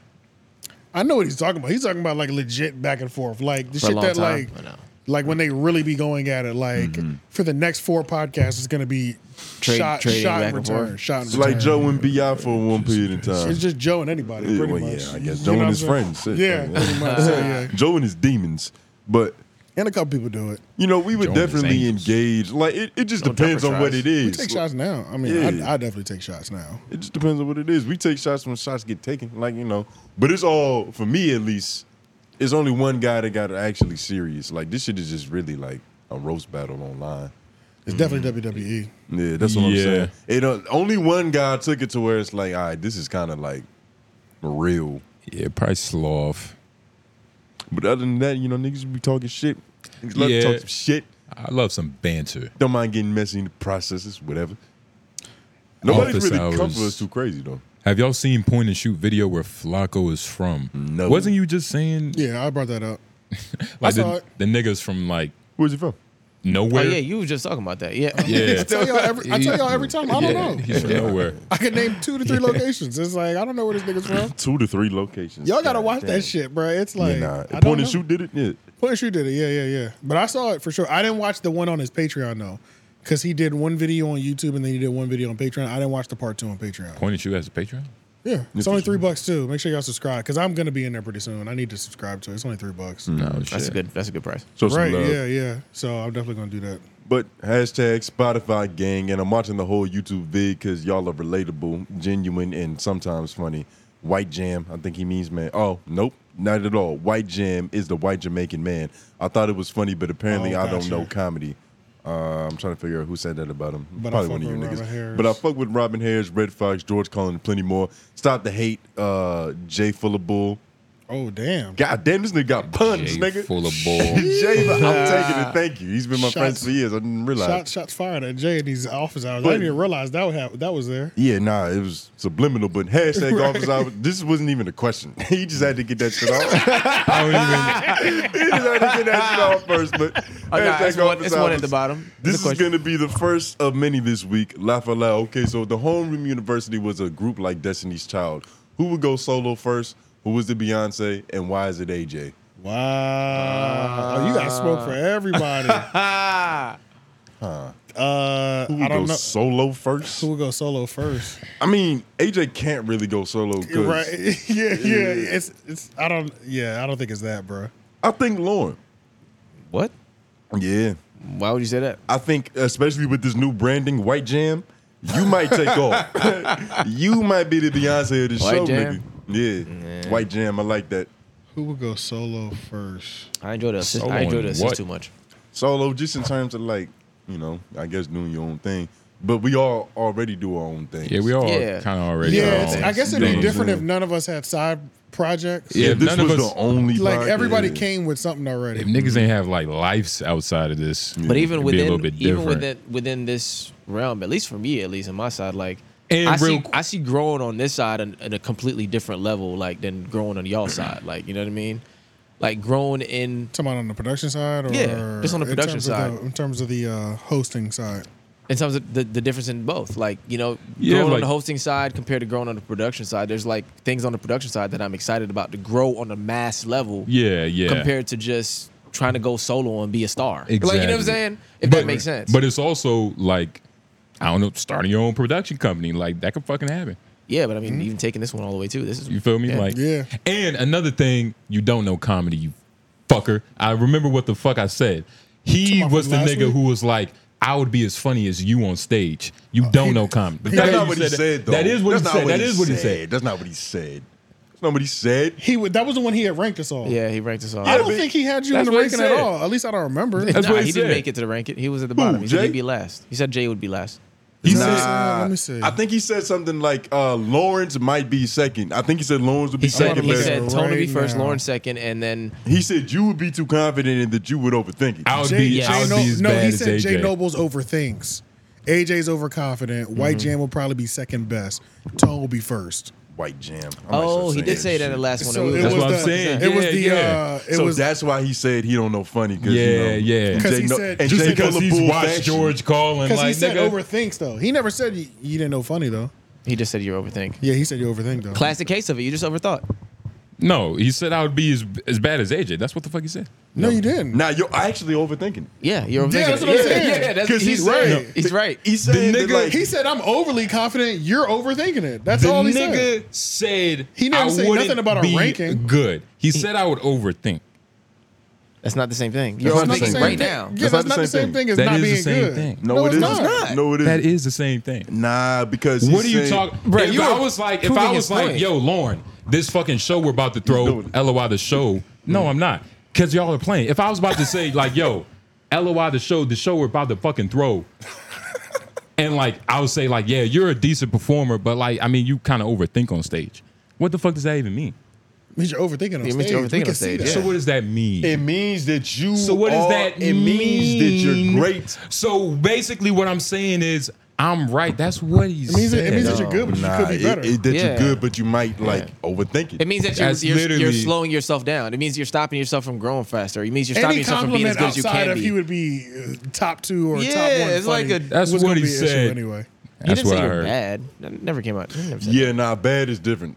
I know what he's talking about. He's talking about like legit back and forth, like the For a shit long that time? like, like when they really be going at it. Like Mm-hmm. for the next four podcasts, it's gonna be Trade- shot, trading shot back and and return, forth. shot and It's like return. Joe and Bi for one period of time. It's just Joe and anybody. Yeah, pretty well, much. yeah, I guess You Joe know and what his I'm friends. saying? Shit. Yeah, pretty much. So, yeah. Joe and his demons. But and a couple people do it. You know, we would Joe and his definitely angels. engage. Like it, it just depends on what it is. We take shots now. I mean, Yeah. I, I definitely take shots now. It just depends on what it is. We take shots when shots get taken, like you know. But it's all for me at least. It's only one guy that got actually serious. Like this shit is just really like a roast battle online. It's definitely E. WWE. Yeah, that's what Yeah. I'm saying. It uh, only one guy took it to where it's like, all right, this is kind of like real. Yeah, probably sloth. But other than that, you know, niggas be talking shit. Niggas love Yeah. to talk some shit. I love some banter. Don't mind getting messy in the processes, whatever. Nobody's Office really hours. come for us too crazy though. Have y'all seen point and shoot video where Flacco is from? No. Wasn't you just saying Yeah, I brought that up. like I saw the, it. the niggas from like Where's he from? Nowhere. Oh, yeah, you was just talking about that. Yeah. Yeah. I tell y'all every, I tell y'all every time. I don't Yeah, know. He's from nowhere. I could name two to three locations. It's like I don't know where this nigga's from. Two to three locations. Y'all gotta God watch damn. that shit, bro. It's like yeah, nah. I don't Point and know. shoot did it. Yeah. Point and shoot did it. Yeah, yeah, yeah. But I saw it for sure. I didn't watch the one on his Patreon though, because he did one video on YouTube and then he did one video on Patreon. I didn't watch the part two on Patreon. Point and shoot has a Patreon. Yeah, Yes, it's only three bucks too. Make sure y'all subscribe because I'm gonna be in there pretty soon. I need to subscribe to it. It's only three bucks. No, That's a good. That's a good price. Mm. Show some right? love. Yeah, yeah. So I'm definitely gonna do that. But hashtag Spotify gang, and I'm watching the whole YouTube vid because y'all are relatable, genuine, and sometimes funny. White Jam, I think he means man. Oh, nope, not at all. White Jam is the white Jamaican man. I thought it was funny, but apparently Oh, I don't gotcha. know comedy. Uh, I'm trying to figure out who said that about him. But I Probably fuck one of you with niggas. Robin Harris. But I fuck with Robin Harris, Red Fox, George Collin, and plenty more. Stop the hate, uh, Jay Fuller Bull. Oh damn! God damn, this nigga got puns, Jay nigga. Fuller Bull. Jay, I'm taking it. Thank you. He's been my friend Shots- for years. I didn't realize. Shot, shots fired at Jay in these office hours. I But- didn't even realize that would have that was there. Yeah, nah, it was subliminal, but hashtag Right. office hours. This wasn't even a question. He just had to get that shit off. Oh, he just had to get that shit off first, but Oh, nah, hashtag it's one- office it's one at hours. the bottom. This The is going to be the first of many this week. Laugh out loud. Okay, so the homeroom university was a group like Destiny's Child. Who would go solo first? Who was the Beyonce? And why is it AJ? Wow, oh, you got smoke Uh. for everybody. Huh. Uh, Who I don't would go know. solo first? Who would go solo first? I mean, AJ can't really go solo. 'cause- Right? yeah, yeah. It's it's. I don't. Yeah, I don't think it's that, bro. I think Lauren. What? Yeah. Why would you say that? I think, especially with this new branding, White Jam, you might take off. you might be the Beyonce of the White show, Jam? nigga. Yeah. White Jam, I like that. Who would go solo first? I enjoy the assist. Solo I enjoy on the assist what? too much. Solo, just in terms of like, you know, I guess doing your own thing. But we all already do our own thing. Yeah, we all Yeah. kinda already do our Yeah, own it's, I guess it'd be different if none of us had side projects. Yeah, if Yeah, this none of was us- the only Like podcast. everybody came with something already. If niggas ain't have like lives outside of this, But even Mm-hmm. it'd be a little within bit even different. within within this realm, at least for me, at least on my side, like And I see real- I see growing on this side in, in a completely different level, like than growing on y'all side. Like you know what I mean? Like growing in. Talking about on the production side, or Yeah, just on the Uh, in production terms of side. the- in terms of the uh, hosting side. in terms of the, the difference in both. Like, you know, Yeah, growing like- on the hosting side compared to growing on the production side, there's like things on the production side that I'm excited about to grow on a mass level. Yeah, yeah. Compared to just trying to go solo and be a star. Like you know what I'm saying? If that But- makes sense. But it's also like, I don't know, starting your own production company. Like that could fucking happen. yeah, but I Hmm? mean, even taking this one all the way too. This is You feel me? Yeah. Like And another thing, you don't know comedy, you fucker. I remember what the fuck I said. He was the from last nigga week? who was like, I would be as funny as you on stage. You don't know comedy. That's The fact that not you what he said, though. That is what That's he not said. That is what he said. said. That's not what he said. That's not what he said. He would. That was the one he had ranked us all. he ranked us all. I don't think he had you in Uh, That's the what he ranking at said. all. At least I don't remember. Nah, he, didn't make it to the ranking. He was at the bottom. he said Jay? he'd be last. He said Jay would be last. He Nah, said, let me see. I think he said something like uh, Lawrence might be second. I think he said Lawrence would be He said second. he best. said Tony be first, Lauren second, and then He said you would be too confident and that you would overthink it. Jay, Jay no, no, he said Jay Noble's over things. AJ's overconfident. White Mhm. Jam will probably be second best. Tone will be first. White Jam. Oh, he did say that in the last one. So It was- it That's was what I'm the- saying. It was the. Uh, it so was that's why he said he don't know funny. Cause, Yeah, you know, yeah. 'Cause Jay he no- said- and Just Jay because Cutler he's Bull watched Fashion. George Carlin, because he said overthinks though. He never said you, you didn't know funny though. He just said you overthink. Yeah, he said you overthink though. Classic case of it. You just overthought. No, he said I would be as, as bad as AJ. That's what the fuck he said. No, you didn't. Now you're actually overthinking. Yeah, you're Yeah, overthinking that's it. what I'm Yeah, saying. yeah, that's- 'Cause he he's said- right. He's right. He said that, like, he said I'm overly confident. You're overthinking it. That's all he said. said He didn't I say wouldn't nothing about a be ranking. Good. He said I would overthink. That's not the same thing. You're That's not the overthinking same right thing. now. Yeah, that's not the same thing as That not is the being same good. thing. No, No, it it's isn't. not. No, it That is the same thing. Nah, because what he's do you saying- talk? if I was like, if I was like, yo, Lauren, this fucking show we're about to throw, LOI the show. No, I'm not, because y'all are playing. If I was about to say like, yo, LOI the show, the show we're about to fucking throw, and like, I would say like, yeah, you're a decent performer, but like, I mean, you kind of overthink on stage. What the fuck does that even mean? Means you're overthinking on Yeah, it stage. means you're overthinking We on can see stage, that. yeah. So what does that mean? It means that you. So what does are- that It means that mean? you're great. So basically, what I'm saying is, I'm right. That's what he's. nah, it- It, that you're good, but you might like overthink it. It means that you're, you're, you're slowing yourself down. It means you're stopping yourself from growing faster. It means you're stopping Any yourself from being as compliment good as you outside can of he be. would be uh, top two or Yeah, top one. it's like funny a- That's was what gonna he be an issue said. anyway. He That's didn't say what I you're heard. bad. That never came out. He never said Yeah, nah, bad is different.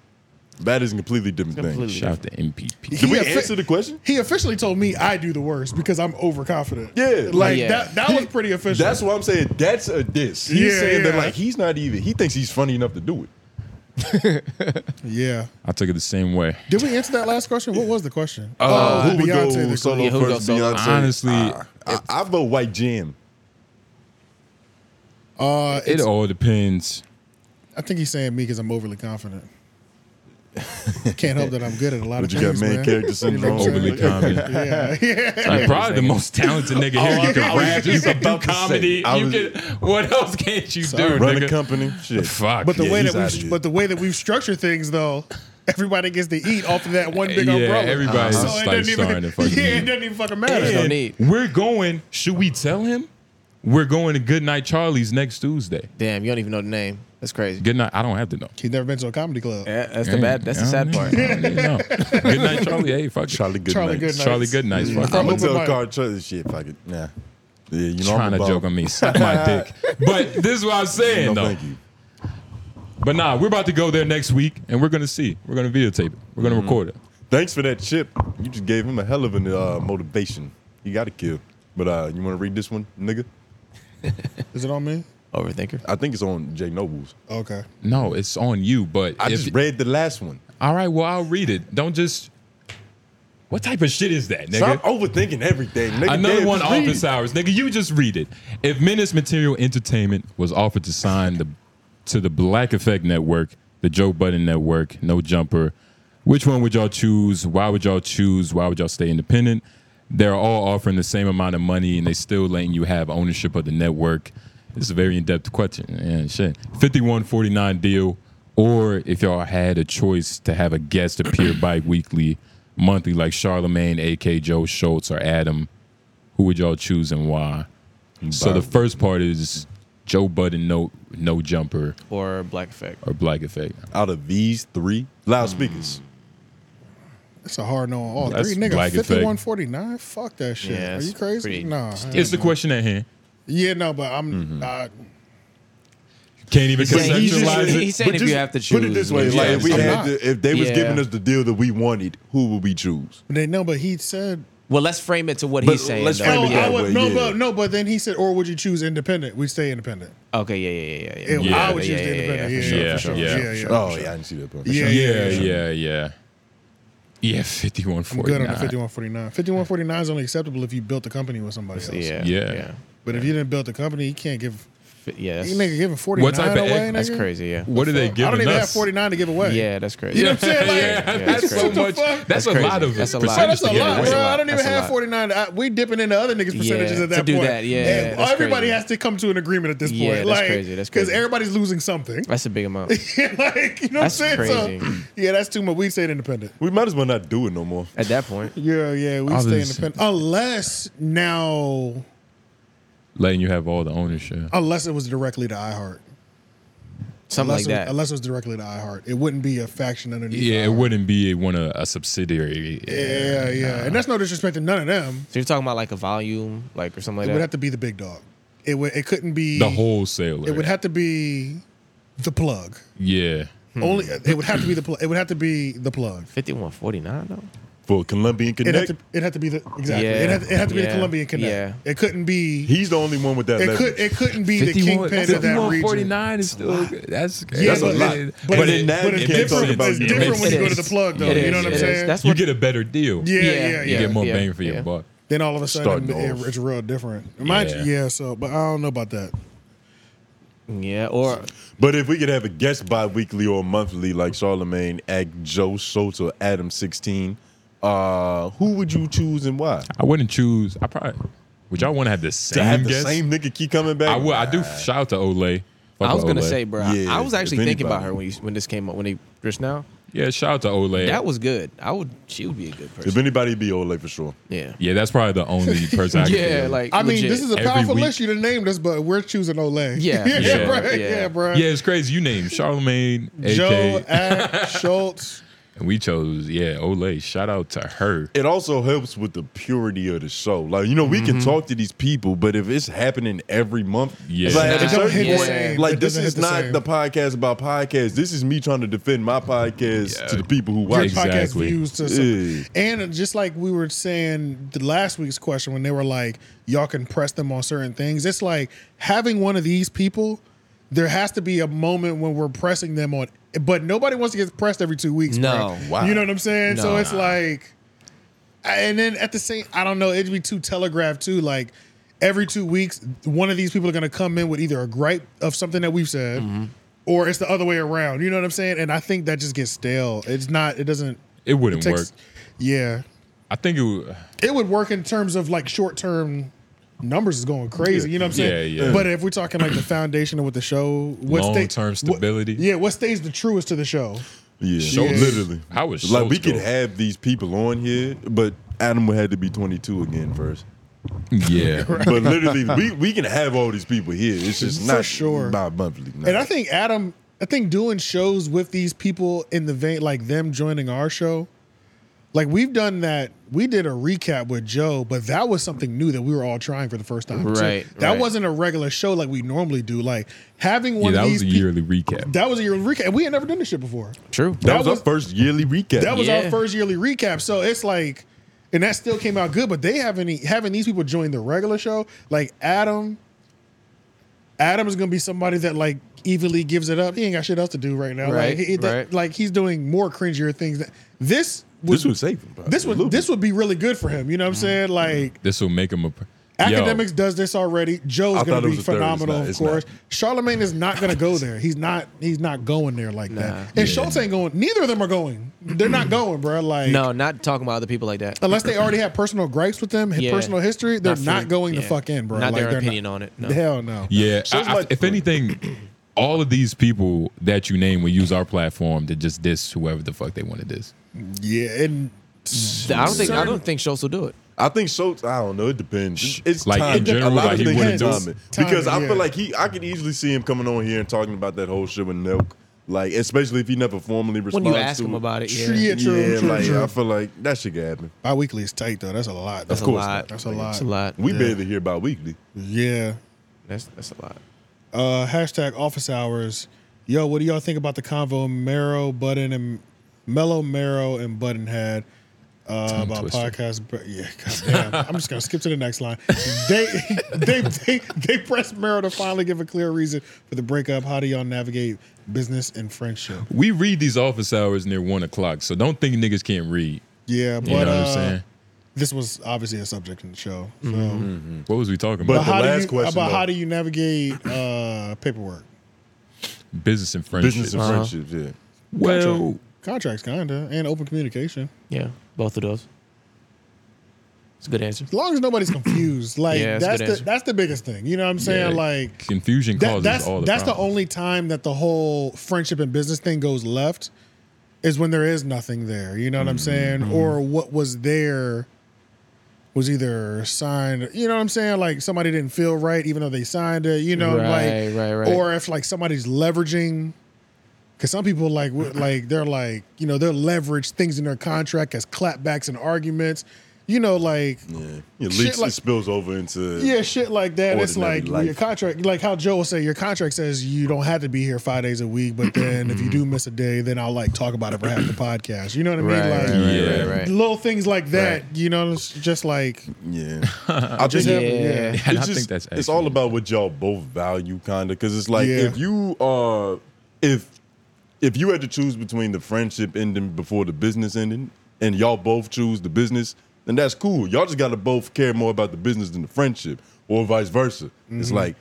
Bad is a completely different Completely thing. Shout out to MPP. Did we He offi- answer the question? He officially told me I do the worst because I'm overconfident. Yeah, Oh, like that. That was pretty official. That's what I'm saying. That's a diss. He's Yeah, saying that yeah. like he's not even. He thinks he's funny enough to do it. yeah. I took it the same way. Did we answer that last question? What was the question? Uh, Oh, who would go Beyonce the solo queen. first? Beyonce. Honestly, Uh, I, I vote White Jam. Uh, It it's- all depends. I think he's saying me because I'm overly confident. Can't help that I'm good at a lot of But you got things. man character syndrome. Overly confident. yeah, yeah. Like, probably the most talented nigga here. Oh, you I can was rap, just you can do about to say, comedy. I You was- can, what else can't you do? Sorry. Run a nigga? company. Shit. Fuck. But the Ah, yeah, way he's that outta here. we, but the way that we've structured things, though, everybody gets to eat off of that one big Yeah, umbrella. everybody's so just, it like, doesn't even, starting to fucking yeah, eat. it doesn't even fucking matter. And We're going. Should we tell him? We're going to Good Night Charlie's next Tuesday. Damn, you don't even know the name. That's crazy. Good night. I don't have to know. He's never been to a comedy club. that's the bad. That's the sad part. No. Good night, Charlie. Hey, fuck Charlie. Good Charlie nights. Goodnights. Charlie Goodnights, Mm. fuck it. I'm gonna Open tell mic. Carl Charlie shit. Fuck it. Nah. Yeah, you know Trying I'm to about- joke on me. Suck my dick. But this is what I'm saying, No, though. thank you. But nah, we're about to go there next week, and we're gonna see. We're gonna videotape it. We're gonna Mhm. record it. Thanks for that chip. You just gave him a hell of a uh, motivation. You got to kill. But uh, you want to read this one, nigga? Is it on me? Overthinker. I think it's on Jay Nobles. Okay. No, it's on you. But I just read the last one. All right. Well, I'll read it. Don't just. What type of shit is that, nigga? Stop overthinking everything. Nigga, Another Damn, one, just read office it. hours, nigga. You just read it. If Menace Material Entertainment was offered to sign the to the Black Effect Network, the Joe Budden Network, No Jumper, which one would y'all choose? Why would y'all choose? Why would y'all stay independent? They're all offering the same amount of money, and they still letting you have ownership of the network. It's a very in depth question. Yeah, shit. Fifty one forty nine deal, or if y'all had a choice to have a guest appear bi weekly. Monthly, like Charlemagne, AK Joe Schultz, or Adam, who would y'all choose and why? So the first part is Joe Budden, no no jumper Or Black Effect. or Black Effect. Out of these three loudspeakers, It's a hard no on all That's three. Nigga, Black Effect. fifty-one forty-nine. Fuck that shit. Yeah, Are it's you crazy? pretty Nah. it's the hell no. question at hand. Yeah, no, but I'm. Mm-hmm. uh, Can't even He's saying- he's just- conceptualize it. he's saying but if just you have to Put it choose, this way: which like one if we is it? had, to, if they was Yeah. giving us the deal that we wanted, who would we choose? They no, but he said Well, let's frame it to what But he's saying. let's though. frame it No, that Oh, I would- way, no, yeah. but- no, but then he said, or would you choose independent? We stay independent. Okay, yeah, yeah, yeah, Yeah, yeah. yeah, I would choose yeah, the yeah, independent, Yeah, yeah, for yeah, sure, for yeah. sure, for sure, Oh, for yeah, sure. I didn't see that part. Yeah, Yeah, yeah, yeah, yeah, yeah. Yeah, fifty-one I'm forty-nine. good on the 5149. 5149 is only acceptable if you built the company with somebody else. Yeah, yeah. yeah. But if you didn't build the company, you can't give. Yeah, you nigga giving forty nine What type away. of egg- nigga? That's crazy, yeah. What are they I don't giving even have us? forty nine to give away. Yeah, that's crazy. You know what I'm saying? Like, Yeah, that's what so the much- fuck? that's a That's lot crazy. of That's a lot. Bro, That's a percentage to give lot, away. bro. I don't That's even a have lot. forty nine. We dipping into other niggas' percentages Yeah, at to that do point. that, yeah, And that's everybody crazy. has to come to an agreement at this Yeah, point. that's like, crazy, that's because crazy. everybody's losing something. That's a big Oh. amount. like, you know That's what I'm saying? crazy. So, yeah, that's too much. We stayed independent. We might as well not do it no more. At that point. Yeah, yeah, we stay Obviously. independent. Unless now, Letting you have all the ownership. unless it was directly to iHeart. Something Unless like it- that. Unless it was directly to iHeart, it wouldn't be a faction underneath. Yeah, it wouldn't be one of a subsidiary. Yeah, yeah. And that's no disrespect to none of them. So you're talking about like a volume, like or something it like would that. have to be the big dog. It would. It couldn't be The wholesaler. It would have to be the plug. Yeah. Only it would have to be the plug. It would have to be the plug. Fifty-one forty-nine though. For Colombian It had Connect, to. It had to be the exactly. Yeah. It had. It had to be Yeah. the Colombian Connect. It couldn't be. he's the only one with that. It leverage. could. It couldn't be the 51 kingpin of that region. 5149 is still good. That's Yeah, that's but- a lot. but- but it- but it's different- it's it different when makes you go to sense. the plug, though. It You know is, what I'm it is. saying? That's you what- get a better deal. Yeah, yeah, yeah. You get more yeah, bang for yeah. your buck. Then all of a sudden, Starting it, over. it's real different. Mind you- Yeah. yeah. So, but I don't know about that. Yeah, or but if we could have a guest bi-weekly or monthly like Charlemagne, Act Joe Schultz or Adam sixteen, uh, who would you choose and why? I wouldn't choose. I probably would. Y'all want to have the same have the guest? same nigga keep coming back. I would. I do. Shout out to Ole. Fuck I was with gonna Ole. say, bro, I- I was actually thinking about her when you, when this came up when they just now. Yeah, shout out to Ole. That was good. I would. She would be a good person. If anybody be Ole for sure. Yeah. Yeah, that's probably the only person. I could Yeah, do. like, I mean, this is a Every powerful week. list you to name this, but we're choosing Olay. yeah, bro. Yeah, bro. Yeah, it's crazy. You name Charlemagne, Joe AK, Ack, Schultz. and we chose. Yeah, Ole. Shout out to her. It also helps with the purity of the show. Like, you know, we can Mhm. talk to these people, but if it's happening every month, Yeah. it's like, at It a don't certain hit the point, same. like It this doesn't is hit the not same. the podcast about podcasts. This is me trying to defend my podcast to the people who Your watch podcast views to some- Yeah. and just like we were saying the last week's question when they were like y'all can press them on certain things it's like having one of these people there has to be a moment when we're pressing them on but nobody wants to get pressed every two weeks No, bro. wow. you know what i'm saying so No. it's like and then at the same i don't know it'd be too telegraphed too like every two weeks one of these people are going to come in with either a gripe of something that we've said Mm-hmm. Mm-hmm. or it's the other way around. You know what I'm saying? And I think that just gets stale. It's not. It doesn't. It wouldn't takes- work. Yeah, I think it. Would, it would work in terms of like short term numbers is going crazy. You know what I'm saying? Yeah, yeah. But if we're talking like the foundation of what the show, what sta- Long-term stability. What, yeah, what stays the truest to the show? Yeah, Schultz. literally. How is like we Schultz could doing? have these people on here, but Adam would had to be 22 again first. Yeah, but literally, we, we can have all these people here. It's just For not sure. bi monthly. And I think Adam, I think doing shows with these people in the vein, like them joining our show, like we've done that. We did a recap with Joe, but that was something new that we were all trying for the first time. too. Right, that right. wasn't a regular show like we normally do. Like having yeah, one that of these. was a people. yearly recap. that was a yearly recap. and We had never done this shit before. True. That, was, our first yearly recap. That was our first yearly recap. So it's like, and that still came out good, but they haven't e- having these people join the regular show. Like Adam, Adam is gonna be somebody that like evenly gives it up. He ain't got shit else to do right now. Right, like, he, that- right. like he's doing more cringier things. That, this would, This would save him, bro. Mm-hmm. This would this would be really good for him. You know what I'm saying? Like This will make him a. pr- academics does this already. I Joe's thought gonna it be was a third. It's phenomenal, not- of it's course. Charlemagne is not gonna go there. He's not. He's not going there like that. And Yeah. Schultz ain't going. Neither of them are going. They're not going, bro. Like no, not talking about other people like that. unless they already have personal gripes with them, Yeah. personal history, they're Not not, feeling- going yeah. to fuck in, bro. Not Like, their they're opinion on it, no. Hell no. Yeah, So it's I- I- like- if anything, all of these people that you name will use our platform to just diss whoever the fuck they want to diss. Yeah, and I don't think I don't think Schultz will do it. I think so. I don't know. It depends. It's Like, in timing. general, A lot like, of he things wouldn't are do it. timing. because I Timing, feel yeah. like he. I could easily see him coming on here and talking about that whole shit with Nelk. Like, especially if he never formally When responds you ask to him about it, yeah. True, yeah, true, true, like, true. I feel like that shit could happen. Bi-weekly is tight though. That's a lot. of course, not. That's a lot. We Yeah. barely hear about weekly. Yeah, that's that's a lot. Uh, hashtag office hours. Yo, what do y'all think about the convo Marrow Button and Mellow Marrow and Button had? uh, Tongue about twister. podcast. But yeah, goddamn. I'm just gonna skip to the next line. They they they, they pressed Meryl to finally give a clear reason for the breakup. How do y'all navigate business and friendship? We read these office hours near one o'clock, so don't think niggas can't read. Yeah, but you know what uh, I'm saying. this was obviously a subject in the show. So. Mm-hmm. Mhm. What was we talking But about? how do you, about how do you navigate uh, paperwork? business and friendships. Business and Uh-huh. friendships, yeah. Well, Contract- contracts, kinda, and open communication. Yeah, both of those. It's a good answer. As long as nobody's confused, like Yeah, that's a that's good the answer. that's the biggest thing. You know what I'm saying? yeah, Like confusion that- causes that's all the that's the problems. only time that the whole friendship and business thing goes left is when there is nothing there. You know what I'm Mm-hmm. saying? Or what was there was either signed. You know what I'm saying? Like somebody didn't feel right, even though they signed it. You know, Right, like right, right. or if like somebody's leveraging. Cause some people like w- like they're like you know they're leverage things in their contract as clapbacks and arguments, you know like It Shit leaks, like- it spills over into yeah, shit like that. It's ordinary like life. your contract, like how Joe will say, your contract says you don't have to be here five days a week, but then if you do miss a day, then I'll like talk about it for half the podcast. You know what I mean? Right, like right, right, Yeah. right, right. little things like that. You know, it's just like yeah, It just happened, yeah. It's And I just- think that's it's all about what y'all both value, kind of. Because it's like Yeah. if you are if if you had to choose between the friendship ending before the business ending, and y'all both choose the business, then that's cool. Y'all just gotta both care more about the business than the friendship, or vice versa. It's Mhm. like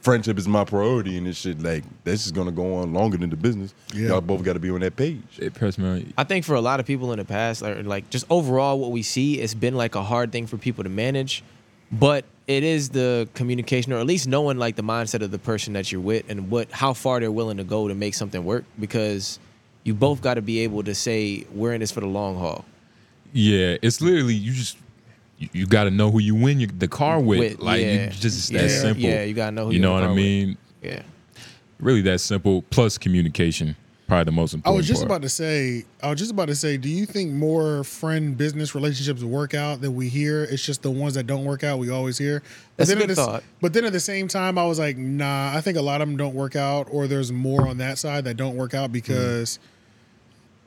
friendship is my priority, and this shit like that's just gonna go on longer than the business. Yeah. Y'all both gotta be on that page. It press I think for a lot of people in the past, or like just overall, what we see, it's been like a hard thing for people to manage. But it is the communication, or at least knowing like the mindset of the person that you're with and what how far they're willing to go to make something work. Because you both got to be able to say we're in this for the long haul. Yeah, it's literally you just you, you got to know who you win your, the car with. With, like you yeah. just it's that Yeah, simple. yeah, you gotta know who you you know in what I the car with. mean. Yeah, really that simple. Plus communication, probably the most I important. was just part. about to say, I was just about to say, do you think more friend business relationships work out than we hear? It's just the ones that don't work out we always hear. That's a then at good the s- thought. But then at the same time, I was like, nah, I think a lot of them don't work out, or there's more on that side that don't work Mm. out because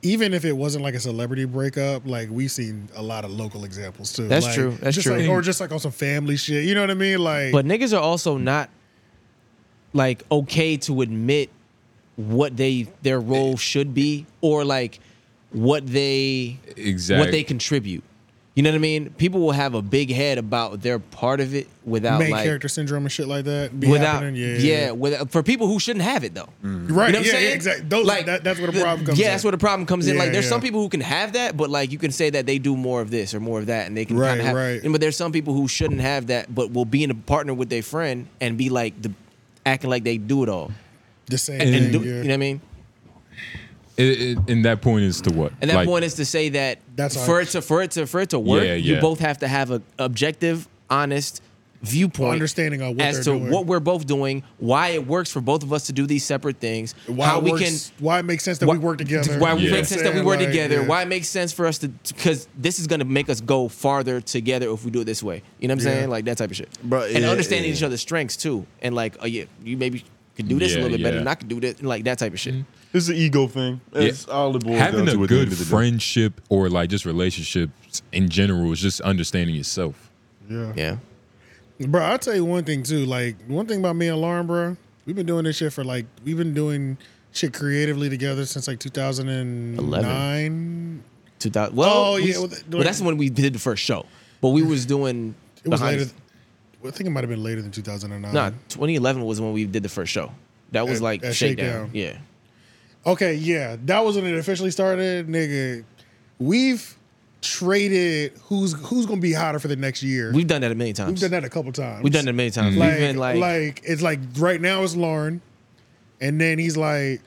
even if it wasn't like a celebrity breakup, like we've seen a lot of local examples too. That's Like, true. That's just true. Like, or just like on some family shit. You know what I mean? Like, but niggas are also not like okay to admit what they their role should be or like what they Exact- what they contribute. You know what I mean? People will have a big head about their part of it without main like character syndrome and shit like that. Be without happening. yeah, yeah, without, for people who shouldn't have it though. Right. You know what yeah, I'm yeah, saying? exactly. Those, Like, that, that's where the problem comes yeah, in. that's where the problem comes in. Yeah, Like, there's yeah. some people who can have that, but like you can say that they do more of this or more of that, and they can Right, kind of have. right. And, but there's some people who shouldn't have that, but will be in a partner with their friend and be like the acting like they do it all. The same And, and thing, do, yeah. You know what I mean? It- it- and that point is to what? And that Like, point is to say that That's for our- it to for it to for it to work, Yeah, yeah. you both have to have a objective, honest viewpoint, Understanding of what as they're to doing. what we're both doing, why it works for both of us to do these separate things, why how it we works- can why it makes sense that we work together. Why You know it makes what I'm sense that we saying? were Like, together. yeah. Why it makes sense for us to because this is gonna make us go farther together if we do it this way. You know what I'm Yeah. saying? Like that type of shit. Bro, and yeah, understanding yeah. each other's strengths too. And like, oh yeah, you maybe could do this Yeah, a little bit better yeah. than I could do this. Like that type of shit. It's an ego thing. It's all it boils having down a to at the end good of the day. friendship or like just relationships in general is just understanding yourself. Yeah. Yeah. Bro, I'll tell you one thing too. Like, one thing about me and Lauren, bro, we've been doing this shit for like, we've been doing shit creatively together since like 2009. 2000. Well, Oh, we- yeah, well, the- well, that's when we did the first show. But we was doing. It was behind- later. I think it might have been later than 2009. Nah, 2011 was when we did the first show. That was At- like at Shakedown. shakedown. Yeah. Okay, yeah, that was when it officially started, nigga. We've traded who's who's gonna be hotter for the next year. We've done that a million times. We've done that a couple times. We've done that many times. Like, We've been like, Mm-hmm. like, it's like right now it's Lauren, and then he's like,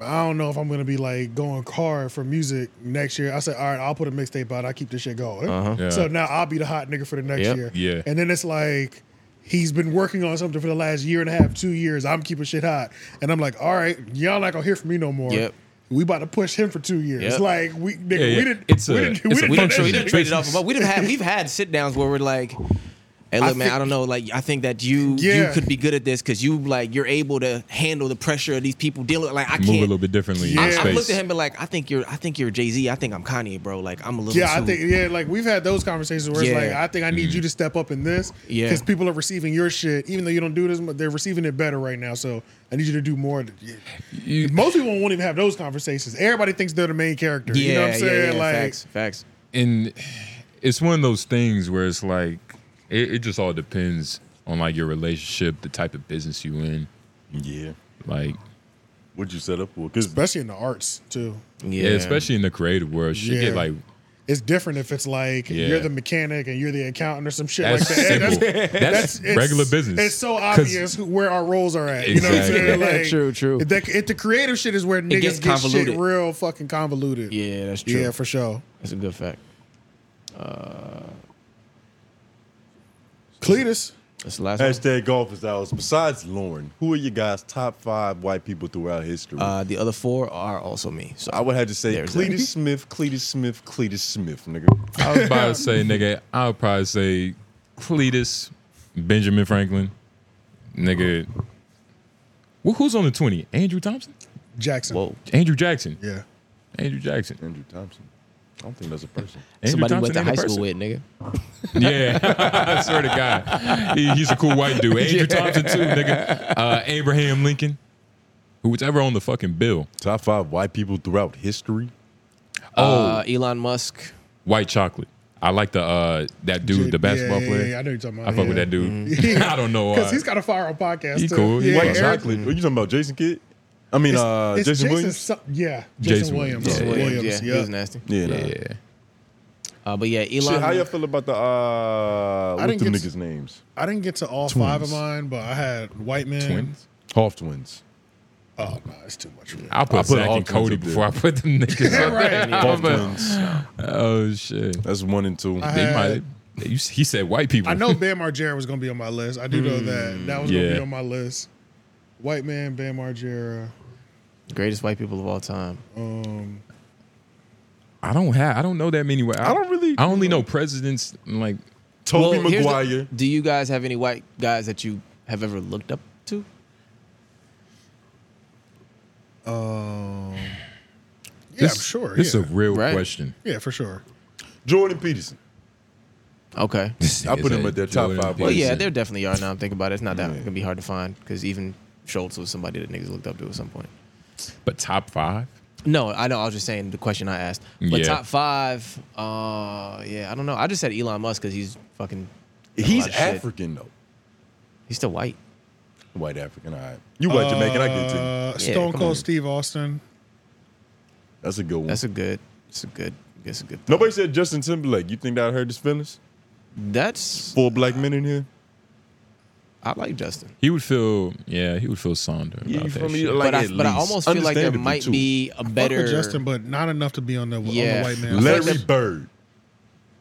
I don't know if I'm gonna be like going hard for music next year. I said, all right, I'll put a mixtape out. I keep this shit going. Uh-huh. Yeah. So now I'll be the hot nigga for the next Yep. year. Yeah. And then it's like. He's been working on something for the last year and a half, two years. I'm keeping shit hot, and I'm like, all right, y'all not gonna hear from me no more. Yep. We about to push him for two years. Yep. Like we, nigga, Yeah, yeah. we didn't. It's we a- didn't. it's we a didn't do function. that we shit. done traded off, but we didn't have. We've had sit downs where we're like, Hey, look, I man, think- I don't know. Like, I think that you Yeah. you could be good at this because you like you're able to handle the pressure of these people dealing. Like, I Move can't a little bit differently in I, your I looked space. at him and like, I think you're, I think you're Jay Z. I think I'm Kanye, bro. Like, I'm a little. Yeah, I too- think yeah, like we've had those conversations where Yeah. Mm-hmm. it's like I think I need you to step up in this Yeah. because people are receiving your shit even though you don't do this, but they're receiving it better right now. So I need you to do more. to- yeah. Most people won't even have those conversations. Everybody thinks they're the main character. you know what I'm saying? like facts. And it's one of those things where it's like it, it just all depends on like your relationship, the type of business you in. Yeah. Like what you set up for? Cause especially in the arts too. yeah. especially in the creative world, shit get Yeah. like It's different if it's like Yeah. you're the mechanic and you're the accountant or some shit That's like that. simple. That's it's- regular business. It's so 'Cause- obvious who, where our roles are at. You know what I'm Exactly. saying? Like, True, true. The, it, the creative shit is where niggas gets get shit convoluted. real fucking convoluted. Yeah, that's true. Yeah, for sure. That's a good fact. Uh, Cletus. That's the last one. Hashtag golf is ours. Besides Lauren, who are your guys' top five white people throughout history? Uh, the other four are also me. So I would have to say There's Cletus that. Smith, Cletus Smith, Cletus Smith, nigga. I was about to say, nigga, I would probably say Cletus, Benjamin Franklin, nigga. Well, who's on the 20? Andrew Thompson? Jackson. Whoa. Andrew Jackson. Yeah. Andrew Jackson. Andrew Thompson. I don't think that's a person. Somebody you Thompson went to ain't a high school person. with, nigga. Yeah, I swear to God, He- he's a cool white dude. Andrew Yeah. Thompson too, nigga. Uh, Abraham Lincoln, who was ever on the fucking bill. Top five white people throughout history. Oh, Uh, Elon Musk. white chocolate. I like the uh, that dude, the Yeah, basketball yeah, player. yeah, I know you're talking about, I fuck with yeah. that dude. Mm-hmm. I don't know Because why. he's got a fire on podcast. uh, He too. cool. He Yeah, white Eric- chocolate. What you talking about, Jason Kidd? I mean, uh, it's Jason, Williams. Some- yeah, Jason, Williams. Jason Williams. Yeah, he was yeah. nasty. Yeah, nah. Uh, but yeah, Elon. Shit, how y'all feel about the uh, I what's didn't them get to- niggas' names? I didn't get to all Twins. five of mine, but I had White Man. Twins? Hoff twins. Oh no, it's too much. Man. I'll put Zach and Cody before I put them niggas up there. Hoff But- twins. Oh shit. That's one and two. I They had- might. they- you- He said white people. I know Bam Margera was gonna be on my list. I do know Hmm, that. That was gonna yeah. be on my list. White man, Bam Margera. Greatest white people of all time. Um, I don't have. I don't know that many. wa- I, don't really. I only know presidents and, like Toby Well, here's the- Maguire. do you guys have any white guys that you have ever looked up to? um, yeah, This- I'm sure. this is yeah. a real Right. question. Yeah, for sure. Jordan Peterson. Okay. I put him at their top five. Well, white yeah, men. there definitely are. Now I'm thinking about it. It's not that gonna be hard to find because even Schultz was somebody that niggas looked up to at some point. But top five? No, I know. I was just saying the question I asked. But Yeah. top five, uh, yeah, I don't know. I just said Elon Musk because he's fucking. done a He's lot of shit. African though. He's still white. White African. All right. You white Jamaican. I get Uh, to you. Stone Cold Steve Austin. That's a good one. That's a good. That's a good. That's a good. Nobody said Justin Timberlake. You think that hurt his feelings? That's four black men in here. I like Justin. He would feel. Yeah, he would feel sonder Yeah, about you that feel me? shit. Like, but I, at but I least. almost feel like there Understandably, might too. be a I fuck with Fuck better. with Justin, but not enough to be on the, on Yeah. the white man. Larry Bird.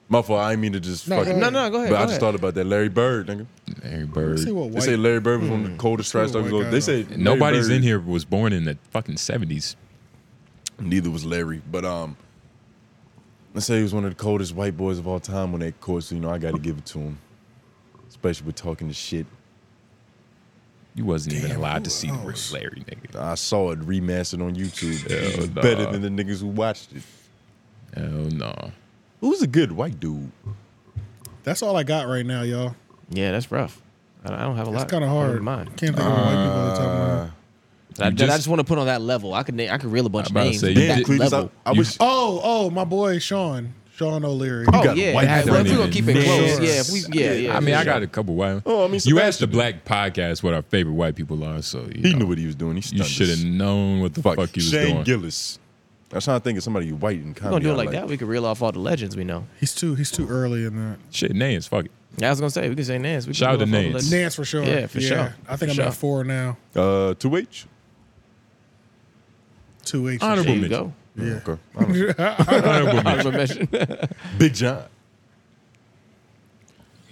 My fault. I didn't mean to just. No, fuck go it. ahead. No, no, go ahead, But I go just ahead. thought about that Larry Bird, nigga. Larry Bird. Say what They white- Hmm. say Larry Bird was one of the coldest trash Say what talkers. white guy Oh They say though. Larry Nobody's Bird- in here was born in the fucking seventies. Neither was Larry, but um, let's say he was one of the coldest white boys of all time when they course. You know, I got to give it to him, especially with talking the shit. You wasn't even allowed to see the real Larry, nigga. I saw it remastered on YouTube. It Hell was nah. Better than the niggas who watched it. Hell no. Who's a good white dude? That's all I got right now, y'all. Yeah, that's rough. I don't I don't have a lot. It's kind of coming hard. to mind. Can't think Uh, of white Uh, people on the top of my head. I, You that I just- just want to put on that level. I could na- I could reel a bunch of about to names. say, but you that did- Cletus, level. I- I You- wish- Oh, oh, my boy Sean, Sean O'Leary. Oh, yeah, yeah, well, if we're gonna keep it close, yeah, if we, yeah, yeah. I mean, for I sure. got a couple white. Oh, I mean, you asked the black podcast what our favorite white people are, so you He know, knew what he was doing. He you stunned should us. have known what the fuck, you was Shane doing. Gillis. I was trying to think of somebody white in We're comedy. gonna do it I like that. We could reel off all the legends we know. He's too he's too early in that. Shit, names, fuck it. Yeah, I was gonna say we can say Nance. We can Shout out reel to off all the Nance. legends. Nance for sure. Yeah, for sure. I For think I'm sure. at four now. Uh, two H. Two H. Honorable There you mention. go. Yeah. Okay. Honorable mention. Big John.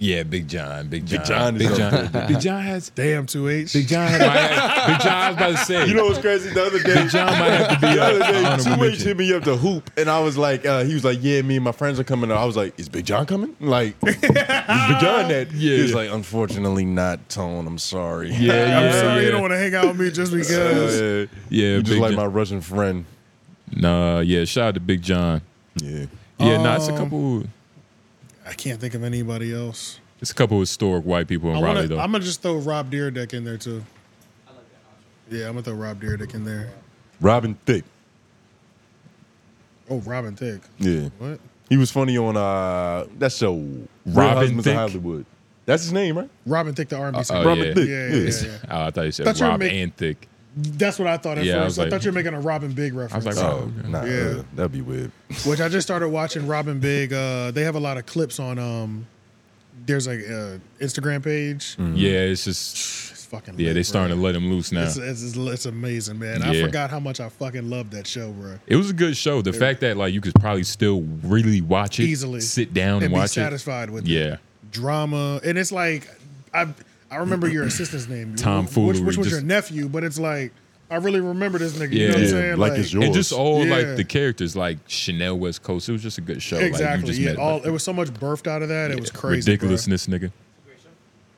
Yeah, Big John. Big John. Big John is Big up John. there. Big John has damn two H. Big John. Might have, Big John. I was about to say. You know what's crazy? The other day, Big John might have to be the a- other a day, honorable two H mention. hit me up the hoop, and I was like, uh, he was like, yeah, me and my friends are coming. I was like, is Big John coming? Like, is Big John that? Yeah. He was like, unfortunately not, Tone. I'm sorry. I'm sorry you don't want to hang out with me just because. yeah, Yeah, You just Big like John. my Russian friend. Nah, yeah. Shout out to Big John. Yeah. Yeah, nah, it's a Um, couple. I can't think of anybody else. It's a couple historic white people in I Raleigh wanna, though. I'm gonna just throw Rob Deerdeck in there too. Yeah, I'm gonna throw Rob Deerdeck in there. Robin Thicke. Oh, Robin Thicke. Yeah. What? He was funny on uh that show Real Robin Husbands of Thicke? Hollywood. That's his name, right? Robin Thicke, the R&B Uh, singer. Robin Thicke, Yeah, yeah. yeah, yeah, yeah. Oh, I thought you said Thought you were Rob make- and Thick. That's what I thought at Yeah, I first. was I, like- thought you were making a Robin Big I was reference. like, oh, nah, yeah. uh, that'd be weird. Which I just started watching Robin Big. Uh, they have a lot of clips on. Um, there's like uh, Instagram page. Mm-hmm. Mm. Yeah, it's just. fucking yeah, lit, they starting to let him loose now. It's, it's, it's, it's amazing, man. I Yeah. forgot how much I fucking loved that show, bro. It was a good show. The It- fact that like you could probably still really watch it, Easily. sit down and, And be watch it, satisfied with it. yeah. Drama, and it's like I I remember your assistant's name, Tom which, Foolery, which was just- your nephew, but it's like I really remember this nigga. Yeah, You know what I'm saying? And just all Yeah. like the characters, like Chanel West Coast. It was just a good show. Like, you exactly. just yeah, met all it was so much birthed out of that. It was crazy. bro. ridiculousness, nigga.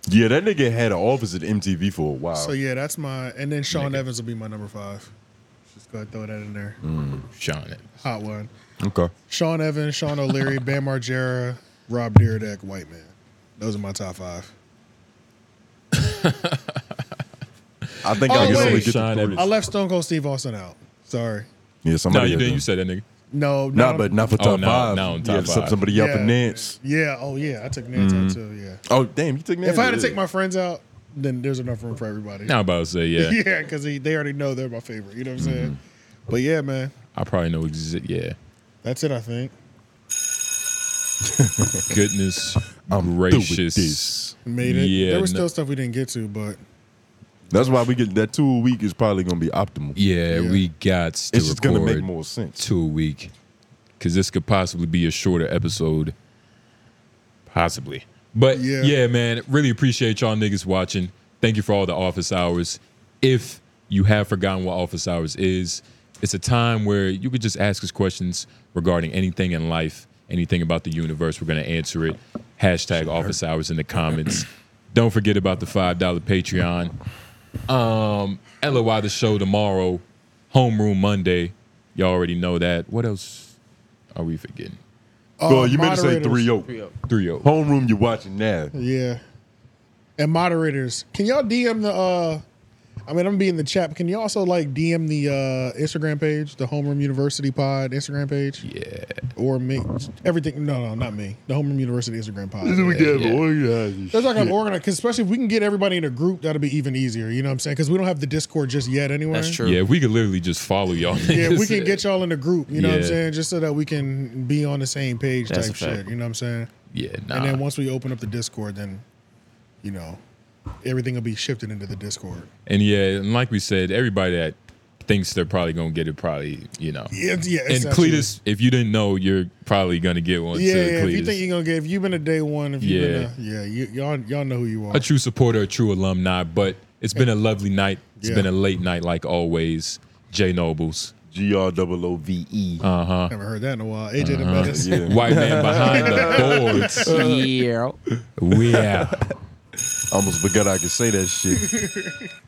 Yeah, that nigga had an office at MTV for a while. So yeah, that's my. And then Sean Evans will be my number five. Just go ahead and throw that in there. Sean Evans. Hot one. Okay. Sean Evans, Sean O'Leary, Bam Margera, Rob Dyrdek, White Man. Those are my top five. I think oh, I can only wait. get the three. I left Stone Cold Steve Austin out. Sorry. Yeah, somebody. No, you had didn't. to- You said that nigga. No, Nah, not- but not for Oh, top nah, five. nah, on yeah, top five. somebody up Yeah. in Nance. Yeah. Oh yeah, I took Nance out Mhm. Mm-hmm. too. Yeah. Oh damn, you took Nance. if I had to yeah. take my friends out, then there's enough room for everybody. Now I'm about to say, yeah. Mm-hmm. yeah, because they already know they're my favorite. You know what I'm saying? But yeah, man, I probably know exist. Yeah. that's it. I think. Goodness I'm through with gracious. Made it. Yeah. there was no- still stuff we didn't get to, but That's why we get that two a week is probably gonna be optimal. yeah, we got to It's just gonna make record more sense. two a week because this could possibly be a shorter episode, possibly. But yeah. man, really appreciate y'all niggas watching. Thank you for all the office hours. If you have forgotten what office hours is, it's a time where you could just ask us questions regarding anything in life, anything about the universe. We're gonna answer it. Hashtag office hours in the comments. Don't forget about the five dollar Patreon. Um, LOI the show tomorrow. Homeroom Monday. Y'all already know that. What else are we forgetting? Uh, Well, you meant to say moderators. 3-0. 3-0. 3-0. Homeroom you're watching now. yeah. And moderators, can y'all DM the? uh I mean, I'm gonna be in the chat. But can you also like DM the uh Instagram page, the Homeroom University Pod Instagram page? Yeah. Or me? Everything? No, no, not me. The Homeroom University Instagram Pod. This is we get organized. That's like an organize, cause especially if we can get everybody in a group, that'll be even easier. You know what I'm saying? Because we don't have the Discord just yet, anyway. Yeah, if we could literally just follow y'all. Yeah, if we niggas. can get y'all in a group. You know what I'm Yeah. saying? Just so that we can be on the same page, That's type a fact. shit. You know what I'm saying? Yeah, And nah. then once we open up the Discord, then you know everything will be shifted into the Discord. And yeah, and like we said, everybody that thinks they're probably gonna get it, probably you know. Yeah, yeah, and exactly. Cletus, if you didn't know, you're probably gonna get one yeah, too. yeah. Cletus. If you think you're gonna get, if you've been a day one, if you've Yeah. been a, yeah, you, y'all y'all know who you are. a true supporter, a true alumni. But it's been a lovely night. It's Yeah. been a late night, like always. J Nobles. G R O O V E. Uh huh. Never heard that in a while. AJ the Uh-huh. best. Yeah. White man behind the boards. Yeah. We out. Almost forgot I could say that shit.